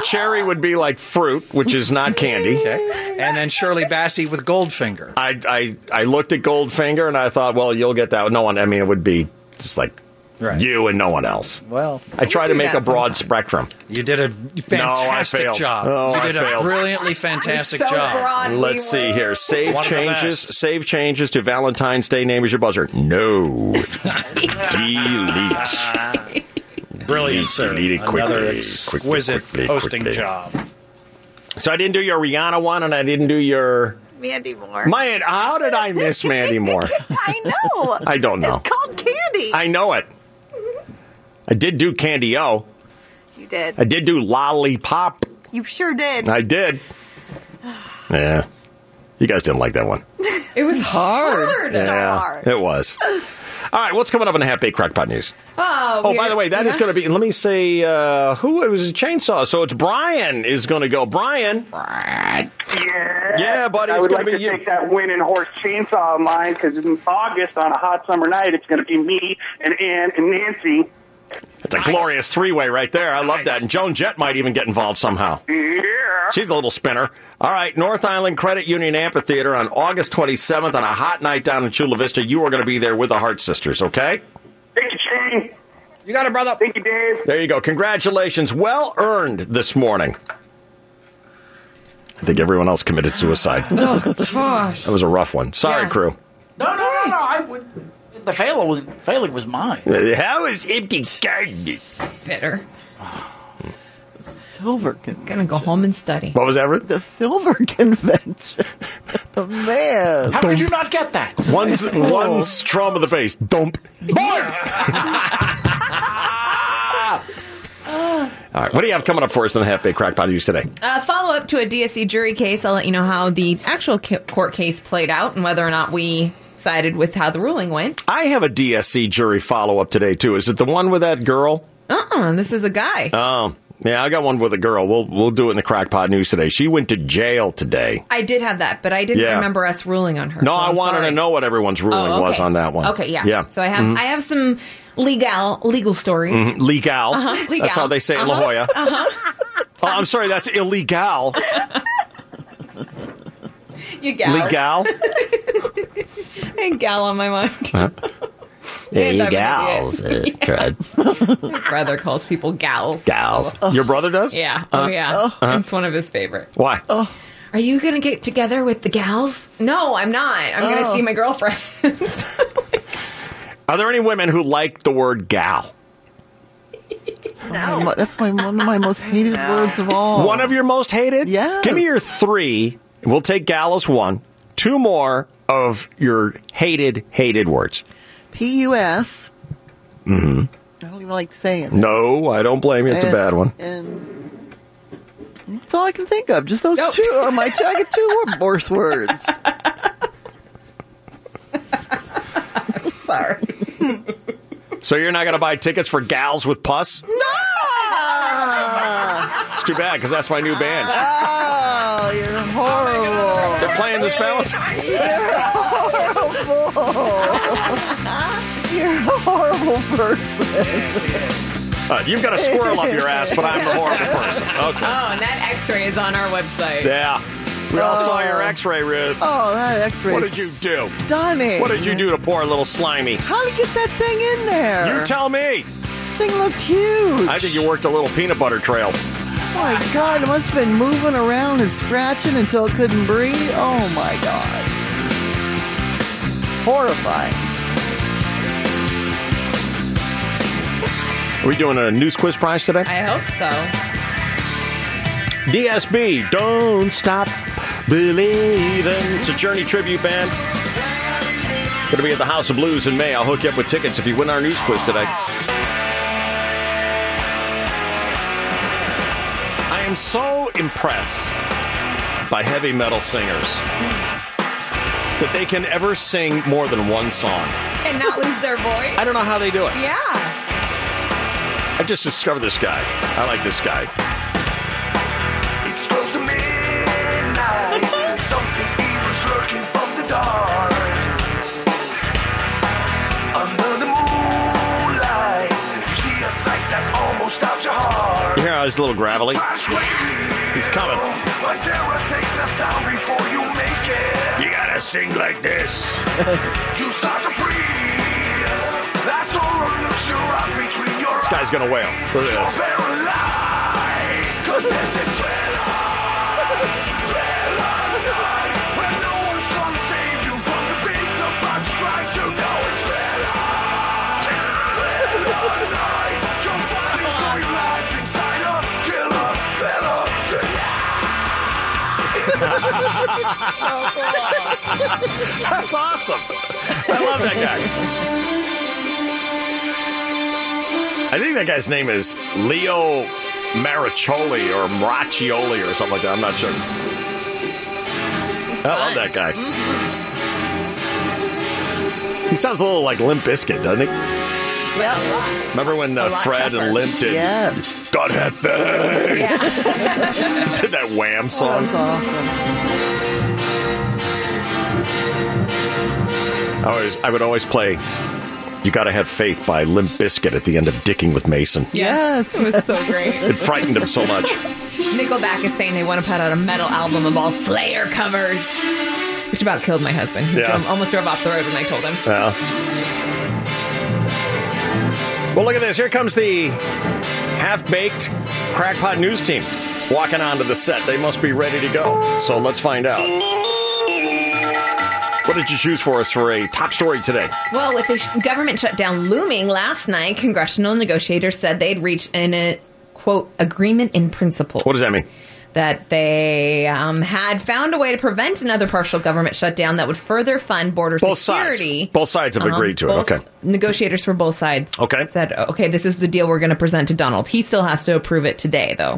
S1: cherry would be like fruit, which is not candy.
S7: And then Shirley Bassey with Goldfinger.
S1: I, I I looked at Goldfinger and I thought, well, you'll get that. No one. I mean, it would be just like you and no one else.
S7: Well,
S1: I try
S7: We
S1: to
S7: do
S1: make
S7: that
S1: a broad
S7: sometimes.
S1: spectrum.
S7: You did a fantastic
S1: failed.
S7: job.
S1: Oh,
S7: you
S1: I
S7: did a
S1: failed.
S7: brilliantly fantastic
S1: So
S7: job.
S1: Let's see here. Save
S7: One of the
S1: changes. Save changes to Valentine's Day. Name is your buzzer. No. Delete.
S7: Brilliant,
S1: Delete,
S7: sir.
S1: Delete it quickly.
S7: Another
S1: quickly,
S7: exquisite
S1: quickly,
S7: hosting
S1: quickly.
S7: job.
S1: So I didn't do your Rihanna one, and I didn't do your.
S6: Mandy Moore.
S1: My, uh, how did I miss Mandy Moore?
S6: I know.
S1: I don't know.
S6: It's called candy.
S1: I know it. I did do Candy O.
S6: you did.
S1: I did do Lollipop.
S6: You sure did.
S1: I did. Yeah. You guys didn't like that one.
S4: It was hard.
S1: yeah, it was. All right, what's coming up in a half baked crackpot news?
S4: Oh,
S1: Oh, by the way, that is going to be. Let me say uh, who it was. A chainsaw. So it's Brian is going to go. Brian. Brian. Yeah, buddy.
S12: I
S1: It's
S12: would like
S1: going to
S12: to
S1: be you.
S12: take that winning horse chainsaw of mine because in August on a hot summer night, it's going to be me and Ann and Nancy.
S1: It's a glorious three way right there. I love that. And Joan Jett might even get involved somehow.
S12: Yeah.
S1: She's a little spinner. All right, North Island Credit Union Amphitheater on August 27th on a hot night down in Chula Vista. You are going to be there with the Hart Sisters, okay?
S12: Thank you, Shane.
S7: You got it, brother.
S12: Thank you, Dave.
S1: There you go. Congratulations. Well earned this morning. I think everyone else committed suicide.
S4: Oh, gosh.
S1: That was a rough one. Sorry, crew.
S11: No, no, no, no. I would. The fail was, failing was mine.
S1: How is empty garden?
S4: Bitter.
S8: Silver convention.
S4: Gonna go home and study.
S1: What was that? Ruth?
S8: The Silver Convention. Man.
S11: How could you not get that?
S1: One, one strum of the face. Dump.
S6: Ah.
S1: All right. What do you have coming up for us in the half baked crackpot news today?
S4: Uh, follow up to a DSC jury case. I'll let you know how the actual ca- court case played out and whether or not we sided with how the ruling went.
S1: I have a DSC jury follow up today, too. Is it the one with that girl?
S4: Uh uh this is a guy.
S1: Oh, yeah, I got one with a girl. We'll we'll do it in the crackpot news today. She went to jail today.
S4: I did have that, but I didn't
S1: Yeah.
S4: remember us ruling on her.
S1: No,
S4: so
S1: I
S4: I'm
S1: wanted
S4: sorry.
S1: to know what everyone's ruling
S4: Oh, okay.
S1: was on that one.
S4: Okay, yeah.
S1: yeah. Mm-hmm.
S4: So I have I have some legal legal stories.
S1: Mhm, legal.
S4: Uh-huh, legal.
S1: That's how they say it in La
S4: Uh-huh,
S1: Jolla.
S4: uh-huh.
S1: Oh, I'm sorry, that's illegal.
S4: You gal.
S1: Legal.
S4: and gal on my mind.
S1: Legals.
S4: My brother calls people gals.
S1: Gals. Your brother does?
S4: Yeah. Oh,
S1: Uh, oh.
S4: yeah.
S1: uh-huh.
S4: It's one of his favorite.
S1: Why?
S4: Are you going to get together with the gals? No, I'm not. I'm going to
S9: Oh.
S4: see my girlfriend.
S1: Are there any women who like the word gal?
S8: No. That's my, one of my most hated words of all.
S1: One of your most hated? Yeah. Give me your three. and We'll take gal as one. Two more of your hated, hated words.
S8: P-U-S.
S1: hmm
S8: I don't even like saying it.
S1: No, I don't blame you. It's a
S8: And-
S1: bad one.
S8: And that's all I can think of. Just those two are my two. I get two wor- worse words.
S4: Sorry.
S1: So you're not going to buy tickets for Gals with Pus? It's too bad because that's my new band.
S3: Oh, you're horrible.
S1: They're playing this Valentine's.
S3: You're horrible. you're a horrible person.
S1: Uh, you've got a squirrel up your ass, but I'm the horrible person. Okay.
S4: Oh, and that X-ray is on our website.
S1: Yeah. We all saw your X-ray, Ruth.
S9: Oh, that X-ray.
S1: What did you do?
S9: Stunning.
S1: What did you do to poor little slimy?
S9: How did you get that thing in there?
S1: You tell me.
S9: Thing looked huge.
S1: I think you worked a little peanut butter trail.
S9: Oh my God! It must have been moving around and scratching until it couldn't breathe. Oh my God! Horrifying.
S1: Are we doing a news quiz prize today?
S4: I hope so.
S1: DSB, Don't Stop Believing. It's a Journey tribute band. Going to be at the House of Blues in May. I'll hook you up with tickets if you win our news quiz today. I am so impressed by heavy metal singers that they can ever sing more than one song.
S4: And not lose their voice.
S1: I don't know how they do it.
S4: Yeah.
S1: I just discovered this guy. I like this guy.
S3: It's close to midnight. Something evil's lurking from the dark. Under the moonlight, you see a sight that almost stops your heart.
S1: You hear how he's a little gravelly? He's coming.
S3: A terror takes the sound before you make it.
S1: You gotta sing like this.
S3: You start to freeze. That sorrow looks you up between your
S1: This guy's gonna wail. Look at this.
S3: eyes. 'Cause this is Twilight. Twilight. When no one's gonna save you from the beast of my strike. You know it's Twilight. Twilight. You're fighting for your life inside a killer thriller.
S1: That's awesome. I love that guy. I think that guy's name is Leo Mariccioli or Maraccioli or something like that. I'm not sure. I love that guy. He sounds a little like Limp Bizkit, doesn't he?
S3: Well,
S1: Remember when uh,
S3: A lot
S1: Fred
S3: tougher.
S1: and Limp did
S3: Yes.
S1: "God Had Thing"?
S3: yeah.
S1: Did that Wham song?
S3: That's awesome.
S1: I always, I would always play "You Gotta Have Faith" by Limp Bizkit at the end of "Dicking with Mason."
S4: Yes. It was so great.
S1: It frightened him so much.
S4: Nickelback is saying they want to put out a metal album of all Slayer covers, which about killed my husband. He
S1: Yeah.
S4: drove- almost drove off the road when I told him.
S1: Yeah. Well, look at this. Here comes the half baked crackpot news team walking onto the set. They must be ready to go. So let's find out. What did you choose for us for a top story today?
S4: Well, with the sh- government shutdown looming last night, congressional negotiators said they'd reached an, uh, quote, agreement in principle.
S1: What does that mean?
S4: That they um, had found a way to prevent another partial government shutdown that would further fund border
S1: Both sides.
S4: security.
S1: Both sides have
S4: Uh-huh.
S1: agreed to it.
S4: Both
S1: Okay.
S4: Negotiators for both sides okay. said, okay, this is the deal we're going to present to Donald. He still has to approve it today, though.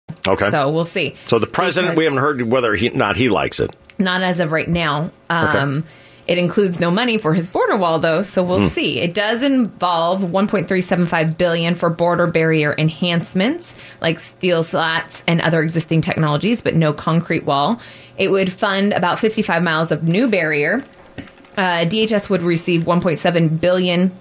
S1: Okay.
S4: So we'll see.
S1: So the president, we haven't heard whether he not he likes it.
S4: Not as of right now. Um, It includes no money for his border wall, though, so we'll
S1: Hmm.
S4: see. It does involve 1.375 billion for border barrier enhancements, like steel slats and other existing technologies, but no concrete wall. It would fund about 55 miles of new barrier. Uh, DHS would receive 1.7 billion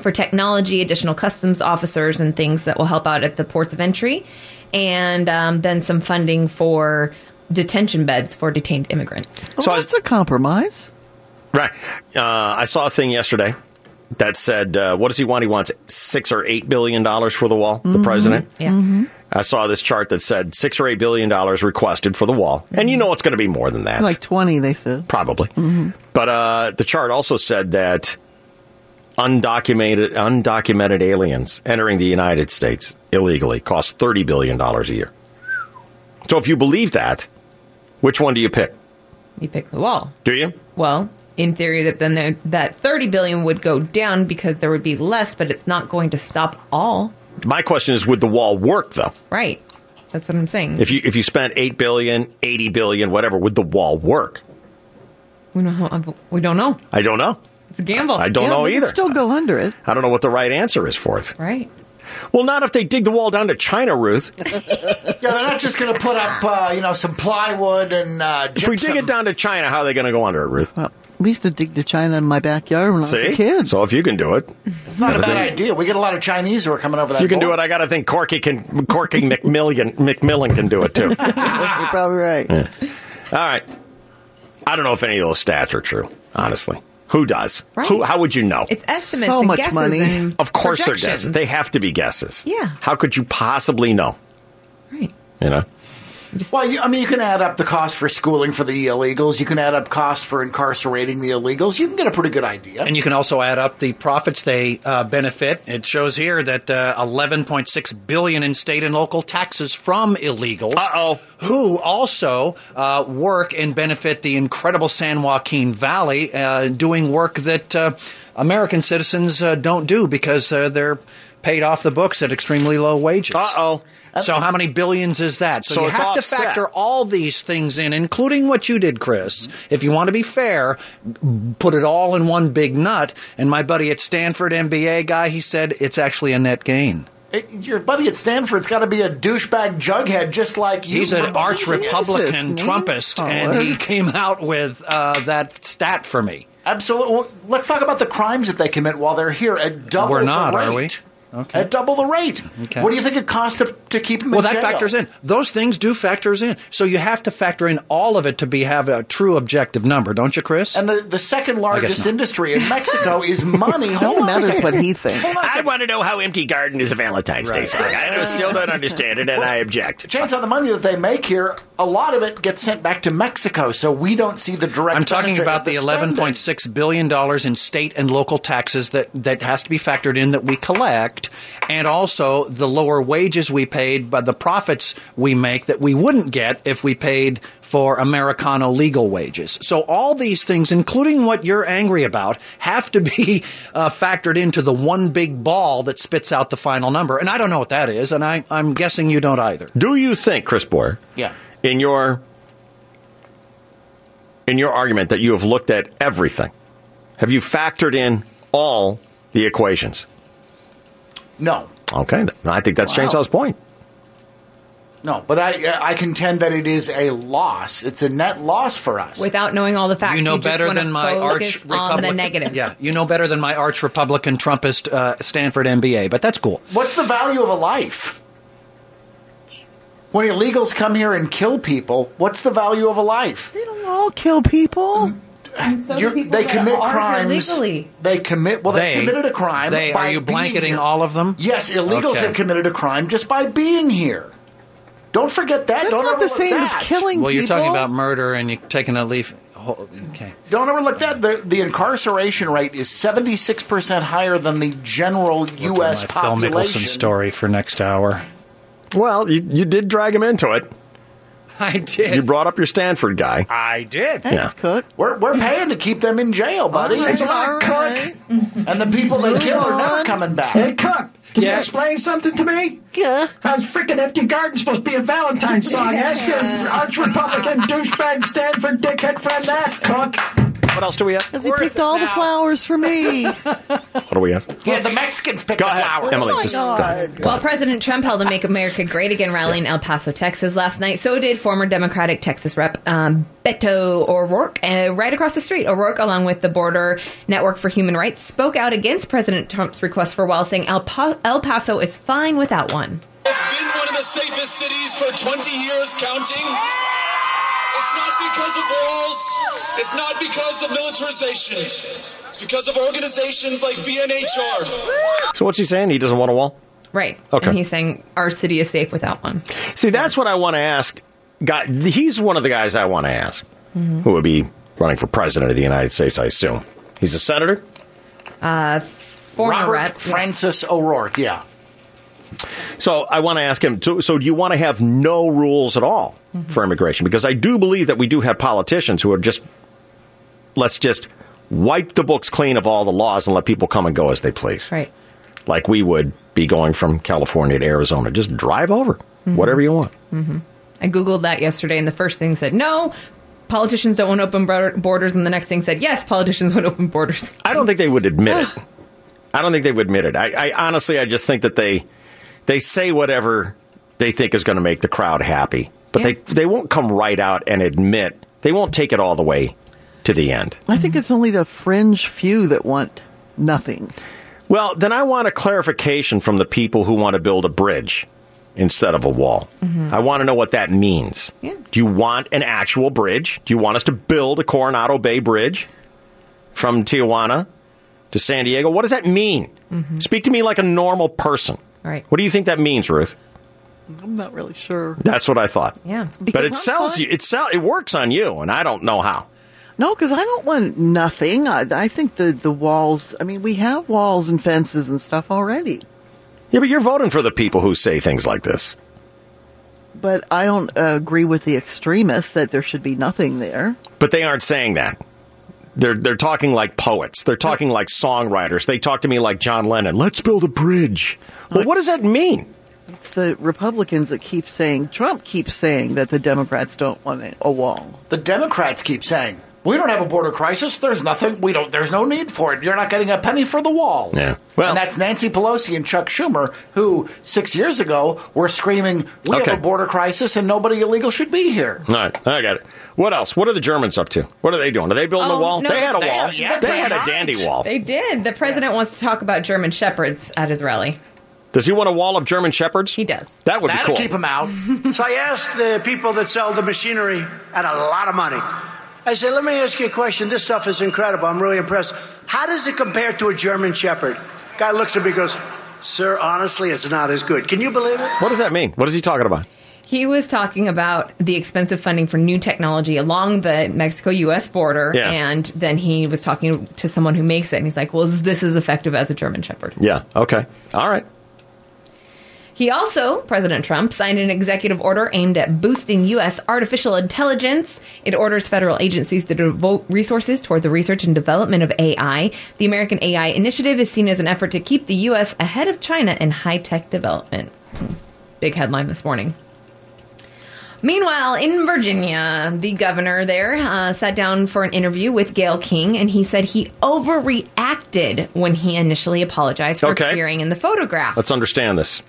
S4: for technology, additional customs officers, and things that will help out at the ports of entry, and um, then some funding for detention beds for detained immigrants.
S1: So that's
S4: a compromise.
S1: Right. Uh, I saw a thing yesterday that said, uh, "What does he want? He wants six or eight billion dollars for the wall."
S9: Mm-hmm.
S8: Mm-hmm.
S1: The president.
S4: Yeah.
S1: I saw this chart that said six or eight billion dollars requested for the wall, and you know it's going to be more than that,
S9: Like twenty, they said.
S1: probably. But uh, the chart also said that undocumented undocumented aliens entering the United States illegally costs thirty billion dollars a year. So if you believe that, which one do you pick?
S4: You pick the wall.
S1: Do you?
S4: Well, in theory, that then there, that thirty billion would go down because there would be less, but it's not going to stop all.
S1: My question is: Would the wall work though?
S4: Right. That's what I'm saying.
S1: If you if you spent eight billion, eighty billion, whatever, would the wall work?
S4: we don't, know- Uh-huh, uh, we don't know.
S1: I don't know.
S4: It's a gamble.
S1: I don't know either.
S4: go
S1: under it. I don't know what the right answer is for it.
S4: Right.
S1: Well, not if they dig the wall down to China, Ruth.
S11: Yeah, they're not just going to put up, uh, you know, some plywood and uh,
S1: If we dig
S11: gypsum.
S1: it down to China, how are they going to go under it, Ruth?
S8: We used to dig the china in my backyard when I was
S1: See?
S8: a kid.
S1: So if you can do it,
S11: Not a
S1: Gotta
S11: bad
S1: think-
S11: idea. We get a lot of Chinese who are coming over that.
S1: you can do it. I got to think Corky can, Corky McMillian, McMillan can do it too.
S8: You're probably right.
S1: Yeah. All right. I don't know if any of those stats are true, honestly. Who does?
S4: Right.
S1: Who? How would you know?
S4: It's estimates So and much guesses money. and
S1: Of course, they're
S4: projections.
S1: guesses. They have to be guesses.
S4: Yeah.
S1: How could you possibly know?
S4: Right.
S1: You know.
S11: Well, you, I mean, you can add up the cost for schooling for the illegals. You can add up cost for incarcerating the illegals. You can get a pretty good idea.
S7: And you can also add up the profits they uh, benefit. It shows here that uh, 11.6 billion in state and local taxes from illegals,
S1: Uh-oh.
S7: who also uh, work and benefit the incredible San Joaquin Valley, uh, doing work that uh, American citizens uh, don't do because uh, they're paid off the books at extremely low wages. Uh
S1: oh.
S7: So how many billions is that? So,
S1: So
S7: you
S1: it's
S7: have
S1: offset.
S7: to factor all these things in, including what you did, Chris. If you want to be fair, put it all in one big nut. And my buddy at Stanford, MBA guy, he said it's actually a net gain.
S11: It- your buddy at Stanford's got to be a douchebag jughead, just like you.
S7: He's an
S11: from-
S7: arch
S11: Jesus,
S7: Republican Trumpist,
S11: man.
S7: and he came out with uh, that stat for me.
S11: Absolutely. Well, Let's talk about the crimes that they commit while they're here at double
S7: We're not,
S11: the rate.
S7: are we? Okay.
S11: At double the rate.
S7: Okay.
S11: What do you think it costs to, to keep them
S7: Well,
S11: in
S7: that
S11: jail?
S7: factors in. Those things do factors in. So you have to factor in all of it to be have a true objective number, don't you, Chris?
S11: And the, the second largest
S7: not.
S11: industry in Mexico is money. Hold on a second.
S1: I want to know how empty garden is a Valentine's Day song. I don't- still don't understand it, and I object.
S11: Chance on the money that they make here, a lot of it gets sent back to Mexico, so we don't see the direct.
S7: I'm talking
S11: benefit
S7: about
S11: of
S7: the
S11: spending.
S7: 11.6 billion dollars in state and local taxes that that has to be factored in that we collect, and also the lower wages we paid by the profits we make that we wouldn't get if we paid for Americano legal wages. So all these things, including what you're angry about, have to be uh, factored into the one big ball that spits out the final number. And I don't know what that is, and I, I'm guessing you don't either.
S1: Do you think, Chris Boyer?
S11: Yeah.
S1: In your in your argument that you have looked at everything, have you factored in all the equations?
S11: No,
S1: Okay, then. I think that's
S11: Wow.
S1: Chainsaw's point.
S11: no, but I I contend that it is a loss. It's a net loss for us.
S4: Without knowing all the facts,
S7: you know
S4: just
S7: better
S4: wanna
S7: than my arch
S4: focus on the
S7: Republican.
S4: negative.
S7: Yeah, you know better than my arch Republican Trumpist uh, Stanford MBA, but that's cool.
S11: What's the value of a life? When illegals come here and kill people, what's the value of a life? They don't all kill people.
S24: Um,
S4: do people
S11: they
S4: that
S11: commit
S4: are here
S11: crimes.
S4: legally.
S11: They commit. Well, they,
S7: They-
S11: committed a crime.
S7: they-
S11: by
S7: are you
S11: being
S7: blanketing
S11: here.
S7: all of them?
S11: Yes, illegals
S7: Okay.
S11: have committed a crime just by being here. Don't forget that.
S8: That's
S11: don't
S8: not the
S11: overlook
S8: same as
S11: that.
S8: killing
S7: Well, you're talking about murder and you're taking a leaf. oh, Okay.
S11: Don't overlook that. The, the incarceration rate is 76% higher than the general U.S.
S7: My Phil Mickelson
S11: population.
S7: story for next hour.
S1: Well, you, you did drag him into it.
S7: I did.
S1: You brought up your Stanford guy.
S7: I did.
S1: Thanks,
S11: Cook. We're, we're paying to keep them in jail, buddy.
S1: All right,
S11: it's not
S1: all
S11: Cook. And the people they kill are never coming back.
S24: Hey, Cook, can you explain something to me? Yeah. How's freaking Empty Garden supposed to be a Valentine's song? Ask your arch Republican douchebag Stanford dickhead friend that, Cook.
S1: What else do we have?
S8: Because he picked all the flowers for me.
S1: What do we have?
S11: Yeah, the Mexicans pick
S1: Go ahead, Emily. just go ahead. Go
S4: Well,
S1: ahead.
S4: President Trump held a Make America Great Again rally in El Paso, Texas last night. So did former Democratic Texas Rep um, Beto O'Rourke, uh, right across the street. O'Rourke, along with the Border Network for Human Rights, spoke out against President Trump's request for a wall, saying El, pa- El Paso is fine without one.
S3: It's been one of the safest cities for 20 years counting. It's not because of walls. It's not because of militarization. It's because of organizations like BNHR.
S1: So what's he saying? He doesn't want a wall.
S4: Right.
S1: Okay.
S4: And he's saying our city is safe without one.
S1: See, that's what I want to ask. Guy, he's one of the guys I want to ask,
S4: Mm-hmm.
S1: who would be running for president of the United States. I assume he's a senator.
S4: Uh, Former
S11: Robert
S4: rep, yeah.
S11: Francis O'Rourke. Yeah.
S1: So I want to ask him. So, so do you want to have no rules at all for immigration? Because I do believe that we do have politicians who are just let's just wipe the books clean of all the laws and let people come and go as they please.
S4: Right.
S1: Like we would be going from California to Arizona. Just drive over,
S4: Mhm.
S1: whatever you want.
S4: hmm I Googled that yesterday, and the first thing said, no, politicians don't want to open bro- borders. And the next thing said, yes, politicians want to open borders.
S1: I don't think they would admit it. I don't think they would admit it. I, I honestly, I just think that they they say whatever they think is going to make the crowd happy, but they they won't come right out and admit. They won't take it all the way to the end.
S8: I think it's only the fringe few that want nothing.
S1: Well, then I want a clarification from the people who want to build a bridge instead of a wall.
S4: Mm-hmm.
S9: Mhm.
S1: I want to know what that means. Do you want an actual bridge? Do you want us to build a Coronado Bay Bridge from Tijuana to San Diego? What does that mean? Speak to me like a normal person.
S4: All Mm-hmm. right.
S1: What do you think that means, Ruth?
S8: I'm not really sure.
S1: That's what I thought.
S4: Yeah.
S1: but it sells you. It sell, It works on you, and I don't know how.
S8: No, because I don't want nothing. I, I think the, the walls, I mean, we have walls and fences and stuff already.
S1: Yeah, but you're voting for the people who say things like this.
S8: But I don't uh, agree with the extremists that there should be nothing there.
S1: But they aren't saying that. They're they're talking like poets. They're talking like songwriters. They talk to me like John Lennon. Let's build a bridge. Well, what does that mean?
S8: It's the Republicans that keep saying, Trump keeps saying that the Democrats don't want a- a wall.
S11: The Democrats keep saying we don't have a border crisis. There's nothing. We don't. There's no need for it. You're not getting a penny for the wall.
S1: Yeah.
S11: Well, and that's Nancy Pelosi and Chuck Schumer, who six years ago were screaming, "We
S1: Okay.
S11: have a border crisis, and nobody illegal should be here."
S1: All right, I got it. What else? What are the Germans up to? What are they doing? Are they building
S4: Oh,
S1: a wall?
S4: no,
S1: they had a
S4: they-
S1: wall.
S4: yeah,
S1: they
S4: they
S1: had a
S4: aren't.
S1: dandy wall.
S4: They did. The president wants to talk about German shepherds at his rally.
S1: Does he want a wall of German shepherds? He
S4: does.
S1: That would be cool.
S11: him out.
S16: so I asked the people that sell the machinery at a lot of money. I said, let me ask you a question. This stuff is incredible. I'm really impressed. How does it compare to a German Shepherd? Guy looks at me and goes, Sir, honestly, it's not as good. Can you believe it?
S1: What does that mean? What is he talking about?
S4: He was talking about the expensive funding for new technology along the Mexico US border.
S1: Yeah.
S4: And then he was talking to someone who makes it. And he's like, well, is this as effective as a German Shepherd?
S1: Yeah. Okay. All right.
S4: He also, President Trump, signed an executive order aimed at boosting U.S. artificial intelligence. It orders federal agencies to devote resources toward the research and development of AI. The American AI Initiative is seen as an effort to keep the U.S. ahead of China in high tech development. That's a Big headline this morning. Meanwhile, in Virginia, the governor there uh, sat down for an interview with Gail King, and he said he overreacted when he initially apologized for
S18: Okay.
S4: appearing in the photograph.
S1: Let's understand this.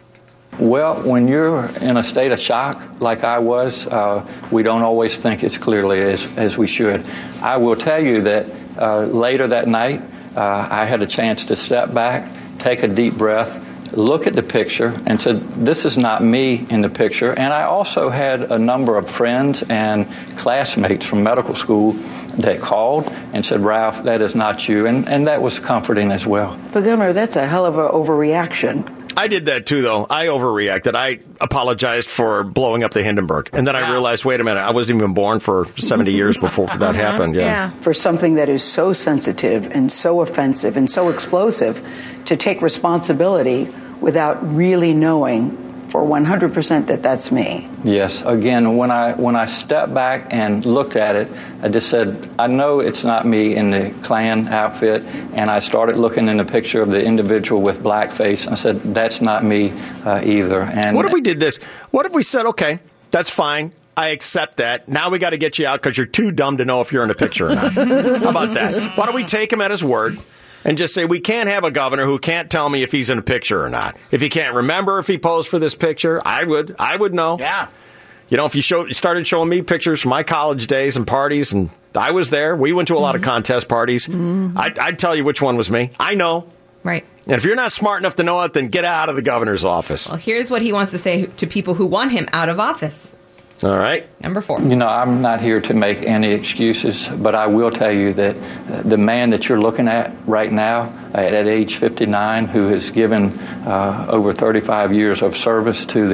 S18: Well, when you're in a state of shock like I was, uh, we don't always think as clearly as, as we should. I will tell you that uh, later that night, uh, I had a chance to step back, take a deep breath, look at the picture, and said, This is not me in the picture. And I also had a number of friends and classmates from medical school that called and said, Ralph, that is not you. And, and that was comforting as well.
S21: But Governor, that's a hell of an overreaction.
S1: I did that too, though. I overreacted. I apologized for blowing up the Hindenburg, and then I realized, wait a minute, I wasn't even born for seventy years before that
S4: Uh-huh.
S1: happened. Uh-huh. Yeah.
S21: For something that is so sensitive and so offensive and so explosive, to take responsibility without really knowing for 100% that that's me.
S18: Yes. Again, when I when I stepped back and looked at it, I just said, I know it's not me in the Klan outfit, and I started looking in the picture of the individual with blackface. I said, that's not me uh, either. And
S1: What if we did this? What if we said, okay, that's fine. I accept that. Now we got to get you out because you're too dumb to know if you're in a picture or not. How about that? Why don't we take him at his word and just say we can't have a governor who can't tell me if he's in a picture or not. If he can't remember if he posed for this picture, I would. I would know. Yeah. You know, if you show, started showing me pictures from my college days and parties, and I was there, we went to a lot
S4: Mm-hmm.
S1: of contest parties. I'd, I'd tell you which one was me. I know.
S4: Right.
S1: And if you're not smart enough to know it, then get out of the governor's office.
S4: Well, here's what he wants to say to people who want him out of office.
S1: All right.
S4: Number four.
S18: You know, I'm not here to make any excuses, but I will tell you that uh, the man that you're looking at right now, uh, at age 59, who has given uh, over 35 years of service to the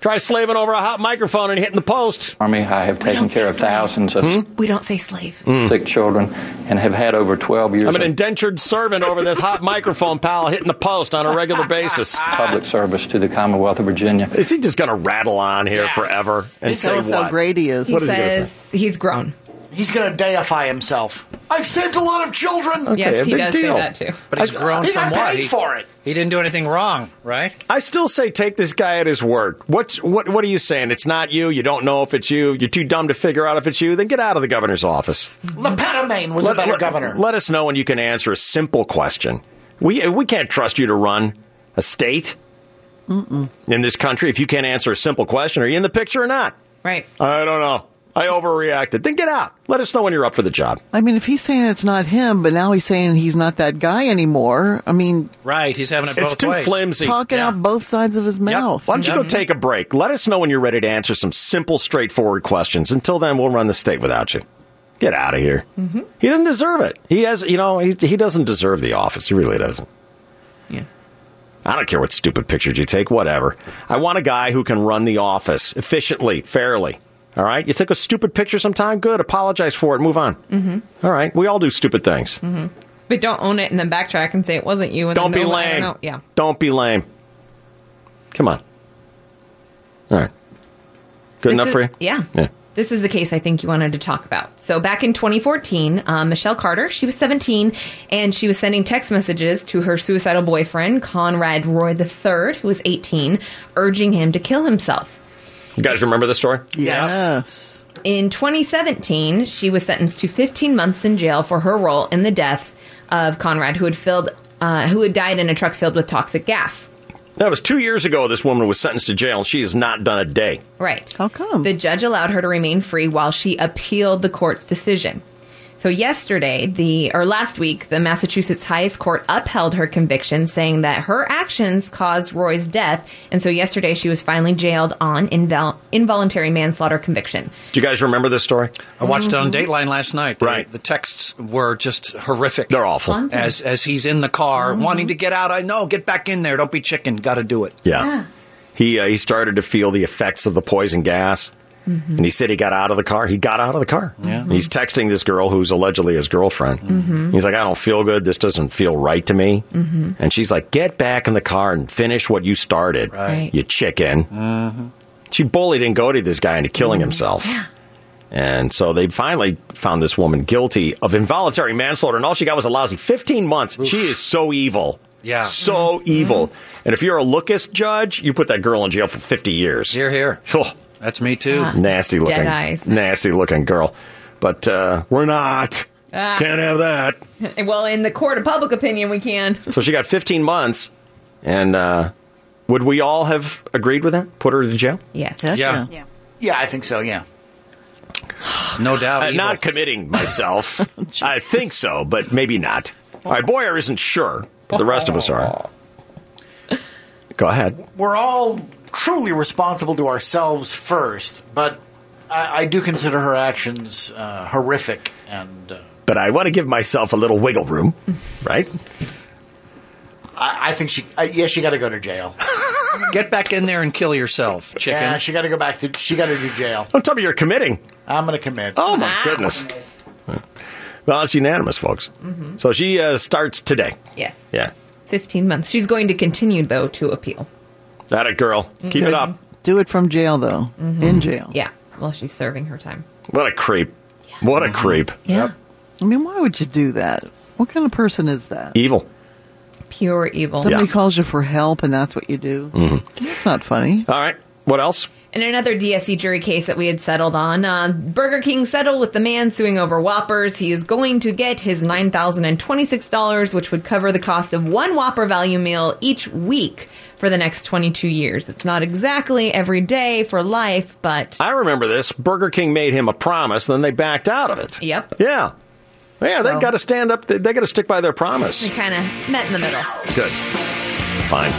S1: Try slaving over a hot microphone and hitting the post. Hmm?
S18: Army. I have taken care of thousands of
S4: We don't say slave.
S18: sick children and have had over 12 years
S1: I'm an
S18: of
S1: indentured servant over this hot microphone, pal, hitting the post on a regular basis.
S18: public service to the Commonwealth of Virginia.
S1: Is he just going to rattle on here forever and
S18: He
S1: say
S18: tells us how
S1: what?
S18: great he is.
S11: He
S1: What is he gonna
S11: says-
S1: say?
S4: He's grown.
S11: He's going to deify himself. I've saved a lot of children.
S7: Okay, Yes, a he big does say deal. that too.
S11: But he's grown
S7: he
S11: from
S7: got
S11: what?
S7: paid
S11: He-
S7: for it. He didn't do anything wrong, right?
S1: I still say take this guy at his word. What's what? What are you saying? It's not you. You don't know if it's you. You're too dumb to figure out if it's you. Then get out of the governor's office.
S11: LePetamine was a better governor.
S1: Let us know when you can answer a simple question. We we can't trust you to run a state in this country if you can't answer a simple question. Are you in the picture or not?
S4: Right.
S1: I don't know. I overreacted. Then get out. Let us know when you're up for the job.
S8: I mean, if he's saying it's not him, but now he's saying he's not that guy anymore. I mean,
S7: Right, he's having it
S1: It's
S7: both
S1: too
S7: ways.
S1: flimsy.
S8: talking
S1: Yeah.
S8: out both sides of his mouth.
S1: Why don't you go
S8: Mhm.
S1: take a break? Let us know when you're ready to answer some simple, straightforward questions. Until then, we'll run the state without you. Get out of here.
S4: Mm-hmm.
S1: He doesn't deserve it. He has, you know, he, he doesn't deserve the office. He really doesn't.
S4: Yeah.
S1: I don't care what stupid pictures you take, whatever. I want a guy who can run the office efficiently, fairly. All right? You took a stupid picture sometime? Good. Apologize for it. Move on.
S4: Mhm.
S1: All right. We all do stupid things.
S4: hmm But don't own it and then backtrack and say it wasn't you. And
S1: Don't
S4: then,
S1: be
S4: "Oh, I
S1: lame.
S4: know." Yeah.
S1: Don't be lame. Come on. All right. Good
S4: This
S1: enough
S4: is-
S1: for you?
S4: yeah.
S1: Yeah.
S4: This is the case I think you wanted to talk about. So back in 2014, uh, Michelle Carter, she was 17, and she was sending text messages to her suicidal boyfriend, Conrad Roy III, who was 18, urging him to kill himself.
S1: You guys remember this story?
S8: Yes.
S4: In 2017, she was sentenced to 15 months in jail for her role in the death of Conrad, who had filled, uh, who had died in a truck filled with toxic gas.
S1: That was two years ago. This woman was sentenced to jail, and she has not done a day.
S4: Right. How come? The judge allowed her to remain free while she appealed the court's decision. So yesterday, the or last week, the Massachusetts highest court upheld her conviction saying that her actions caused Roy's death, and so yesterday she was finally jailed on invol- involuntary manslaughter conviction.
S1: Do you guys remember this story?
S7: I watched it on Dateline last night. Right. The, texts were just horrific. They're
S1: awful.
S7: As as he's in the car
S8: Mm-hmm.
S7: wanting to get out, I know, get back in there. Don't be chicken. Got to do it.
S1: Yeah. He uh, he started to feel the effects of the poison gas, and he said he got out of the car. He got out of the car. Yeah. He's texting this girl who's allegedly his girlfriend.
S9: Mhm.
S1: He's like, I don't feel good. This doesn't feel right to me.
S9: Mhm.
S1: And she's like, Get back in the car and finish what you started.
S9: Right.
S1: You chicken. She bullied and goaded this guy into killing
S4: Mm-hmm.
S1: himself. And so they finally found this woman guilty of involuntary manslaughter, and all she got was a lousy 15 months. She is so evil.
S7: Yeah.
S4: Mm-hmm.
S1: So evil. And if you're a lookus judge, you put that girl in jail for 50 years. Here,
S7: here. That's me too.
S4: Ah,
S1: nasty looking.
S4: dead eyes.
S1: Nasty looking girl. But uh, we're not.
S4: Ah.
S1: Can't have that.
S4: Well, in the court of public opinion, we can.
S1: So she got 15 months, and uh, would we all have agreed with that? Put her to jail?
S4: Yes.
S1: Yeah.
S11: yeah. Yeah, I think so, yeah.
S1: No doubt. Uh, not committing myself.
S11: Oh,
S1: I think so, but maybe not. All right, Boyer isn't sure, but the rest of us are. Go ahead.
S11: We're all truly responsible to ourselves first, but I, I do consider her actions uh, horrific and. Uh,
S1: But I want to give myself a little wiggle room, right?
S11: I, I think she. I, yeah, she got to go to jail.
S7: Get back in there and kill yourself, chicken.
S11: Yeah, she got to go back to. She got to do jail.
S1: Don't tell me you're committing.
S11: I'm going to commit.
S1: Oh my
S7: Ah.
S1: goodness. Well, it's unanimous, folks.
S4: Mhm.
S1: So she uh, starts today.
S4: Yes.
S1: Yeah.
S4: 15 months. She's going to continue, though, to appeal.
S1: That a girl. Keep it up.
S8: Do it from jail, though. In jail.
S4: Mm-hmm. Yeah. Well, she's serving her time.
S1: What a creep. What a creep.
S4: Yeah.
S8: I mean, why would you do that? What kind of person is that?
S1: Evil.
S4: Pure evil.
S8: Somebody calls you for help, and that's what you do.
S1: Mhm.
S8: That's not funny.
S1: All right. What else?
S4: In another DSE jury case that we had settled on, uh, Burger King settled with the man suing over Whoppers. He is going to get his $9,026, which would cover the cost of one Whopper value meal each week for the next 22 years. It's not exactly every day for life, but
S1: I remember this. Burger King made him a promise, then they backed out of it.
S4: Yep.
S1: Yeah. Yeah, they
S4: So-
S1: got to stand up. They, they got to stick by their promise.
S4: we kind of met in the middle.
S1: Good. Fine.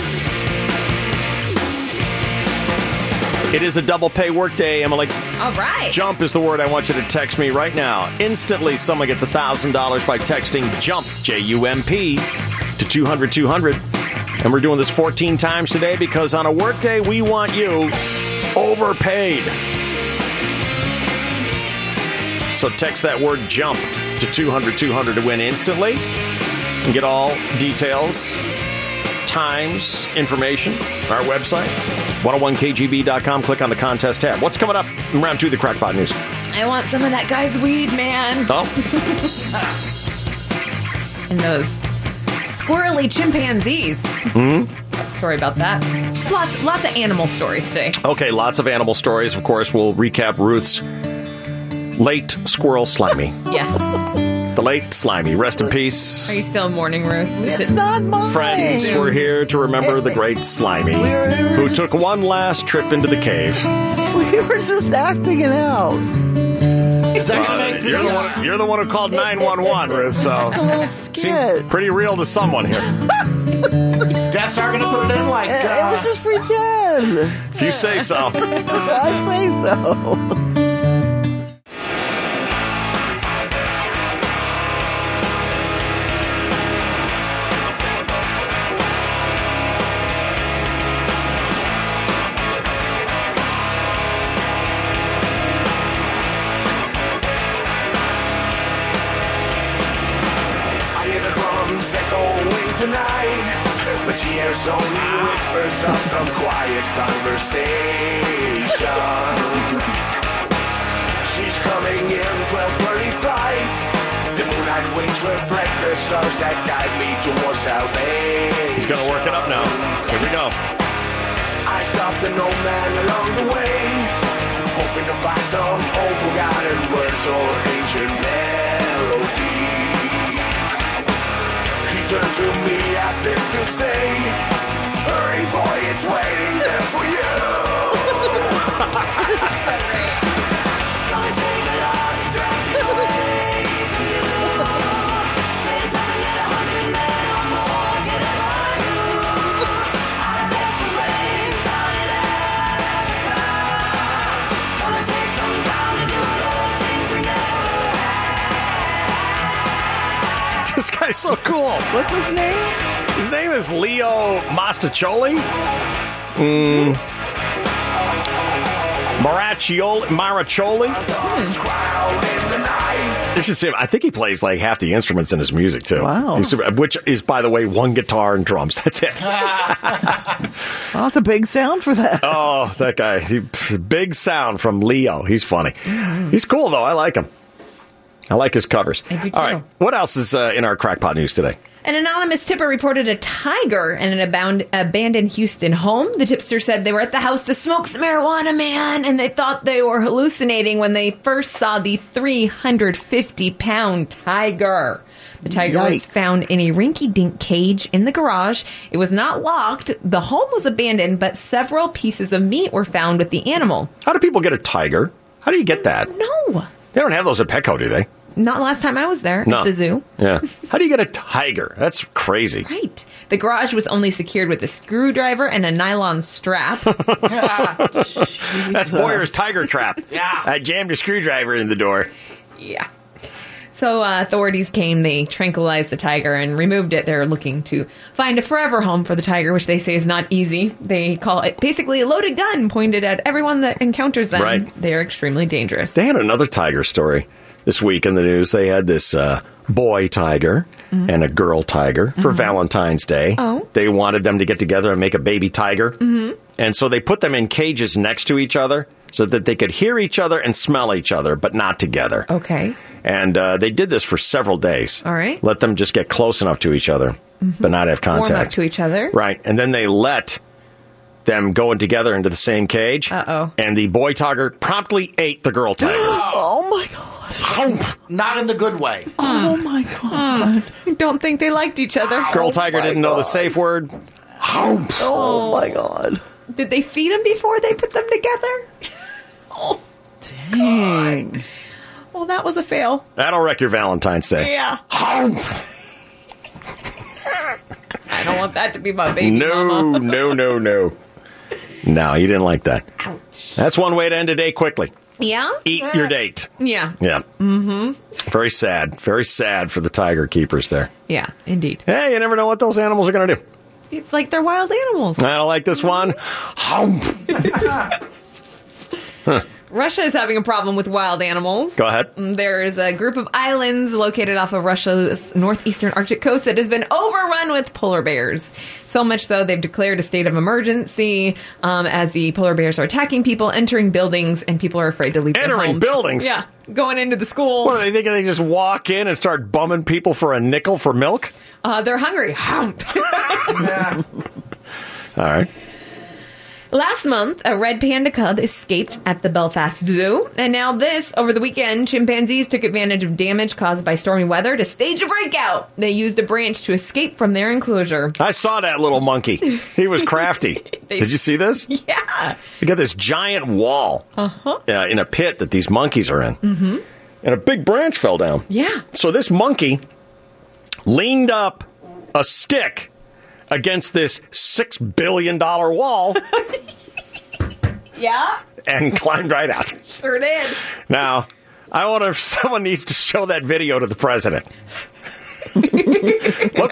S1: It is a double pay workday, Emily.
S4: All right.
S1: Jump is the word I want you to text me right now. Instantly, someone gets $1,000 by texting JUMP, J U M P, to 200 200. And we're doing this 14 times today because on a workday, we want you overpaid. So text that word JUMP to 200 200 to win instantly and get all details, times, information on our website, 101kgb.com. Click on the contest tab. What's coming up in round two of the Crackpot News?
S4: I want some of that guy's weed, man.
S1: Oh.
S4: and those squirrely chimpanzees.
S1: Hmm?
S4: Sorry about that. Just lots, lots of animal stories today.
S1: Okay, lots of animal stories. Of course, we'll recap Ruth's late squirrel slimy.
S4: Yes.
S1: the late slimy. Rest in peace.
S4: Are you still in mourning, Ruth?
S8: It's not mine.
S1: Friends, we're here to remember the great slimy who took one last trip into the cave.
S8: We were just acting it out.
S1: Uh, you're, the one, you're the one who called 911, Ruth, so.
S8: Just a little
S1: Seemed pretty real to someone here.
S11: Deaths are going to put it in like.
S8: It, it
S11: Uh,
S8: was just pretend.
S1: If you say so.
S8: I say so.
S9: I hear the drums echoing tonight, but she hears only whispers of some quiet conversation. She's coming in 12:30 flight. The moonlight wings reflect the stars that guide me towards salvation.
S1: He's going to work it up now. Here we go.
S9: I stopped an old man along the way, hoping to find some old forgotten words or ancient melody. He turned to me as if to say, Hurry, boy, it's waiting there for you.
S1: This guy's so cool. What's his name? His name is Leo Mastacholi. Mm. Maraccioli. Maraccioli. You should see him. I think he plays like half the instruments in his music too. Wow. which is, by the way, one guitar and drums. That's it.
S8: Well, that's a big sound for that.
S1: oh, that guy. He, big sound from Leo. He's funny. He's cool though. I like him. I like his covers. I do too. All right. What else is uh, in our crackpot news today?
S4: An anonymous tipper reported a tiger in an abound, abandoned Houston home. The tipster said they were at the house to smoke some marijuana, man, and they thought they were hallucinating when they first saw the 350 pound tiger. The tiger was
S2: Yikes.
S4: found in a rinky dink cage in the garage. It was not locked. The home was abandoned, but several pieces of meat were found with the animal.
S1: How do people get a tiger? How do you get that?
S4: No.
S1: They don't have those at Petco, do they?
S4: Not last time I was there
S1: No.
S4: at the zoo.
S1: Yeah. How do you get a tiger? That's crazy.
S4: Right. The garage was only secured with a screwdriver and a nylon strap.
S1: That's Boyer's tiger trap.
S4: Yeah.
S1: I jammed a screwdriver in the door.
S4: yeah. So uh, authorities came, they tranquilized the tiger and removed it. They're looking to find a forever home for the tiger, which they say is not easy. They call it basically a loaded gun pointed at everyone that encounters them.
S1: Right.
S4: They are extremely dangerous.
S1: They had another tiger story this week in the news. They had this uh, boy tiger
S4: Mhm.
S1: and a girl tiger for
S4: Mhm.
S1: Valentine's Day.
S4: Oh.
S1: They wanted them to get together and make a baby tiger.
S4: Mhm.
S1: And so they put them in cages next to each other so that they could hear each other and smell each other, but not together.
S4: Okay.
S1: And uh, they did this for several days.
S4: All right. Mm-hmm.
S1: Let them just get close enough to each other, but not have
S4: Warm up
S1: contact.
S4: to each other.
S1: Right. And then they let them going together into the same cage. Uh oh. And the boy tiger promptly ate the girl tiger.
S11: oh my god! Not in the good way.
S4: Oh my god! I don't think they liked each other.
S1: girl tiger didn't know the safe word.
S4: Oh my god! Did they feed them before they put them together? oh, dang! Well, that was a fail.
S1: That'll wreck your Valentine's Day.
S4: Yeah. I don't want that to be my baby.
S1: no, no, no, no. No, you didn't like that. Ouch. That's one way to end a day quickly.
S4: Yeah.
S1: Eat your date.
S4: Yeah.
S1: Yeah.
S4: Mm-hmm.
S1: Very sad. Very sad for the tiger keepers there.
S4: Yeah. Indeed.
S1: Hey, you never know what those animals are going to do.
S4: It's like they're wild animals.
S1: I don't like this one.
S4: Russia is having a problem with wild animals. Mm,
S1: Go ahead.
S4: There is a group of islands located off of Russia's northeastern Arctic coast that has been overrun with polar bears. So much so, they've declared a state of emergency um, as the polar bears are attacking people, entering buildings, and people are afraid to leave their
S1: Entering
S4: homes.
S1: buildings?
S4: Yeah, going into the schools.
S1: What do they think? They just walk in and start bumming people for a nickel for milk?
S4: Uh, they're hungry.
S1: All right.
S4: Last month, a red panda cub escaped at the Belfast Zoo. And now, this, over the weekend, chimpanzees took advantage of damage caused by stormy weather to stage a breakout. They used a branch to escape from their enclosure.
S1: I saw that little monkey. He was crafty. Did you see this?
S4: Yeah.
S1: They got this giant wall
S4: Uh-huh.
S1: uh, in a pit that these monkeys are in.
S4: Mm-hmm.
S1: and a big branch fell down.
S4: Yeah.
S1: So this monkey leaned up a stick against this six billion dollar wall
S4: Yeah?
S1: and climbed right out.
S4: Sure did.
S1: Now, I wonder if someone needs to show that video to the president. Look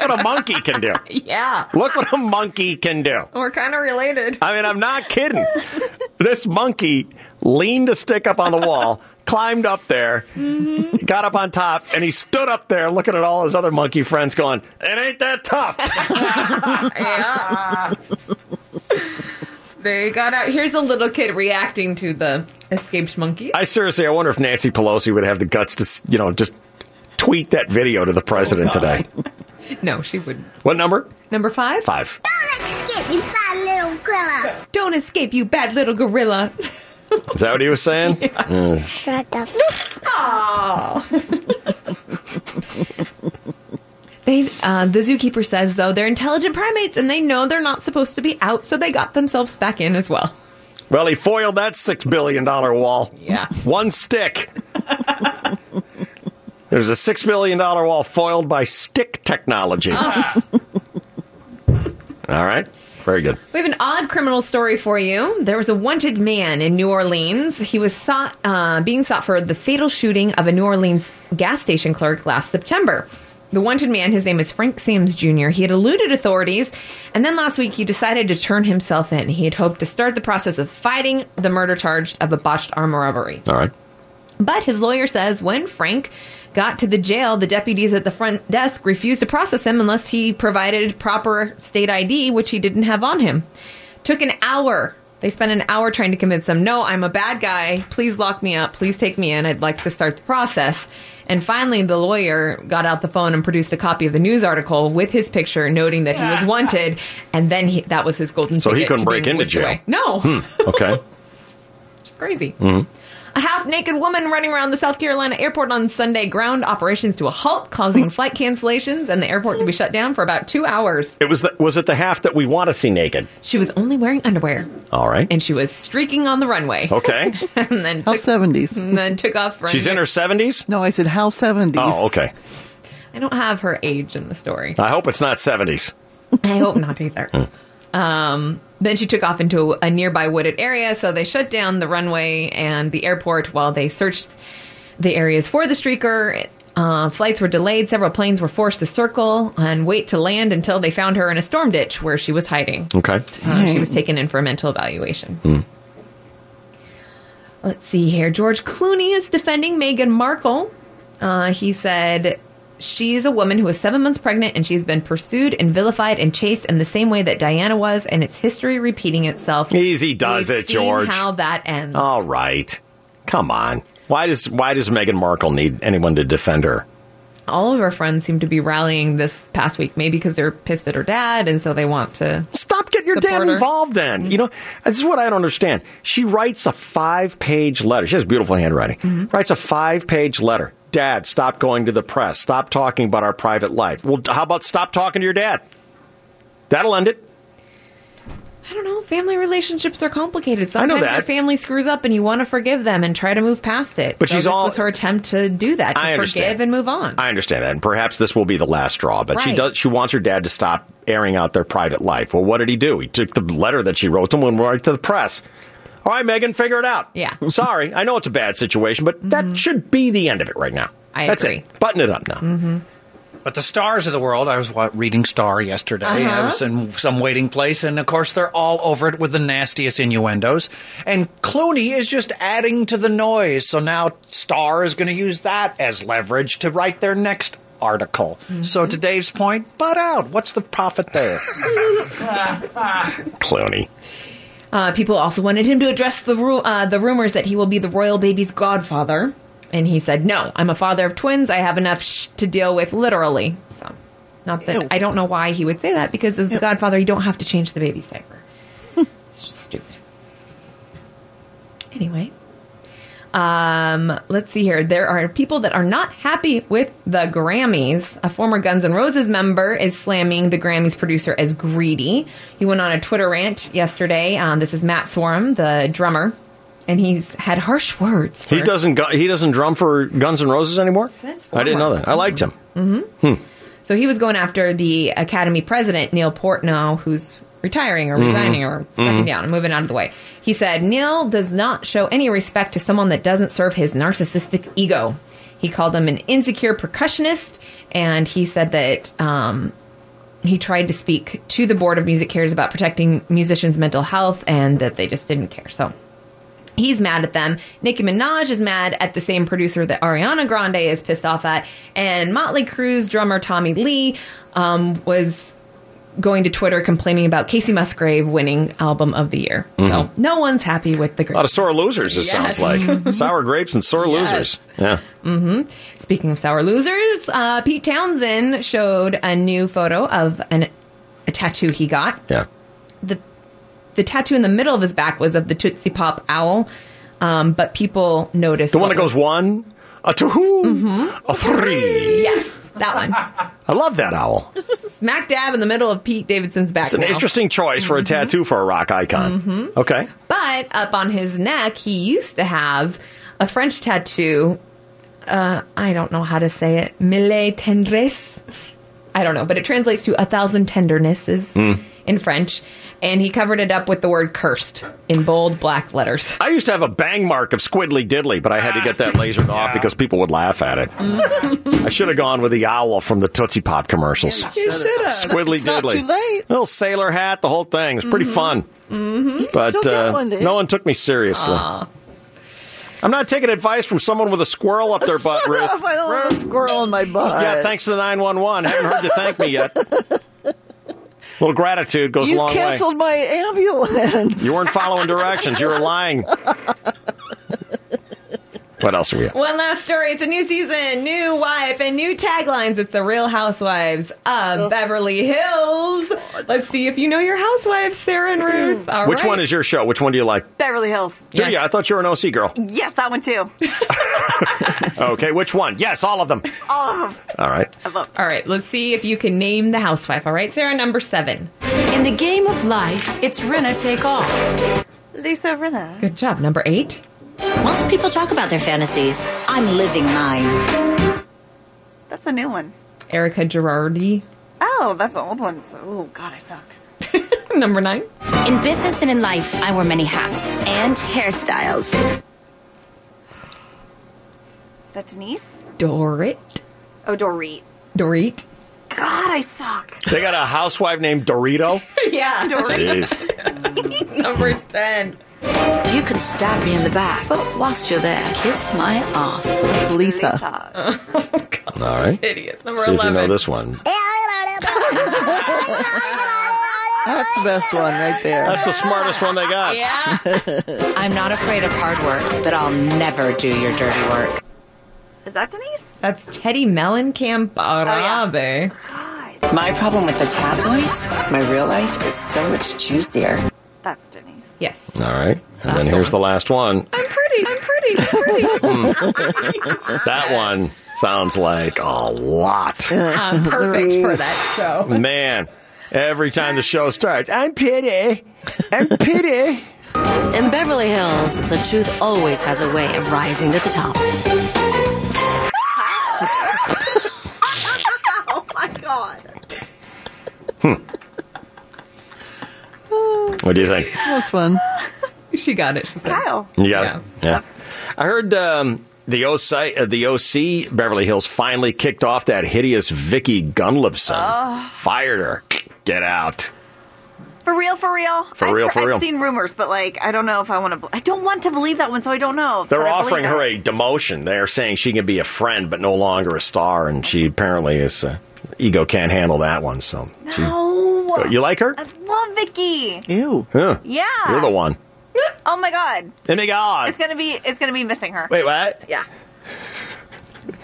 S1: what a monkey can do.
S4: Yeah.
S1: Look what a monkey can do.
S4: We're kind of related.
S1: I mean, I'm not kidding. This monkey leaned a stick up on the wall, climbed up there, got up on top, and he stood up there looking at all his other monkey friends going, It ain't that tough.
S4: yeah. they got out. Here's a little kid reacting to the escaped monkey.
S1: I seriously, I wonder if Nancy Pelosi would have the guts to, you know, just tweet that video to the president
S4: Oh,
S1: today.
S4: No, she wouldn't.
S1: What number?
S4: Number five?
S1: Five.
S4: Escape, you bad little gorilla. Don't escape, you bad little gorilla.
S1: Is that what he was saying? Mm.
S4: Shut the f- They, uh, the zookeeper says, though, they're intelligent primates and they know they're not supposed to be out, so they got themselves back in as well.
S1: Well, he foiled that $6 billion wall.
S4: Yeah.
S1: One stick. There's a $6 billion wall foiled by stick technology.
S4: Ah.
S1: All right. Very good.
S4: We have an odd criminal story for you. There was a wanted man in New Orleans. He was sought, uh, being sought for the fatal shooting of a New Orleans gas station clerk last September. The wanted man, his name is Frank Sams Jr., he had eluded authorities, and then last week he decided to turn himself in. He had hoped to start the process of fighting the murder charge of a botched armed robbery.
S1: All right.
S4: But his lawyer says when Frank got to the jail, the deputies at the front desk refused to process him unless he provided proper state ID, which he didn't have on him. Took an hour. They spent an hour trying to convince him, no, I'm a bad guy. Please lock me up. Please take me in. I'd like to start the process. And finally, the lawyer got out the phone and produced a copy of the news article with his picture, noting that he was wanted. And then he, that was his golden
S1: So he
S4: ticket
S1: couldn't
S4: to being
S1: break into
S4: whisked
S1: jail?
S4: away. No,
S1: Hmm. Okay.
S4: it's crazy.
S1: hmm
S4: A half naked woman running around the South Carolina airport on Sunday ground operations to a halt, causing flight cancellations and the airport to be shut down for about two hours.
S1: It was the, was it the half that we want to see naked?
S4: She was only wearing underwear,
S1: All right.
S4: and she was streaking on the runway.
S1: Okay.
S4: and then
S8: How
S4: took,
S8: 70s?
S4: and then took off. Running.
S1: She's in her 70s?
S8: No, I said how 70s.
S1: Oh, okay.
S4: I don't have her age in the story.
S1: I hope it's not 70s.
S4: I hope not either. Um, then she took off into a nearby wooded area, so they shut down the runway and the airport while they searched the areas for the streaker. Uh, flights were delayed, several planes were forced to circle and wait to land until they found her in a storm ditch where she was hiding.
S1: Okay.
S4: Uh, she was taken in for a mental evaluation. Let's see here. George Clooney is defending Meghan Markle. Uh, he said she's a woman who was seven months pregnant and she's been pursued and vilified and chased in the same way that Diana was, and it's history repeating itself.
S1: Easy does
S4: We've
S1: it,
S4: seen
S1: George. Oh.
S4: How that ends.
S1: All right. Come on. Why does why does Meghan Markle need anyone to defend her?
S4: All of our friends seem to be rallying this past week, maybe because they're pissed at her dad, and so they want to
S1: stop getting your your dad involved
S4: Mm-hmm.
S1: then? You know, this is what I don't understand. She writes a five page letter. She has beautiful handwriting.
S4: Mm-hmm.
S1: Writes a five page letter. Dad, stop going to the press. Stop talking about our private life. Well, how about stop talking to your dad? That'll end it.
S4: I don't know. Family relationships are complicated.
S1: I
S4: Sometimes
S1: know that.
S4: your family screws up, and you want to forgive them and try to move past it.
S1: But
S4: So
S1: she's
S4: this
S1: all-
S4: was her attempt to do that to
S1: I understand.
S4: forgive and move on.
S1: I understand that, and perhaps this will be the last straw. But she
S4: Right.
S1: does. She wants her dad to stop airing out their private life. Well, what did he do? He took the letter that she wrote to him and wrote it to the press. All right, Megan, figure it out.
S4: Yeah. Mm-hmm.
S1: Sorry, I know it's a bad situation, but that should be the end of it right now.
S7: I
S1: That's
S7: agree.
S1: It. Button it up now.
S4: Mm-hmm.
S7: But the stars of the world, I was wa- reading Star yesterday. I
S1: Uh-huh.
S7: was in some waiting place, and of course, they're all over it with the nastiest innuendos. And Clooney is just adding to the noise. So now Star is going to use that as leverage to write their next article. So to Dave's point, butt out. What's the profit there?
S11: Ah.
S1: Clooney.
S4: Uh, people also wanted him to address the ru- uh, the rumors that he will be the royal baby's godfather, and he said, "No, I'm a father of twins. I have enough sh- to deal with, literally." So, not that I don't know why he would say that because as the godfather, you don't have to change the baby's diaper. it's just stupid. Anyway, um, let's see here. There are people that are not happy with the Grammys. A former Guns N' Roses member is slamming the Grammys producer as greedy. He went on a Twitter rant yesterday. Um, this is Matt Sorum, the drummer, and he's had harsh words. For,
S1: He doesn't. Gu- he doesn't drum for Guns N' Roses anymore.
S4: That's
S1: I didn't know that. I liked him.
S4: hmm
S1: Hmm.
S4: So he was going after the Academy president, Neil Portnow, who's retiring or
S1: Mhm.
S4: resigning or stepping
S1: Mhm.
S4: down and moving out of the way. He said, Neil does not show any respect to someone that doesn't serve his narcissistic ego. He called him an insecure percussionist, and he said that um, he tried to speak to the Board of Music Cares about protecting musicians' mental health and that they just didn't care. So He's mad at them. Nicki Minaj is mad at the same producer that Ariana Grande is pissed off at. And Motley Crue's drummer Tommy Lee um, was going to Twitter complaining about Casey Musgrave winning Album of the Year. So no one's happy with the
S1: Mm-hmm. A
S4: Grammys.
S1: lot of sore losers. It
S4: Yes.
S1: sounds like sour grapes and sore losers. Yeah.
S4: hmm Speaking of sour losers, uh, Pete Townsend showed a new photo of an, a tattoo he got.
S1: Yeah.
S4: The the tattoo in the middle of his back was of the Tootsie Pop owl, um, but people noticed
S1: The one
S4: what
S1: that goes
S4: was-
S1: one, a two, a three.
S4: Mm-hmm. Yes, that one.
S1: I love that owl.
S4: Smack dab in the middle of Pete Davidson's back.
S1: It's an
S4: now. Mm-hmm.
S1: interesting choice for a tattoo for a rock icon.
S4: Mhm.
S1: Okay.
S4: But up on his neck, he used to have a French tattoo. Uh, I don't know how to say it. Mille tendres. I don't know, but it translates to a thousand tendernesses in French. And he covered it up with the word cursed in bold black letters.
S1: I used to have a bang mark of Squiddly Diddly, but I had to get
S4: Ah.
S1: that lasered off because people would laugh at it. I should have gone with the owl from the Tootsie Pop commercials.
S4: Mm-hmm. You should have.
S1: Squiddly
S4: It's not
S1: Diddly.
S4: too late.
S1: Little sailor hat, the whole thing. It's pretty fun.
S4: Mm-hmm.
S1: But uh, no one took me seriously. I'm not taking advice from someone with a squirrel up their butt, Ruth.
S8: I don't have a squirrel in my butt.
S1: Yeah, thanks to the 911. Haven't heard you thank me yet. A little gratitude goes a
S8: You
S1: long way.
S8: canceled my ambulance.
S1: You weren't following directions. You were lying. what else are we at?
S4: One last story. It's a new season, new wife, and new taglines. It's the Real Housewives of Beverly Hills. Let's see if you know your housewives, Sarah and Ruth. All
S1: Which
S4: right.
S1: one is your show? Which one do you like?
S6: Beverly Hills.
S1: Do you? I thought you were an OC girl.
S6: Yes, that one too.
S1: Okay, which one? Yes, all of them.
S6: All of them.
S1: All right.
S4: All right, let's see if you can name the housewife. All right, Sarah, number seven.
S2: In the game of life, it's Rinna take all.
S6: Lisa Rinna.
S4: Good job. Number eight.
S25: Most people talk about their fantasies. I'm living mine.
S6: That's a new one.
S4: Erica Gerardi.
S6: Oh, that's an old one. So, oh God, I suck.
S4: number nine.
S25: In business and in life, I wear many hats and hairstyles.
S6: Is that Denise?
S4: Dorit.
S6: Oh, Dorit.
S4: Dorit.
S6: God, I suck.
S1: They got a housewife named Dorito.
S4: yeah,
S1: Jeez.
S4: Number 10.
S25: You can stab me in the back, but whilst you're there, kiss my ass. It's Lisa.
S1: All right.
S4: Hideous.
S1: See if you know this one.
S25: That's the best one right there.
S1: That's the smartest one they got.
S4: Yeah.
S25: I'm not afraid of hard work, but I'll never do your dirty work.
S6: Is that Denise?
S4: That's Teddy Mellencamp Arabe.
S25: Oh, My problem with the tabloids, my real life is so much juicier.
S6: That's Denise.
S4: Yes.
S1: All right. And then here's the last one. Hmm.
S6: I'm pretty. I'm pretty. I'm
S1: That one sounds like a lot.
S4: I'm Uh, perfect for that show.
S1: Man, every time the show starts, I'm pity. I'm pity.
S25: In Beverly Hills, the truth always has a way of rising to the top.
S6: oh my god.
S1: What do you think?
S4: That was fun. she got it. She said.
S6: Kyle.
S1: Yeah. Yeah. I heard um, the, OC, uh, the OC Beverly Hills finally kicked off that hideous Vicky Gunlifson.
S6: Oh.
S1: Fired her. Get out.
S6: For real, for real.
S1: For
S6: I've,
S1: real, for
S6: I've
S1: real.
S6: seen rumors, but like, I don't know if I want to. I don't want to believe that one, so I don't know.
S1: They're
S6: but I
S1: offering
S6: believe
S1: her
S6: it.
S1: a demotion. They're saying she can be a friend, but no longer a star, and she apparently is uh, ego can't handle that one. So, she's-
S6: No.
S1: you like her?
S6: I love Vicky.
S1: Ew. Huh.
S6: Yeah.
S1: You're the one.
S6: Oh my god.
S1: Oh my god.
S6: It's gonna be. It's gonna be missing her.
S1: Wait, what?
S6: Yeah.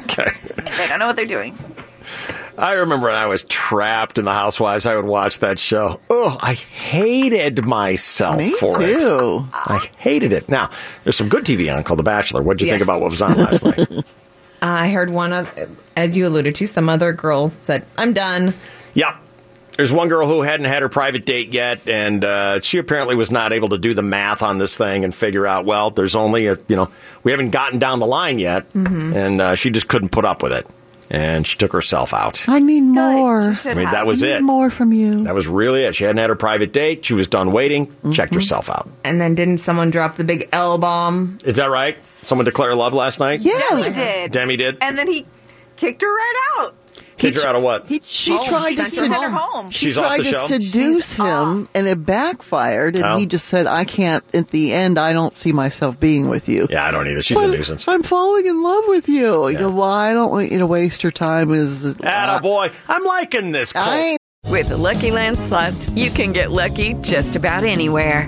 S1: Okay.
S6: They don't know what they're doing.
S1: I remember when I was trapped in the Housewives, I would watch that show. Oh, I hated myself
S8: Me
S1: for
S8: too.
S1: it. I hated it. Now, there's some good TV on called The Bachelor. What'd you think
S4: Yes.
S1: about what was on last night?
S4: I heard one of, as you alluded to, some other girl said, "I'm done."
S1: Yeah. There's one girl who hadn't had her private date yet, and uh, she apparently was not able to do the math on this thing and figure out, well, there's only a, you know, we haven't gotten down the line yet.
S8: Mhm.
S1: And uh, she just couldn't put up with it. And she took herself out.
S8: I need more.
S1: should I mean, have. that was
S8: I need
S1: it.
S8: More from you.
S1: That was really it. She hadn't had her private date. She was done waiting,
S8: Mm-hmm.
S1: checked herself out.
S4: And then didn't someone drop the big L bomb?
S1: Is that right? Someone declare love last night?
S6: Yeah. Demi did.
S1: Demi did.
S6: And then he kicked her right out.
S1: Kicked her out of what?
S8: She tried to
S6: send her
S8: seduce,
S6: home.
S8: She
S1: She's off
S8: tried
S1: the
S8: to
S1: show?
S8: seduce him, and it backfired. And
S1: Oh.
S8: he just said, "I can't." At the end, I don't see myself being with you.
S1: Yeah, I don't either. She's a nuisance.
S8: I'm falling in love with you. You go, well, I don't want you to waste your time. Is uh,
S1: boy, I'm liking this.
S15: With the Lucky Land slots, you can get lucky just about anywhere.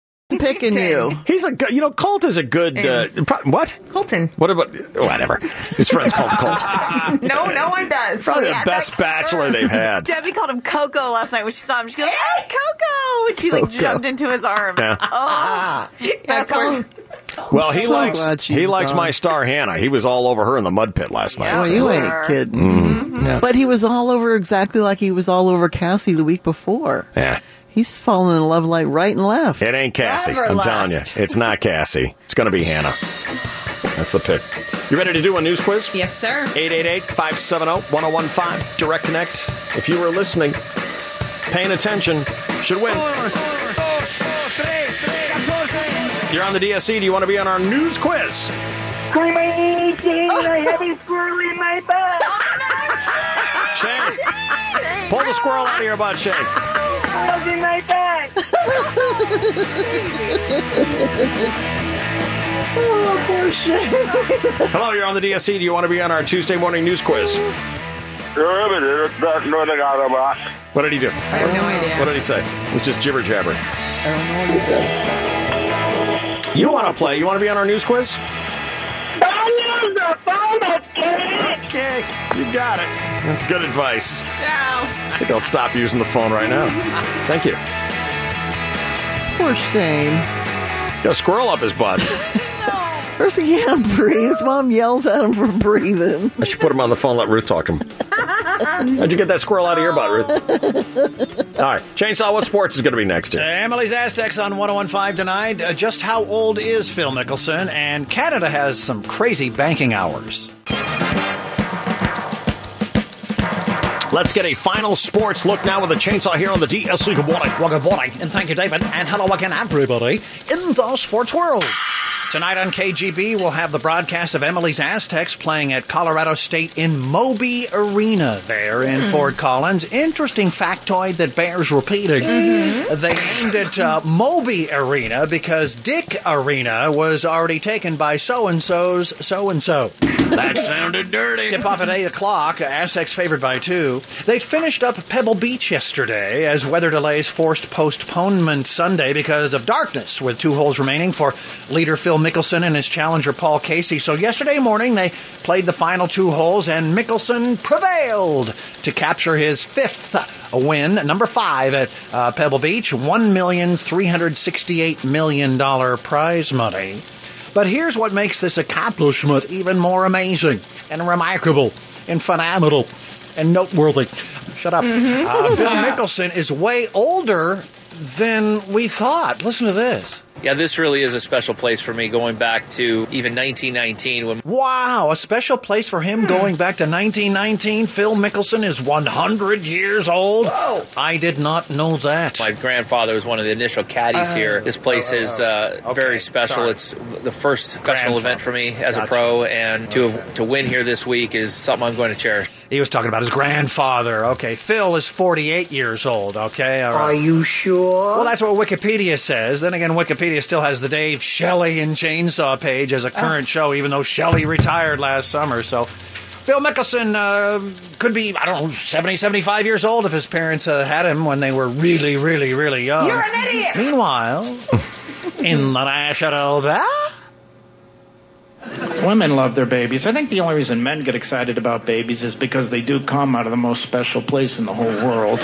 S8: picking you.
S1: He's a good, you know, Colt is a good. Uh, pro- what?
S4: Colton.
S1: What about. Whatever. His friends call him Colt.
S4: no, no one does.
S8: Oh,
S1: Probably the best bachelor they've had.
S6: Debbie called him Coco last night when she saw him. She goes, "Hey, Coco!" And she like
S1: Coco.
S6: jumped into his arms.
S1: Yeah.
S6: Oh, that's where
S1: Well, he
S8: so glad
S1: likes
S8: she
S1: he
S8: was
S1: likes
S8: gone.
S1: my star Hannah. He was all over her in the mud pit last night.
S8: Well,
S1: so-
S8: you ain't kidding.
S1: Mm, yeah.
S8: But he was all over exactly like he was all over Cassie the week before.
S1: Yeah.
S8: He's fallen in love like right and left.
S1: It ain't Cassie.
S8: Never
S1: I'm telling you,
S8: last.
S1: it's not Cassie. It's going to be Hannah. That's the pick. You ready to do a news quiz?
S4: Yes, sir.
S1: 888-570-1015. Direct Connect. If you were listening, paying attention, should win. You're on the DSC. Do you want to be on our news quiz?
S9: Crazy, I have a squirrel in my butt.
S1: Shane, pull the squirrel out of your butt, Shane.
S9: Squirrel's in my butt. oh, poor shit.
S1: Hello, you're on the DSC. Do you want to be on our Tuesday morning news quiz? What did he do? I have
S4: no idea.
S1: What did he say? It was just gibber jabber. You want to play? You want to be on our news quiz? Okay, you got it. That's good advice. I think I'll stop using the phone right now. Thank you.
S8: Poor Shane.
S1: Got a squirrel up his butt.
S8: First he can't breathe. His mom yells at him for breathing.
S1: I should put him on the phone. Let Ruth talk to him.
S9: Uh-uh.
S1: How'd you get that squirrel out of your butt, Ruth? All right, Chainsaw. What sports is going to be next? Here?
S7: Uh, Emily's Aztecs on 1015 tonight. Uh, just how old is Phil Mickelson? And Canada has some crazy banking hours.
S1: Let's get a final sports look now with a chainsaw here on the DSC. Good morning.
S7: Well, good morning, and thank you, David, and hello again, everybody in the sports world. Tonight on KGB, we'll have the broadcast of Emily's Aztecs playing at Colorado State in Moby Arena there in
S3: Hmm.
S7: Fort Collins. Interesting factoid that bears repeating. They named it uh, Moby Arena because Dick Arena was already taken by so and so's so and so.
S3: That sounded dirty.
S7: Tip off at 8 o'clock. Aztecs favored by two. They finished up Pebble Beach yesterday as weather delays forced postponement Sunday because of darkness, with two holes remaining for leader Phil Mickelson and his challenger Paul Casey. So yesterday morning, they played the final two holes, and Mickelson prevailed to capture his fifth a win, number five at uh, Pebble Beach, one million three hundred sixty-eight million dollar prize money. But here's what makes this accomplishment even more amazing and remarkable and phenomenal and noteworthy. Shut up. Uh, Phil Mickelson is way older than we thought. Listen to this.
S21: Yeah, this really is a special place for me going back to even 1919 when
S7: Wow, a special place for him going back to 1919. Phil Mickelson is 100 years old. I did not know that.
S21: my grandfather was one of the initial caddies
S7: Oh.
S21: here. This place is uh, very special.
S7: sorry.
S21: It's the first professional event for me as a
S7: Gotcha.
S21: pro, and to have, to win here this week is something I'm going to cherish.
S7: He was talking about his grandfather. Okay, Phil is 48 years old. Okay, all right. Are you sure? Well, that's what Wikipedia says. Then again, Wikipedia still has the Dave Shelley and Chainsaw page as a current show, even though Shelley retired last summer. So. Phil Mickelson uh, could be, I don't know, 70, 75 years old if his parents uh, had him when they were really, really, really young.
S3: You're an idiot!
S7: Meanwhile, in the national bath,
S11: Women love their babies. I think the only reason men get excited about babies is because they do come out of the most special place in the whole world.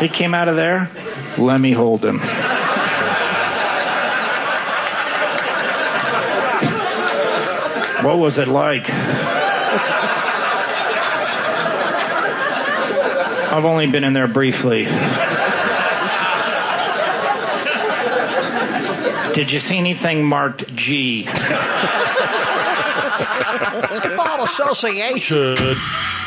S11: he came out of there. Let me hold him. what was it like? I've only been in there briefly. Did you see anything marked G?
S7: Basketball Association.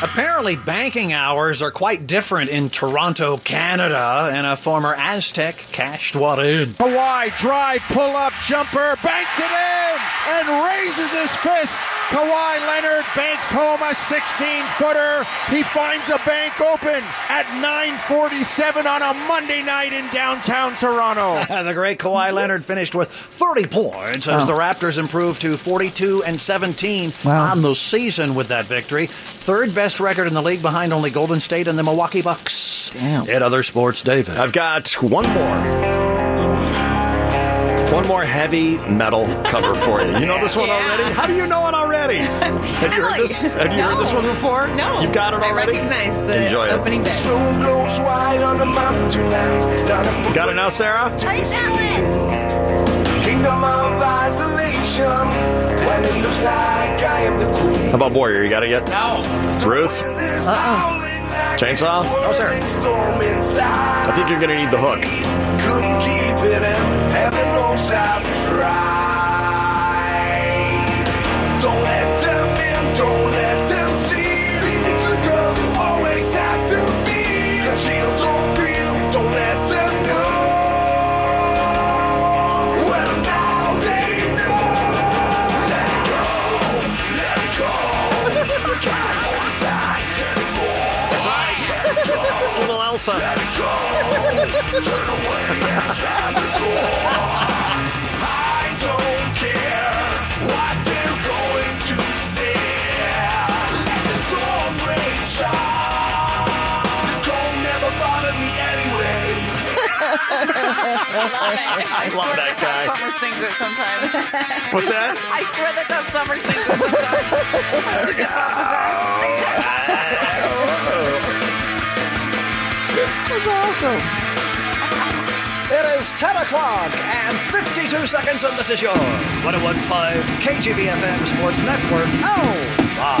S7: Apparently, banking hours are quite different in Toronto, Canada, and a former Aztec cashed one in.
S27: Kawhi drive, pull up, jumper, banks it in, and raises his fist. Kawhi Leonard banks home a 16 footer. He finds a bank open at 9:47 on a Monday night in downtown Toronto.
S7: the great Kawhi Leonard finished with 30 points as
S27: Wow.
S7: the Raptors improved to 42 and 17 on the season with that victory. Third best record in the league behind only Golden State and the Milwaukee Bucks. At other sports, David.
S1: I've got one more. One more heavy metal cover for you. You know this one already? How do you know it already? Have you heard this? Have you heard this one before?
S30: No.
S1: You've got it
S30: I
S1: already?
S30: recognize the
S1: Enjoy it.
S30: opening bit.
S1: Got it now, Sarah?
S3: Kingdom of isolation. When it looks like I am
S1: Uh-uh.
S3: the queen.
S1: How about Warrior? You got it yet?
S3: No.
S1: Ruth?
S3: Uh-uh.
S1: Chainsaw?
S3: No, sir. Storm inside.
S1: I think you're going to need the hook.
S3: Couldn't keep it in. Heaven knows I've tried. Don't let them in. Don't let them see. Be the good girl you always have to be. Conceal, don't feel. Don't let them know. Well, now they know. Let it go. Let it go. You can't hold it back anymore. That's right. Let it go.
S1: It's little Elsa.
S3: Let it go. Turn away and slam the door. I don't care what they're going to say. Let the storm rage on. The cold never bothered me anyway.
S6: I swear
S1: love that guy.
S6: that's how Summer sings it sometimes.
S1: What's that?
S6: I swear that that's Summer sings it sometimes. She gets
S7: That's awesome. It is 10 o'clock and 52 seconds, and this is your 1015 KGBFM Sports Network. Oh, wow.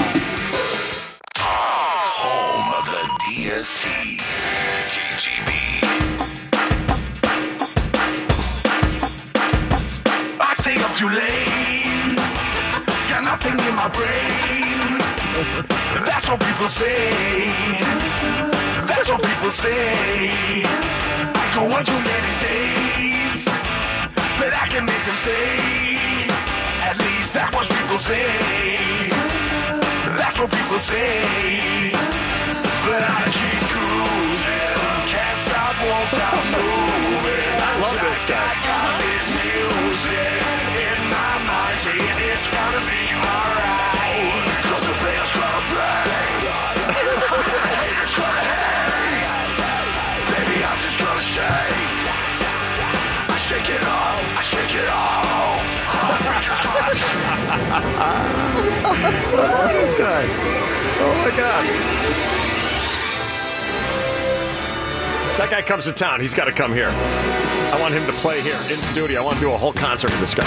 S31: Home of the DSC. KGB.
S3: I stay up too late. Got nothing in my brain. That's what people say. That's what people say. I go on too many days. But I can make them say. At least that's what people say. That's what people say. But I keep cruising. Can't stop, won't stop moving. Love this guy. I got this music in my mind saying it's gonna be alright. Cause the player's gonna play. Haters gonna hate. Baby, I'm just gonna shake. I shake it off. I shake it off. That's awesome.
S1: I love this guy. Oh my god. That guy comes to town. He's got to come here. I want him to play here in studio. I want to do a whole concert with this guy.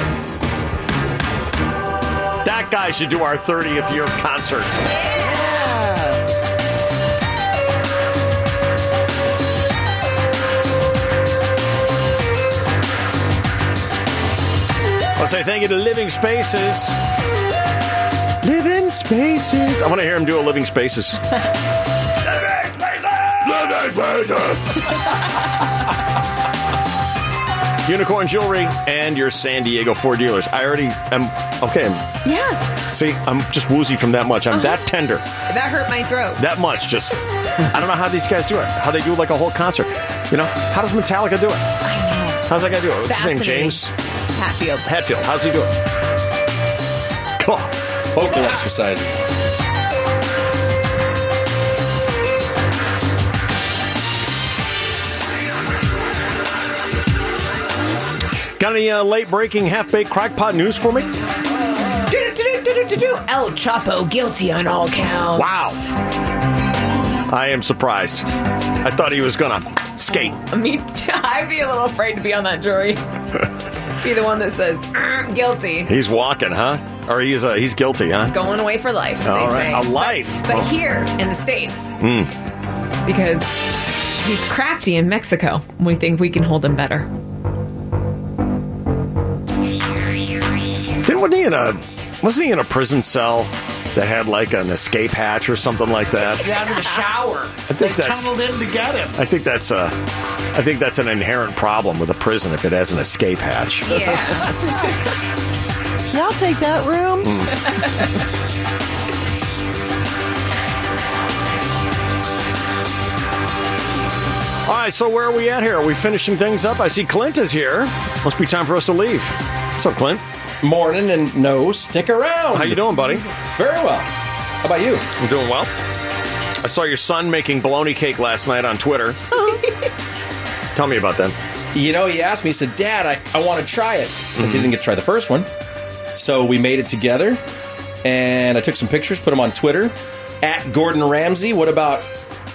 S1: That guy should do our 30th year concert. I'll say thank you to Living Spaces. Living Spaces. I want to hear him do a Living Spaces.
S15: Mm-hmm.
S1: Living Spaces. Unicorn Jewelry and your San Diego Ford dealers. I already am okay. I'm-
S4: Yeah.
S1: see, I'm just woozy from that much. I'm that tender.
S4: That hurt my throat.
S1: That much. Just I don't know how these guys do it. How they do like a whole concert. You know? How does Metallica do it? I know. How's that guy do it? What's his name?
S4: Fascinating.
S1: James
S4: Hatfield.
S1: Hatfield. How's he doing? Cool.
S10: Vocal exercises.
S1: Got any uh, late breaking half baked crackpot news for me?
S4: Do-do-do-do-do-do-do. El Chapo guilty on all counts.
S1: Wow. I am surprised. I thought he was gonna skate.
S4: Me, I'd be a little afraid to be on that jury. be the one that says "Mm, guilty,
S1: He's walking, huh? Or he's uh, he's guilty, huh?
S4: going away for life. they
S1: All
S4: say.
S1: right, a
S4: But-
S1: life.
S4: but,
S1: Oh.
S4: here in the states,
S1: Mm.
S4: because he's crafty in Mexico, we think we can hold him better.
S1: Didn't wasn't he in a wasn't he in a prison cell that had like an escape hatch or something like that?
S11: He's out of the shower. I
S1: think
S11: they
S1: that's-
S11: tunneled in to get him.
S1: I think that's a I think that's an inherent problem with a prison if it has an escape hatch.
S8: Y'all take that room.
S1: All right, so where are we at here? Are we finishing things up? I see Clint is here. Must be time for us to leave. What's up, Clint?
S10: Morning and no, stick around.
S1: How you doing, buddy?
S10: Very well. How about you?
S1: I'm doing well. I saw your son making bologna cake last night on Twitter. Tell me about that.
S10: You know, he asked me, he said, Dad, I, I want to try it. Because he didn't get to try the first one. So we made it together, and I took some pictures, put them on Twitter. At Gordon Ramsay, what about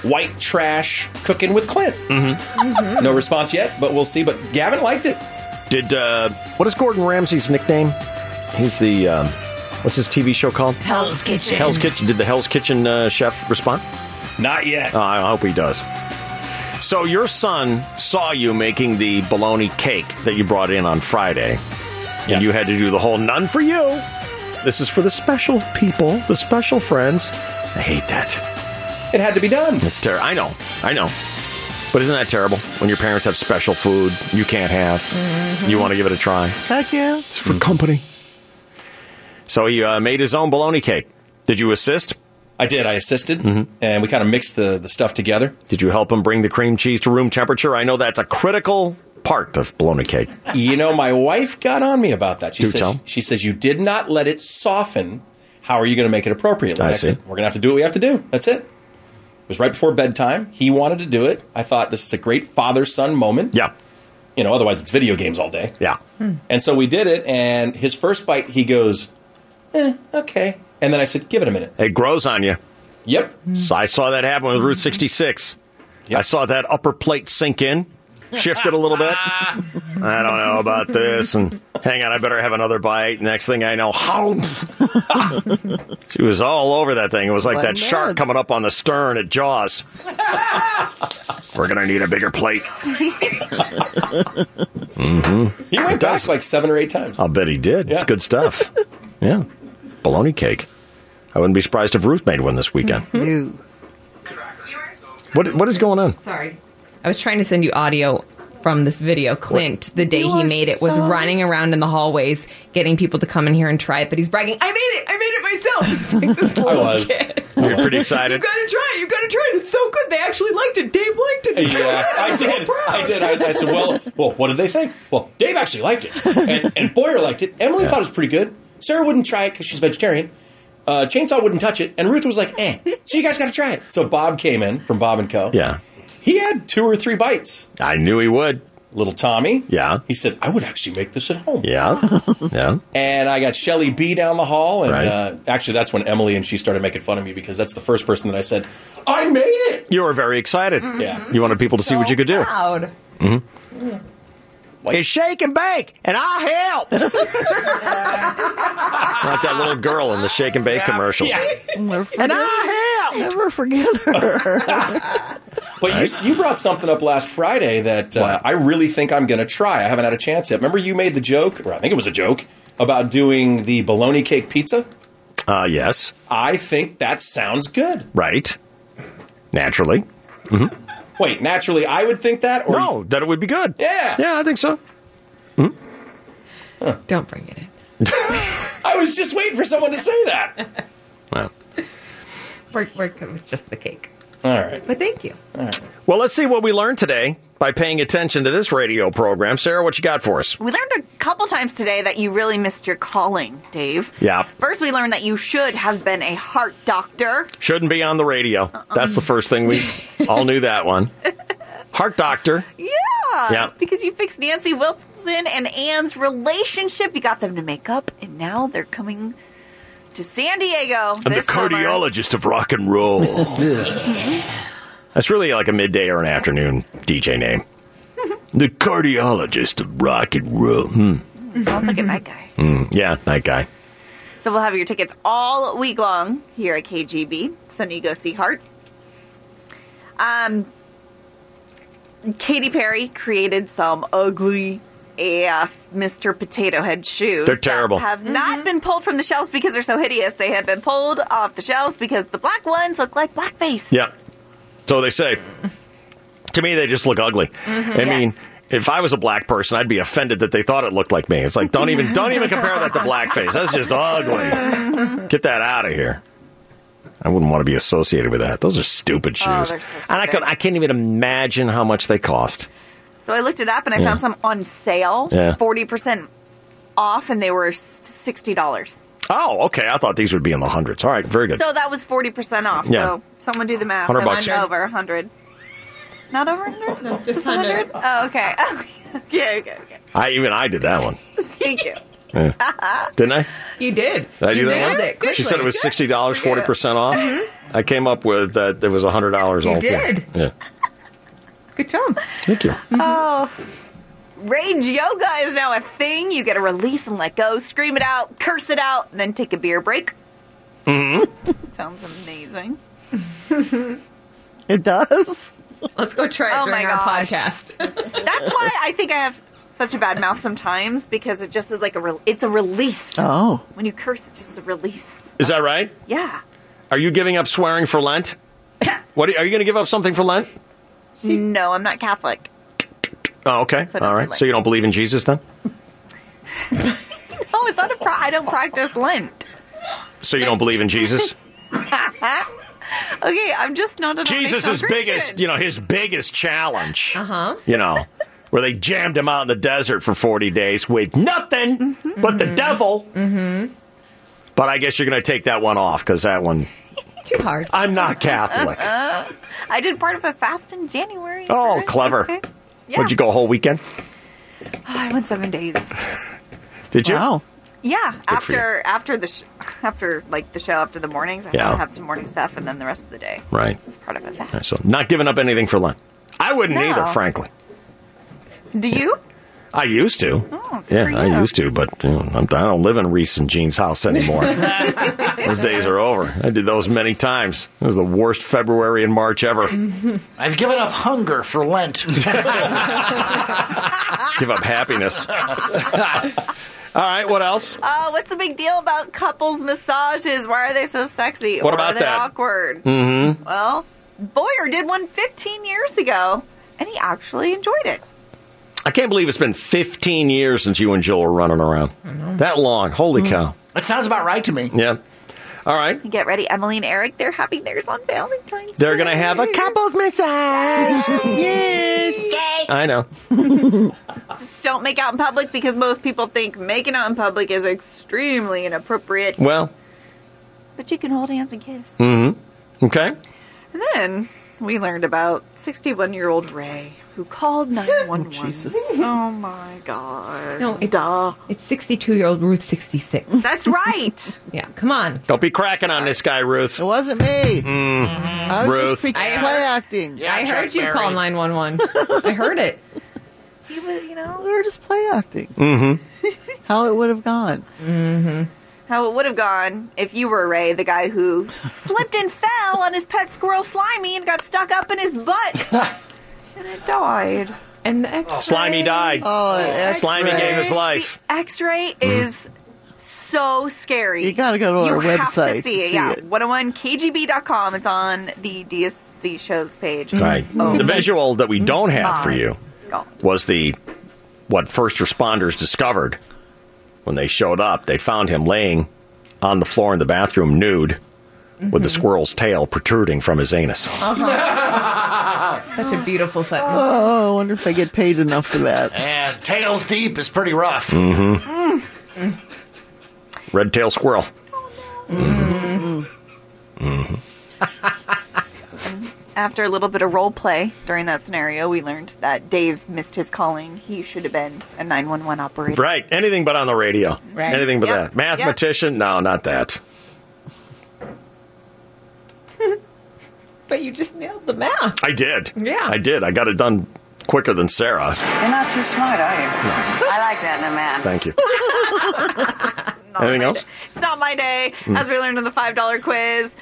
S10: white trash cooking with Clint? Mm-hmm. no response yet, but we'll see. But Gavin liked it.
S1: Did uh, what is Gordon Ramsay's nickname? He's the um, what's his TV show called?
S4: Hell's Kitchen.
S1: Hell's Kitchen. Did the Hell's Kitchen uh, chef respond?
S10: Not yet.
S1: Oh, I hope he does. So your son saw you making the bologna cake that you brought in on Friday, and you had to do the whole none for you. This is for the special people, the special friends. I hate that.
S10: It had to be done.
S1: It's terrible. I know. I know. But isn't that terrible when your parents have special food you can't have?
S4: Mm-hmm.
S1: You want to give it a try.
S8: Heck yeah. It's
S1: for company. So he uh, made his own bologna cake. Did you assist? Mm-hmm.
S10: I did. I assisted, and we kind of mixed the, the stuff together.
S1: Did you help him bring the cream cheese to room temperature? I know that's a critical part of bologna cake.
S10: You know, my wife got on me about that. She
S1: Do
S10: says
S1: tell.
S10: she says you did not let it soften. How are you going to make it appropriately?
S1: I
S10: And
S1: see.
S10: said, We're going to have to do what we have to do. That's it. It was right before bedtime. He wanted to do it. I thought this is a great father son moment.
S1: Yeah.
S10: You know, otherwise it's video games all day.
S1: Yeah.
S10: And so we did it. And his first bite, he goes, eh, okay. And then I said, give it a minute.
S1: It grows on you.
S10: Yep.
S1: So I saw that happen with Route 66. I saw that upper plate sink in, shifted a little bit. I don't know about this. And hang on, I better have another bite. Next thing I know, she was all over that thing. It was like
S3: What
S1: that shark coming up on the stern at Jaws. We're going to need a bigger plate. Mm-hmm.
S10: He went back like seven or eight times.
S1: I'll bet he did. It's
S10: Yeah.
S1: good stuff. yeah. Bologna cake. I wouldn't be surprised if Ruth made one this weekend.
S4: Hmm?
S1: what What is going on?
S4: Sorry. I was trying to send you audio from this video. Clint, the day he made it, was running around in the hallways getting people to come in here and try it. But he's bragging, "I made it! I made it myself!" He's like this
S1: I
S4: little
S1: was.
S4: kid.
S1: We were pretty excited.
S4: You gotta try it. You gotta try it. It's so good. They actually liked it. Dave liked it.
S10: Yeah, I did. I did. I, I said, well, well, what did they think? Well, Dave actually liked it, and, and Boyer liked it. Emily thought it was pretty good. Sarah wouldn't try it because she's vegetarian. Uh, Chainsaw wouldn't touch it, and Ruth was like, eh. So you guys got to try it. So Bob came in from Bob and Co.
S1: Yeah.
S10: He had two or three bites.
S1: I knew he would.
S10: Little Tommy.
S1: Yeah.
S10: He said, I would actually make this at home.
S1: Yeah. Yeah.
S10: And I got Shelly B down the hall, and
S1: Right.
S10: uh, actually, that's when Emily and she started making fun of me because that's the first person that I said, I made it.
S1: You were very excited.
S10: Yeah.
S1: You wanted people to see what you could do.
S4: Proud.
S1: hmm
S4: Yeah.
S1: It's shake and bake, and I help. like that little girl in the shake and bake commercials.
S9: And I have never forget her.
S10: But you, you brought something up last Friday that uh, I really think I'm going to try. I haven't had a chance yet. Remember, you made the joke, or I think it was a joke, about doing the bologna cake pizza?
S1: Uh, yes.
S10: I think that sounds good.
S1: Right. Naturally. hmm
S10: Wait, naturally, I would think that? Or
S1: no, that it would be good.
S10: Yeah.
S1: Yeah, I think so.
S4: Don't bring it in.
S10: I was just waiting for someone to say that.
S4: We're, we're good with just the cake.
S10: All right.
S4: But thank you.
S1: Well, let's see what we learned today by paying attention to this radio program. Sarah, what you got for us?
S6: We learned a couple times today that you really missed your calling, Dave.
S1: Yeah.
S6: First, we learned that you should have been a heart doctor.
S1: Shouldn't be on the radio. That's the first thing we all knew that one. Heart doctor.
S6: Yeah.
S1: Yeah.
S6: Because you fixed Nancy Wilson and Anne's relationship. You got them to make up, and now they're coming to San Diego. this summer.
S1: of rock and roll.
S6: Yeah.
S1: That's really like a midday or an afternoon DJ name. the cardiologist of rock and roll. Hmm.
S6: Sounds like a night guy.
S1: Hmm. Yeah, night guy.
S6: So we'll have your tickets all week long here at KGB. So you go see Heart. Um, Katy Perry created some ugly AF Mr. Potato Head shoes.
S1: They're terrible.
S6: That have not been pulled from the shelves because they're so hideous. They have been pulled off the shelves because the black ones look like blackface.
S1: Yeah. So they say. To me, they just look ugly.
S6: Mhm.
S1: I mean, if I was a black person, I'd be offended that they thought it looked like me. It's like don't even don't even compare that to blackface. That's just ugly. Get that out of here. I wouldn't want to be associated with that. Those are stupid shoes,
S6: Oh, they're so
S1: and I
S6: stupid.
S1: could I can't even imagine how much they cost.
S6: So I looked it up and I
S1: Yeah.
S6: found some on sale,
S1: Yeah.
S6: 40% off, and they were s- $60.
S1: Oh, okay. I thought these would be in the hundreds. All right, very good.
S6: So that was 40% off.
S1: Yeah.
S6: So someone do the math.
S1: 100
S6: That
S1: bucks.
S6: went Over 100. Not over 100? No,
S4: just
S6: 100. Oh, okay. okay, okay, okay.
S1: I even I did that one,
S6: Thank you.
S1: Yeah. didn't I?
S4: You did.
S1: Did I do
S4: you
S1: that
S4: nailed
S1: one?
S4: it quickly.
S1: She said it was sixty dollars, forty percent off. I came up with that it was hundred dollars
S6: You
S1: all
S6: did.
S1: Yeah.
S4: Good job.
S1: Thank you.
S6: Oh. Rage yoga is now a thing. You get to release and let go, scream it out, curse it out, and then take a beer break.
S1: Mm-hmm.
S6: Sounds amazing.
S8: It does.
S4: Let's go try it
S6: Oh my
S4: during our
S6: gosh.
S4: podcast.
S6: That's why I think I have such a bad mouth sometimes because it just is like a re- it's a release.
S1: Oh.
S6: When you curse, it's just a release.
S1: Is that right?
S6: Yeah.
S1: Are you giving up swearing for Lent? what are, are you going to give up something for Lent?
S6: no, I'm not Catholic.
S1: Oh, okay.
S6: what I
S1: All
S6: feel
S1: right.
S6: like.
S1: So you don't believe in Jesus then?
S6: No, it's not a pro- I don't practice Lent.
S1: So you don't believe in Jesus?
S6: okay, I'm just not a
S1: Jesus is
S6: denominational Christian. Uh-huh.
S1: biggest, you know, his biggest challenge. Uh
S6: huh.
S1: You know, where they jammed him out in the desert for 40 days with nothing but the devil.
S4: Mm-hmm.
S1: But I guess you're going to take that one off cuz that one
S4: Too hard.
S1: I'm not Catholic.
S6: Uh, I did part of a fast in January.
S1: Oh, clever.
S6: Okay. Yeah.
S1: Would you go a whole weekend?
S6: Oh, I went seven days.
S1: Did you? Wow.
S6: Yeah,
S1: Good for
S6: after after the sh- after like the show after the mornings, I have
S1: Yeah.
S6: to have some morning stuff, and then the rest of the day.
S1: Right.
S6: It's part of a fast.
S1: So not giving up anything for Lent. I wouldn't
S6: No.
S1: either, frankly.
S6: Do you?
S1: I used to.
S6: Oh,
S1: yeah, I used to, but you know, I'm, I don't live in Reese and Jean's house anymore. those days are over. I did those many times. It was the worst February and March ever.
S11: I've given up hunger for Lent.
S1: Give up happiness. All right, what else?
S6: Oh, what's the big deal about couples massages? Why are they so sexy?
S1: What
S6: or
S1: about
S6: are they
S1: that?
S6: awkward?
S1: Mm-hmm.
S6: Well, Boyer did one 15 years ago, and he actually enjoyed it.
S1: I can't believe it's been 15 years since you and Jill were running around. That long. Holy cow.
S6: That sounds about right to me.
S1: Yeah. All right.
S6: Get ready, Emily and Eric. They're having theirs on Valentine's.
S1: They're going to have a couples massage.
S6: Yes.
S1: I know.
S6: Just don't make out in public because most people think making out in public is extremely inappropriate.
S1: Well,
S6: But you can hold hands and kiss.
S1: mm hmm. Okay.
S6: And then we learned about 61 year old Ray who called
S9: Oh,
S6: 911. Jesus. Oh my God.
S4: No, it's, it's 62 year old Ruth 66.
S6: That's right.
S4: yeah, come on.
S1: Don't be cracking on this guy, Ruth. It
S9: wasn't me.
S1: Mm.
S9: I was
S1: Ruth.
S9: just pre-
S4: I
S9: play
S4: heard-
S9: acting.
S4: I heard you call 911. I heard it.
S6: He was, you know,
S9: we were just play acting.
S1: Mm-hmm.
S9: How it would have gone. Mm-hmm.
S6: How it would have gone if you were Ray, the guy who slipped and fell on his pet squirrel Slimy and got stuck up in his butt. and it died.
S4: And the X-ray.
S1: Slimy died.
S9: Oh, an
S1: Slimy
S9: X-ray.
S1: gave his life.
S6: X-ray is so scary.
S9: Hmm? You gotta go to
S6: You
S9: our
S6: have
S9: website
S6: to
S9: to
S6: see it.
S9: see
S6: yeah,
S9: it.
S6: 101kgb.com. It's on the DSC shows
S9: Hmm.
S6: page.
S1: Right.
S6: Oh,
S1: The visual that we don't have for
S6: My
S1: you
S6: God.
S1: was the what first responders discovered when they showed up. They found him laying on the floor in the bathroom, nude,
S9: Mm-hmm.
S1: with the squirrel's tail protruding from his anus.
S6: Uh-huh.
S4: Such a beautiful sentence.
S9: Oh, I wonder if I get paid enough for that.
S11: And tails deep is pretty rough.
S1: Mm-hmm.
S9: Mm.
S1: Red tail squirrel.
S9: Mm-hmm.
S1: Mm-hmm.
S6: After a little bit of role play during that scenario, we learned that Dave missed his calling. He should have been a 911 operator.
S1: Right. Anything but on the radio.
S6: Right.
S1: Anything but
S6: Yep.
S1: that. Mathematician? No, not that.
S4: But you just nailed the math.
S1: I did.
S4: Yeah.
S1: I did. I got it done quicker than Sarah.
S32: You're not too smart, are you? I like that in a man.
S1: Thank you. Anything else?
S6: It's not my day,
S1: Mm.
S6: as we learned in the $5 quiz.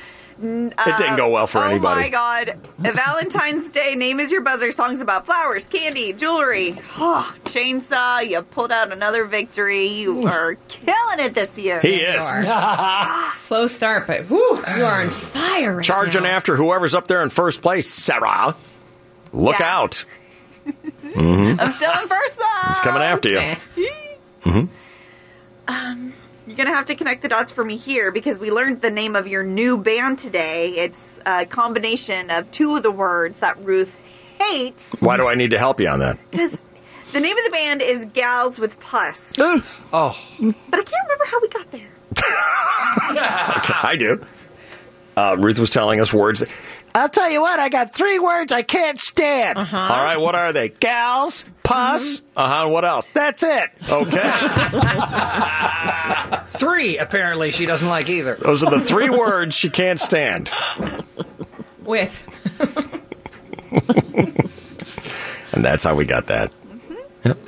S6: N-
S1: It didn't go well for
S6: oh
S1: anybody.
S6: my God. A Valentine's Day, name is your buzzer, songs about flowers, candy, jewelry. Oh, chainsaw, you pulled out another victory. You are killing it this year.
S1: He is.
S4: Slow start, but whew, you are on fire right
S1: Charging
S4: now.
S1: after whoever's up there in first place, Sarah. Look
S6: Yeah.
S1: out. Mhm.
S6: I'm still in first, though.
S1: It's coming after you. Mhm.
S6: Um, you're gonna have to connect the dots for me here because we learned the name of your new band today. It's a combination of two of the words that Ruth hates.
S1: Why do I need to help you on that?
S6: Because the name of the band is Gals with Pus,
S1: oh.
S6: but I can't remember how we got there.
S1: Okay, I do. Uh, Ruth was telling us words.
S11: I'll tell you what, I got three words I can't stand.
S4: Uh-huh.
S1: All
S6: Um,
S1: right, what are they? Gals, pus,
S4: Mm-hmm.
S1: uh huh, what else? That's it. Okay.
S7: Three, apparently, she doesn't like either.
S1: Those are the three words she can't stand.
S4: With.
S1: And that's how we got that. Yep.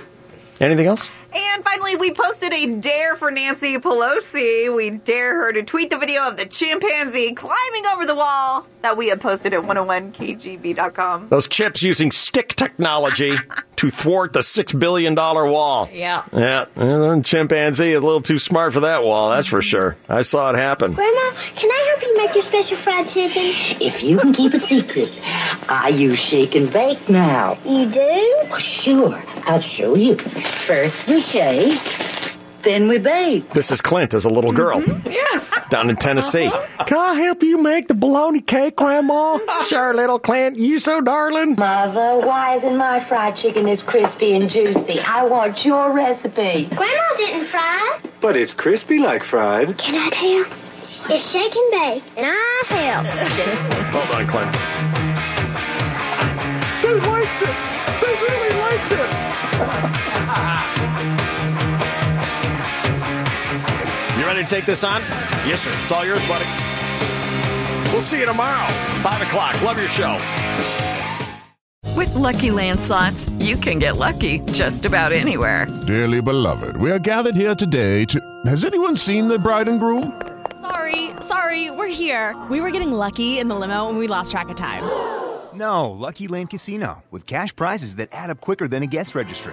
S1: Anything else?
S6: And finally, we posted a dare for Nancy Pelosi. We dare her to tweet the video of the chimpanzee climbing over the wall that we had posted at 101kgb.com.
S1: Those chips using stick technology to thwart the six billion dollar wall.
S6: Yeah.
S1: Yeah. uh, Chimpanzee is a little too smart for that wall, that's for sure. I saw it happen.
S3: Grandma, can I help you make your special fried chicken?
S32: If you can keep a secret, I use shake and bake now.
S3: You do?
S32: Well, sure, I'll show you. First we shake, then we bake.
S1: This is Clint as a little girl.
S32: Yes.
S1: Down in Tennessee.
S32: Can I help you make the bologna cake, Grandma?
S1: sure, little Clint. You so darling.
S3: Mother, why isn't my fried chicken as crispy and juicy? I want your recipe. Grandma didn't fry.
S29: But it's crispy like fried.
S3: Can I help? It's shake and bake, and I help.
S1: Hold on, Clint.
S33: They liked it. They really liked it.
S1: You ready to take this on? Yes, sir. It's all yours, buddy. We'll see you tomorrow. Five o'clock. Love your show.
S12: With Lucky Land slots, you can get lucky just about anywhere.
S34: Dearly beloved, we are gathered here today to. Has anyone seen the bride and groom?
S25: Sorry, sorry, we're here. We were getting lucky in the limo and we lost track of time.
S35: No, Lucky Land Casino, with cash prizes that add up quicker than a guest registry.